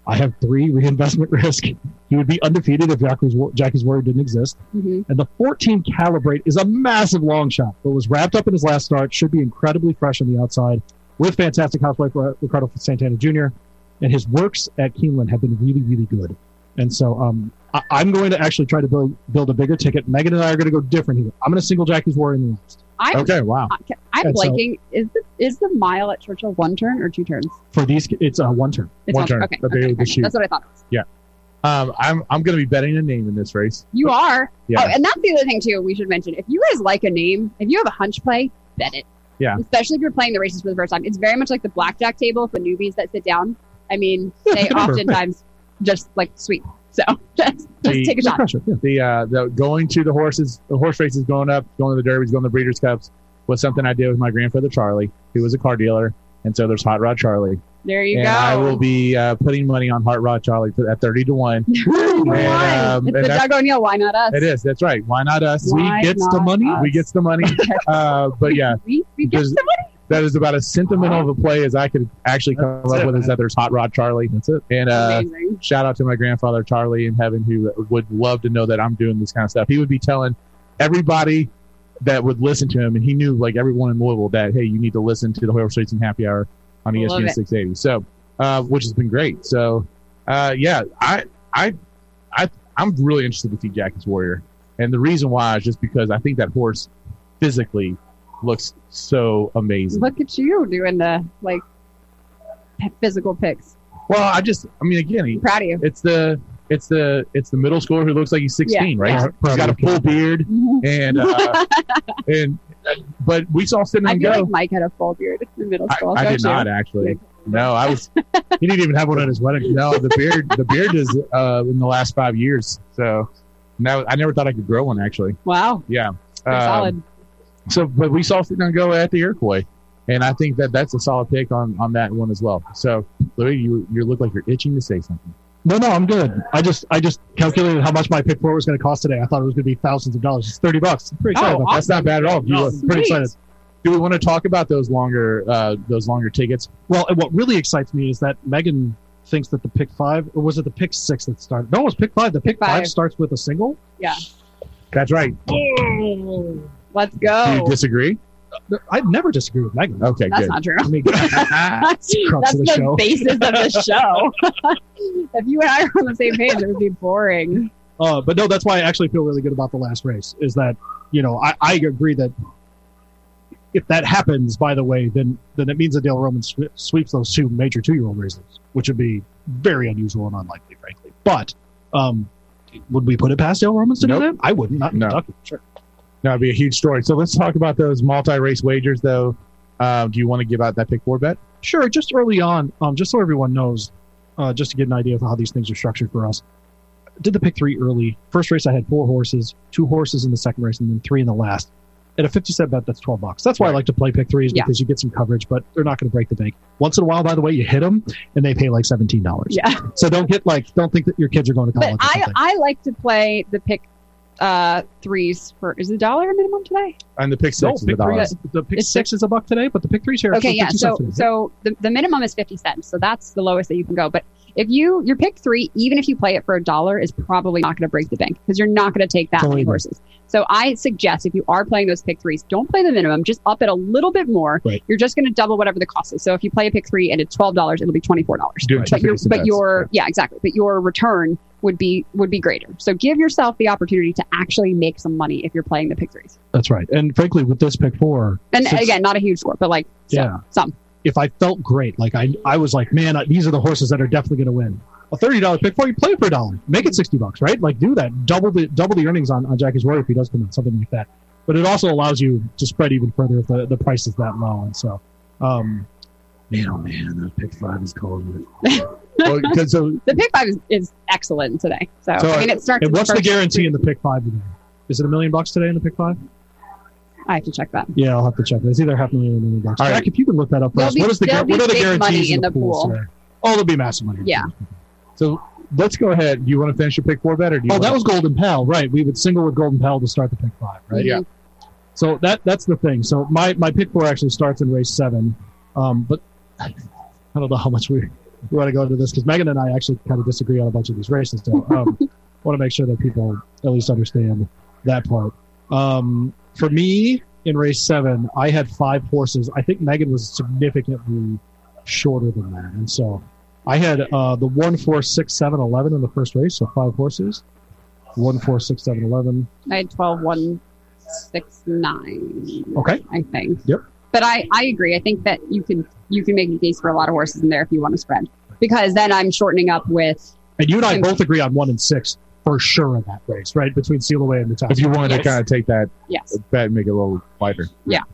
Speaker 3: I have three reinvestment risk. He would be undefeated if Jackie's, War- Jackie's Warrior didn't exist.
Speaker 2: hmm
Speaker 3: And the 14 calibrate is a massive long shot, but was wrapped up in his last start. Should be incredibly fresh on the outside with fantastic housewife Ri- Ricardo Santana Jr. And his works at Keeneland have been really, really good. And so um, I, I'm going to actually try to build build a bigger ticket. Megan and I are going to go different here. I'm going to single Jackie's War in the last
Speaker 2: I'm
Speaker 6: Okay, wow.
Speaker 2: I'm
Speaker 3: Oh. And so-
Speaker 2: liking is the is the mile at Churchill one turn or two turns?
Speaker 3: for these. It's uh, one turn.
Speaker 2: It's
Speaker 6: One turn,
Speaker 2: Okay,
Speaker 6: but they
Speaker 2: okay,
Speaker 6: would
Speaker 2: okay.
Speaker 6: shoot.
Speaker 2: that's what I thought. it was.
Speaker 6: Um, I'm, I'm going to be betting a name in this race.
Speaker 2: You are.
Speaker 6: Yeah.
Speaker 2: Oh, and that's the other thing too. We should mention if you guys like a name, if you have a hunch play, bet it.
Speaker 6: Yeah.
Speaker 2: Especially if you're playing the races for the first time, it's very much like the blackjack table for newbies that sit down. I mean, they oftentimes just like sweep. So just just
Speaker 6: The-
Speaker 2: take a
Speaker 3: No
Speaker 2: shot.
Speaker 3: pressure. Yeah.
Speaker 6: the uh, the going to the horses, the horse races going up, going to the derbies, going to the breeders' cups was something I did with my grandfather Charlie, who was a car dealer,
Speaker 1: and so there's Hot Rod Charlie.
Speaker 2: There you
Speaker 1: and
Speaker 2: go.
Speaker 1: I will be uh, putting money on Hot Rod Charlie for- at thirty to one.
Speaker 2: Why?
Speaker 1: um,
Speaker 2: it's
Speaker 1: and
Speaker 2: the
Speaker 1: that's-
Speaker 2: Doug O'Neill. Why not us?
Speaker 1: It is. That's right. Why not us?
Speaker 2: Why
Speaker 1: we gets the
Speaker 2: not
Speaker 1: money.
Speaker 2: us?
Speaker 1: We gets the money. Uh, but yeah,
Speaker 2: We, we get
Speaker 1: Does-
Speaker 2: the money.
Speaker 1: that is about as sentimental of a play as I could actually come
Speaker 7: That's
Speaker 1: up
Speaker 7: it,
Speaker 1: with. Is that there's Hot Rod Charlie. That's it. And uh,
Speaker 2: Amazing.
Speaker 1: shout out to my grandfather Charlie in heaven who would love to know that I'm doing this kind of stuff. He would be telling everybody that would listen to him, and he knew like everyone in Louisville that hey, you need to listen to the Horror Streets and Happy Hour on E
Speaker 2: Love
Speaker 1: ESPN
Speaker 2: it.
Speaker 1: 680. So, uh, which has been great. So, uh, yeah, I I I I'm really interested to see Jackie's Warrior, and the reason why is just because I think that horse physically looks so amazing.
Speaker 2: Look at you doing the like p- physical picks.
Speaker 1: Well, I just I mean again, he,
Speaker 2: I'm proud of you.
Speaker 1: it's the it's the it's the middle schooler who looks like he's 16
Speaker 2: Yeah.
Speaker 1: right
Speaker 2: Yeah.
Speaker 1: he's got a full beard
Speaker 2: Mhm.
Speaker 1: and uh, and but we saw sit
Speaker 2: I
Speaker 1: and
Speaker 2: feel
Speaker 1: go
Speaker 2: like Mike had a full beard in middle
Speaker 1: I,
Speaker 2: school.
Speaker 1: I
Speaker 2: don't
Speaker 1: did
Speaker 2: you?
Speaker 1: not
Speaker 2: Yeah.
Speaker 1: actually no i was he didn't even have one at his wedding no the beard the beard is uh in the last five years so now i never thought i could grow one actually
Speaker 2: Wow,
Speaker 1: yeah
Speaker 2: pretty
Speaker 1: Um,
Speaker 2: solid.
Speaker 1: so but we saw sit and go at the iroquois and i think that that's a solid pick on on that one as well so louis you you look like you're itching to say something
Speaker 3: No, no, I'm good. I just I just calculated how much my pick four was going to cost today. I thought it was going to be thousands of dollars. It's thirty bucks. I'm pretty excited.
Speaker 2: Oh,
Speaker 3: about
Speaker 1: that's not bad at all you look
Speaker 3: that. Pretty
Speaker 2: sweet.
Speaker 3: excited.
Speaker 1: Do we want to talk about those longer uh, those longer tickets?
Speaker 3: Well, and what really excites me is that Megan thinks that the pick five or was it the pick six that started? No, it was pick five. The pick
Speaker 2: Five.
Speaker 3: five, starts with a single.
Speaker 1: That's right.
Speaker 2: Let's
Speaker 1: Do you
Speaker 2: go.
Speaker 1: disagree?
Speaker 3: I never disagree with Megan.
Speaker 1: Okay,
Speaker 2: Oh. That's
Speaker 1: good.
Speaker 2: not true.
Speaker 3: I mean,
Speaker 2: That's
Speaker 3: crux of the
Speaker 2: the
Speaker 3: show.
Speaker 2: basis of the show. if you and I were on the same page, it would be boring.
Speaker 3: uh, but no, that's why I actually feel really good about the last race. Is that you know I, I agree that if that happens, by the way, then then it means that Dale Roman swe- sweeps those two major two year old races, which would be very unusual and unlikely, frankly. But um, would we put it past Dale Romans to do
Speaker 1: Nope.
Speaker 3: that? I wouldn't. Not in
Speaker 1: No.
Speaker 3: Kentucky. Sure.
Speaker 1: that would be a huge story. So let's talk about those multi race wagers, though. Um, do you want to give out that pick four bet?
Speaker 3: Sure, just early on, um, just so everyone knows, uh, just to get an idea of how these things are structured for us. Did the pick three early. First race, I had four horses, two horses in the second race, and then three in the last. At a 50 cent bet, that's 12 bucks. That's why I like to play pick threes
Speaker 2: Yeah.
Speaker 3: because you get some coverage, but they're not going to break the bank. Once in a while, by the way, you hit them and they pay like $17.
Speaker 2: Yeah.
Speaker 3: So don't get like, don't think that your kids are going to college.
Speaker 2: But
Speaker 3: or
Speaker 2: I,
Speaker 3: something.
Speaker 2: I like to play the pick uh threes for is the dollar a minimum today?
Speaker 1: And the pick
Speaker 3: No,
Speaker 1: six is
Speaker 3: pick
Speaker 1: the dollar.
Speaker 3: three is- the pick
Speaker 2: It's
Speaker 3: six is a buck today, but the pick threes here. are
Speaker 2: okay,
Speaker 3: still
Speaker 2: yeah.
Speaker 3: 50
Speaker 2: So
Speaker 3: cents today.
Speaker 2: so the, the minimum is fifty cents. So that's the lowest that you can go. But if you your pick three, even if you play it for a dollar, is probably not gonna break the bank because you're not gonna take that many
Speaker 3: Totally.
Speaker 2: horses. So I suggest if you are playing those pick threes, don't play the minimum, just up it a little bit more.
Speaker 3: Right.
Speaker 2: You're just gonna double whatever the cost is. So if you play a pick three and it's twelve dollars, it'll be twenty four dollars.
Speaker 1: Doing two
Speaker 2: but your
Speaker 1: picks and
Speaker 2: but
Speaker 1: bets.
Speaker 2: your yeah exactly but your return would be would be greater so give yourself the opportunity to actually make some money if you're playing the pick threes
Speaker 3: that's right. And frankly, with this pick four,
Speaker 2: and
Speaker 3: Since-
Speaker 2: again not a huge score but like some,
Speaker 3: Yeah.
Speaker 2: some
Speaker 3: if I felt great, like I, I was like, man, I, these are the horses that are definitely going to win. A thirty dollar pick for you, play for a dollar, make it sixty bucks, right? Like do that, double the double the earnings on, on Jackie's Warrior if he does come in, something like that. But it also allows you to spread even further if the, the price is that low, and so. Um, man, oh man, that pick five is cold.
Speaker 1: Well, 'cause
Speaker 3: uh,
Speaker 1: so
Speaker 2: the pick five is, is excellent today so,
Speaker 1: So,
Speaker 2: i mean it starts
Speaker 3: And
Speaker 2: in
Speaker 3: what's the
Speaker 2: first-
Speaker 3: guarantee in the pick five today? Is it a million bucks today in the pick five?
Speaker 2: i have to check that
Speaker 3: Yeah, I'll have to check. It's either half million or a million bucks.
Speaker 1: All right.
Speaker 3: Jack, if you can look that up for
Speaker 2: There'll
Speaker 3: us,
Speaker 2: be-
Speaker 3: what is the
Speaker 2: there'll
Speaker 3: guar-
Speaker 2: be
Speaker 3: what are the
Speaker 2: big money
Speaker 3: guarantees
Speaker 2: in the
Speaker 3: pools
Speaker 2: pool.
Speaker 3: today? Oh, there'll be massive money.
Speaker 2: Yeah.
Speaker 1: so let's go ahead. Do you want to finish your pick four bet, or do you
Speaker 3: Oh, that
Speaker 1: wanna-
Speaker 3: was Golden Pal, right? We would single with Golden Pal to start the pick five, right?
Speaker 1: Yeah.
Speaker 3: So that that's the thing. So my my pick four actually starts in race seven, um, but I don't know how much we, we want to go into this because Megan and I actually kind of disagree on a bunch of these races. So um, want to make sure that people at least understand that part. Um, for me, in race seven, I had five horses. I think Megan was significantly shorter than that, and so I had uh, the one, four, six, seven, eleven in the first race, so five horses. One, four, six, seven, eleven.
Speaker 2: Mm-hmm. i had 12 1 6 9
Speaker 3: Okay.
Speaker 2: i think
Speaker 3: Yep.
Speaker 2: but i i agree i think that you can you can make a case for a lot of horses in there if you want to spread because then i'm shortening up with
Speaker 3: And you and I both agree on one and six for sure in that race, right? Between Sealaway and the top.
Speaker 1: if you wanted
Speaker 2: Yes.
Speaker 1: to kind of take that
Speaker 2: yes
Speaker 1: bet and make it a little wider.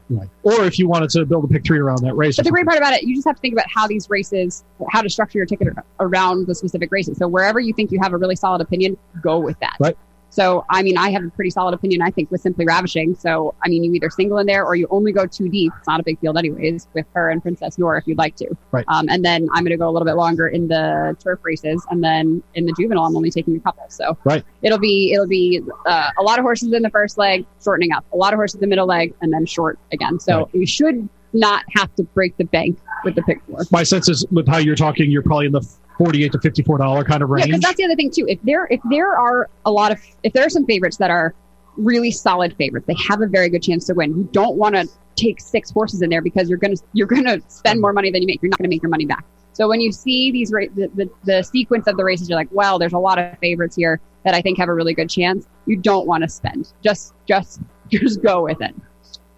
Speaker 3: Right. Or if you wanted to build a pick three around that race.
Speaker 2: But the great part about it, you just have to think about how these races, how to structure your ticket around the specific races. So wherever you think you have a really solid opinion, go with that.
Speaker 3: Right.
Speaker 2: So, I mean, I have a pretty solid opinion, I think, with Simply Ravishing. So, I mean, you either single in there or you only go two deep. It's not a big field, anyways, with her and Princess Nora if you'd like to.
Speaker 8: Right.
Speaker 2: Um, and then I'm going to go a little bit longer in the turf races. And then in the juvenile, I'm only taking a couple. So,
Speaker 8: Right.
Speaker 2: it'll be, it'll be uh, a lot of horses in the first leg, shortening up, a lot of horses in the middle leg, and then short again. So, we should not have to break the bank with the pick four.
Speaker 3: My sense is with how you're talking, you're probably in the forty-eight to fifty-four dollar kind of
Speaker 2: Yeah,
Speaker 3: range.
Speaker 2: because that's the other thing too. If there if there are a lot of if there are some favorites that are really solid favorites, they have a very good chance to win. You don't want to take six horses in there because you're gonna you're gonna spend more money than you make. You're not gonna make your money back. So when you see these ra- the, the, the sequence of the races, you're like, well, there's a lot of favorites here that I think have a really good chance. You don't want to spend. Just just just go with it.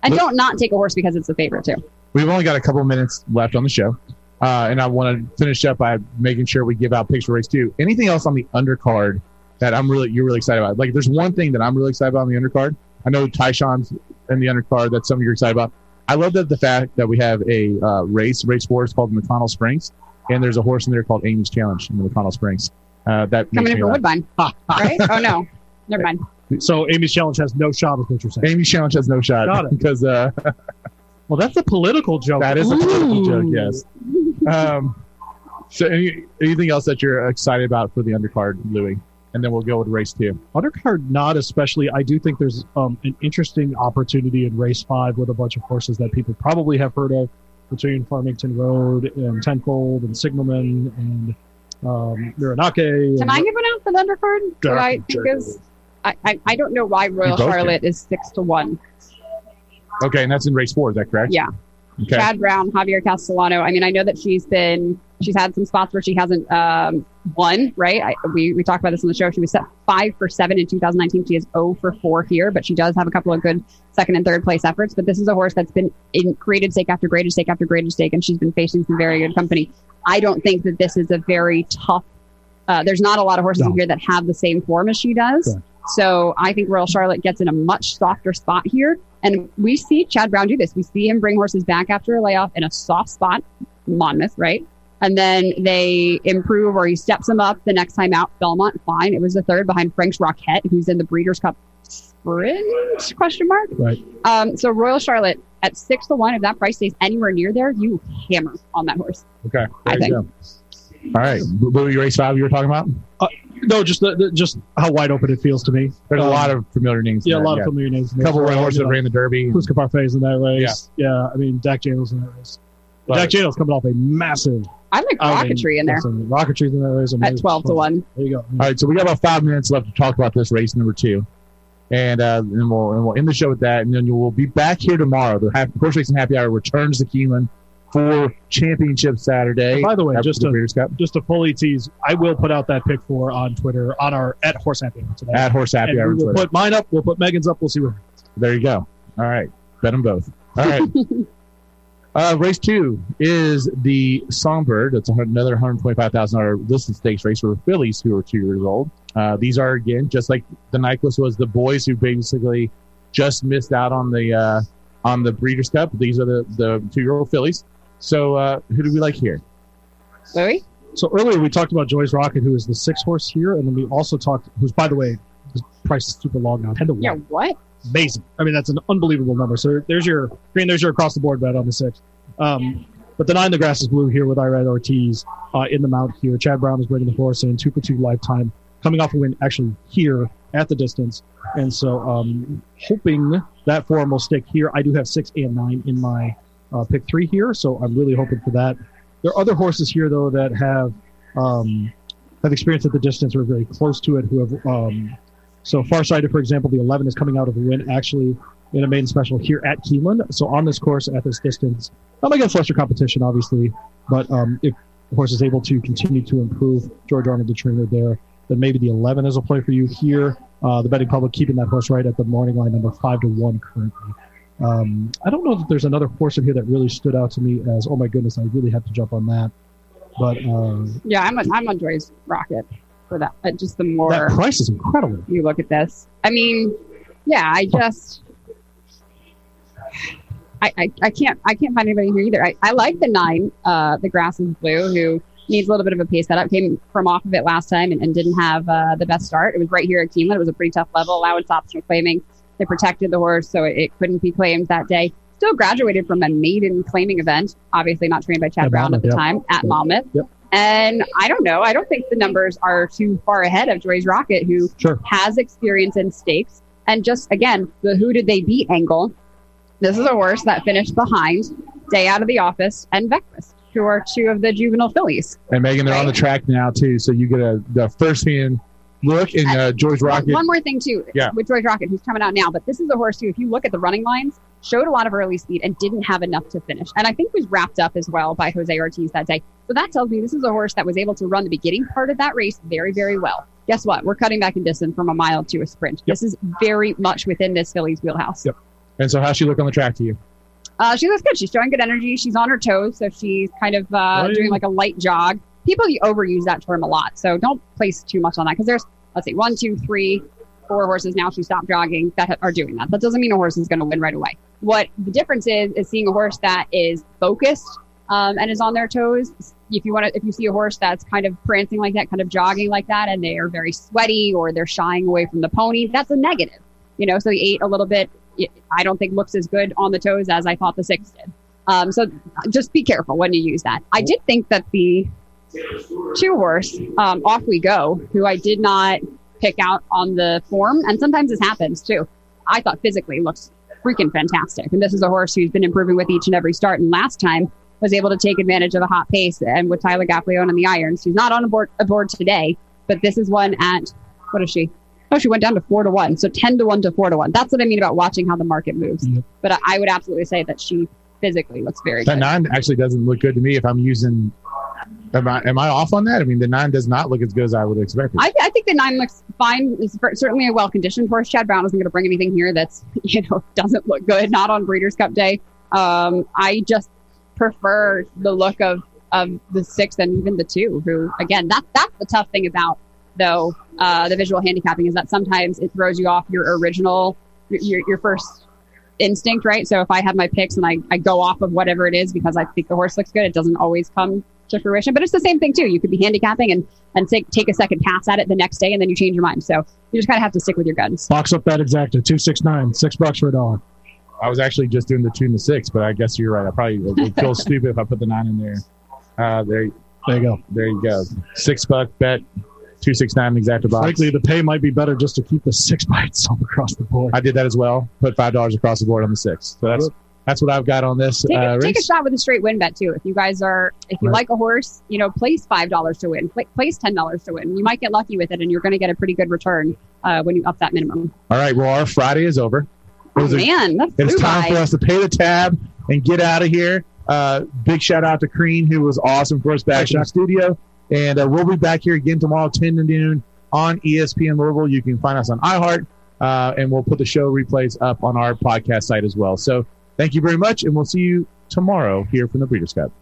Speaker 2: And
Speaker 1: Look-
Speaker 2: don't not take a horse because it's a favorite too.
Speaker 1: We've only got a couple minutes left on the show. Uh, and I want to finish up by making sure we give out picks for race two. Anything else on the undercard that I'm really you're really excited about? Like, there's one thing that I'm really excited about on the undercard. I know Tyshawn's in the undercard. That's something you're excited about. I love that the fact that we have a uh, race race four is called McConnell Springs, and there's a horse in there called Amy's Challenge in the McConnell Springs. Uh, that makes
Speaker 2: Coming in
Speaker 1: me
Speaker 2: for
Speaker 1: laugh.
Speaker 2: Woodbine, right? Oh no, never mind.
Speaker 3: so Amy's challenge has no shot, is what you're saying.
Speaker 1: Amy's Challenge has no
Speaker 3: Got
Speaker 1: shot
Speaker 3: it.
Speaker 1: because uh,
Speaker 3: Well, that's a political joke.
Speaker 1: that is a political joke. Yes. Um, so, any, anything else that you're excited about for the undercard, Louis? And then we'll go with race two.
Speaker 3: Undercard, not especially. I do think there's um, an interesting opportunity in race five with a bunch of horses that people probably have heard of between Farmington Road and Tenfold and Signalman and um, Miranake.
Speaker 2: Can I give one out for the undercard? Who
Speaker 3: Dark
Speaker 2: I think is. I, I, I don't know why
Speaker 1: You
Speaker 2: Royal
Speaker 1: both
Speaker 2: Charlotte is six to one.
Speaker 1: Okay, and that's in race four. Is that correct?
Speaker 2: Yeah.
Speaker 1: Okay.
Speaker 2: Chad Brown, Javier Castellano. I mean, I know that she's been she's had some spots where she hasn't um, won. Right? I, we we talked about this on the show. She was set five for seven in 2019. She is 0 for four here, but she does have a couple of good second and third place efforts. But this is a horse that's been in graded stake after graded stake after graded stake, and she's been facing some very good company. I don't think that this is a very tough. Uh, there's not a lot of horses
Speaker 3: No.
Speaker 2: in here that have the same form as she does.
Speaker 3: Correct.
Speaker 2: So I think Royal Charlotte gets in a much softer spot here. And we see Chad Brown do this. We see him bring horses back after a layoff in a soft spot, Monmouth, right? And then they improve or he steps them up the next time out. Belmont, fine. It was the third behind Frank's Rockette, who's in the Breeders' Cup sprint question mark.
Speaker 3: Right.
Speaker 2: Um, so Royal Charlotte at six to one, if that price stays anywhere near there, you hammer on that horse.
Speaker 1: Okay.
Speaker 2: I
Speaker 1: There you go. All right, Louis, race five. You were talking about.
Speaker 3: No, just the, the, just how wide open it feels to me.
Speaker 1: There's a
Speaker 3: Um,
Speaker 1: lot of familiar names. in
Speaker 3: Yeah, a
Speaker 1: there,
Speaker 3: lot of familiar names. in
Speaker 1: A
Speaker 3: there.
Speaker 1: couple of
Speaker 3: You
Speaker 1: horses that
Speaker 3: know,
Speaker 1: ran the Derby.
Speaker 3: Cusca Parfait in that race. Yeah. I mean, Dak Jandal's in that race.
Speaker 1: But-
Speaker 3: Dak Jandal's coming off a massive
Speaker 2: I like
Speaker 3: outing.
Speaker 2: Rocketry in there
Speaker 3: Yes, I mean, Rocketry's in that race. I mean,
Speaker 2: at
Speaker 3: it's-
Speaker 2: 12 to one.
Speaker 3: There you go.
Speaker 1: All right, so we got about five minutes left to talk about this race number two, and uh, and we'll and we'll end the show with that, and then we'll be back here tomorrow. The Hap- horse racing happy hour returns to Keeneland for Championship Saturday.
Speaker 3: By the way,
Speaker 1: after
Speaker 3: just
Speaker 1: the
Speaker 3: to
Speaker 1: Breeders' Cup
Speaker 3: just to fully tease, I will put out that pick four on Twitter on our at horse happy hour today.
Speaker 1: at horse happy
Speaker 3: and
Speaker 1: hour.
Speaker 3: we will
Speaker 1: Twitter.
Speaker 3: put mine up. We'll put Megan's up. We'll see where.
Speaker 1: There you go. All right. Bet them both. All right. uh, race two is the Songbird. That's a hun- another $125,000 listed stakes race for the fillies who are two years old. Uh, these are, again, just like the Nyquist was the boys who basically just missed out on the uh, on the Breeders' Cup. These are the, the two year old fillies. So uh, who do we like here?
Speaker 2: Louis?
Speaker 3: So earlier we talked about Joyce Rocket, who is the six horse here, and then we also talked, who's by the way, the price is super long now, ten to one.
Speaker 2: Yeah, what?
Speaker 3: amazing. I mean, that's an unbelievable number. So there's your green, there's your across the board bet on the six. Um, but the nine, the grass is blue here with Irad Ortiz uh, in the mount here. Chad Brown is breaking the horse in two for two lifetime, coming off a win actually here at the distance. And so um, hoping that form will stick here. I do have six and nine in my uh, pick three here, so I'm really hoping for that. There are other horses here though that have um, have experience at the distance or very close to it who have um, so Farsighted, for example, the 11 is coming out of a win actually in a maiden special here at Keeneland. So on this course at this distance, not against lesser competition, obviously, but um, if the horse is able to continue to improve, George Arnold, the trainer there, then maybe the 11 is a play for you here. Uh, the betting public keeping that horse right at the morning line, number five to one currently. Um, I don't know that there's another horse in here that really stood out to me as, oh my goodness, I really have to jump on that. But uh,
Speaker 2: Yeah, I'm on, I'm on Joy's Rocket for that. Uh, just the
Speaker 3: that
Speaker 2: more
Speaker 3: price is incredible.
Speaker 2: you look at this, I mean, yeah, I just, I, I, I can't, I can't find anybody here either. I, I like the nine, uh, the grass is blue, who needs a little bit of a pace setup. Came from off of it last time and, and didn't have uh, the best start. It was right here at Keeneland. It was a pretty tough level. Allowance optional claiming. They protected the horse, so it, it couldn't be claimed that day. Still graduated from a maiden claiming event. Obviously not trained by Chad
Speaker 3: At
Speaker 2: Brown
Speaker 3: Monmouth,
Speaker 2: at the
Speaker 3: yeah.
Speaker 2: time at
Speaker 3: Yeah.
Speaker 2: Monmouth.
Speaker 3: Yep.
Speaker 2: And I don't know. I don't think the numbers are too far ahead of Joy's Rocket, who
Speaker 3: Sure.
Speaker 2: has experience in stakes. And just again, the who did they beat angle. This is a horse that finished behind Day Out of the Office and Vectis, who are two of the juvenile fillies.
Speaker 1: And Megan, they're on the track now too, so you get a the first hand look. And uh, George Rocket,
Speaker 2: One more thing too,
Speaker 1: Yeah.
Speaker 2: with George Rocket, who's coming out now, but this is a horse who, if you look at the running lines, showed a lot of early speed and didn't have enough to finish, and I think was wrapped up as well by Jose Ortiz that day. So that tells me this is a horse that was able to run the beginning part of that race very, very well. Guess what? We're cutting back in distance from a mile to a sprint. This is very much within this filly's wheelhouse.
Speaker 1: Yep. and so how she look on the track to you?
Speaker 2: Uh, she looks good. She's showing good energy. She's on her toes, so she's kind of uh,
Speaker 1: Right.
Speaker 2: doing like a light jog. People overuse that term a lot, so don't place too much on that because there's let's see, one, two, three, four horses now she stopped jogging that ha- are doing that. That doesn't mean a horse is going to win right away. What the difference is is seeing a horse that is focused um, and is on their toes. If you want to, if you see a horse that's kind of prancing like that, kind of jogging like that, and they are very sweaty or they're shying away from the pony, that's a negative. You know, so he ate a little bit. I don't think looks as good on the toes as I thought the six did. Um, so just be careful when you use that. I did think that the two horse, um, off we go, who I did not pick out on the form, and sometimes this happens too. I thought physically looks freaking fantastic, and this is a horse who's been improving with each and every start. And last time was able to take advantage of a hot pace, and with Tyler Gaffleone and the irons, she's not on a board, a board today, but this is one at what is she? Oh, she went down to four to one, so ten to one to four to one. That's what I mean about watching how the market moves.
Speaker 3: Yep.
Speaker 2: But I- I would absolutely say that she physically looks very
Speaker 1: That
Speaker 2: good.
Speaker 1: nine actually doesn't look good to me if I'm using. Am I, am I off on that? I mean, the nine does not look as good as I would expect. it.
Speaker 2: I, I think the nine looks fine. It's ver- certainly a well conditioned horse. Chad Brown isn't going to bring anything here that's you know doesn't look good. Not on Breeders' Cup Day. Um, I just prefer the look of of the six and even the two. Who again, that that's the tough thing about though uh, the visual handicapping is that sometimes it throws you off your original your your first instinct right so if i have my picks and I, I go off of whatever it is because i think the horse looks good it doesn't always come to fruition but it's the same thing too you could be handicapping and and take, take a second pass at it the next day and then you change your mind. So you just kind of have to stick with your guns.
Speaker 3: Box up that exacta two six nine six bucks for a dollar.
Speaker 1: I was actually just doing the two and the six, but I guess you're right. I probably would would feel stupid if I put the nine in there. Uh, there,
Speaker 3: There you go.
Speaker 1: there you go. Six buck bet, two six nine exacta box.
Speaker 3: Frankly, the pay might be better just to keep the six by itself across the board.
Speaker 1: I did that as well. Put five dollars across the board on the six. So that's that's what I've got on this
Speaker 2: Take,
Speaker 1: uh,
Speaker 2: a, take a
Speaker 1: race.
Speaker 2: shot with a straight win bet too. If you guys are, if you
Speaker 1: Right.
Speaker 2: like a horse, you know, place five dollars to win, pla- place ten dollars to win. You might get lucky with it, and you're going to get a pretty good return uh, when you up that minimum.
Speaker 1: All right. Well, our Friday is over. It was a-
Speaker 2: Man, that's
Speaker 1: It's
Speaker 2: flew
Speaker 1: time
Speaker 2: by.
Speaker 1: for us to pay the tab and get out of here. Uh, big shout out to Crean, who was awesome for us back in the studio. And uh, we'll be back here again tomorrow, 10 to noon on E ESPN Louisville. You can find us on iHeart, uh, and we'll put the show replays up on our podcast site as well. So thank you very much, and we'll see you tomorrow here from the Breeders' Cup.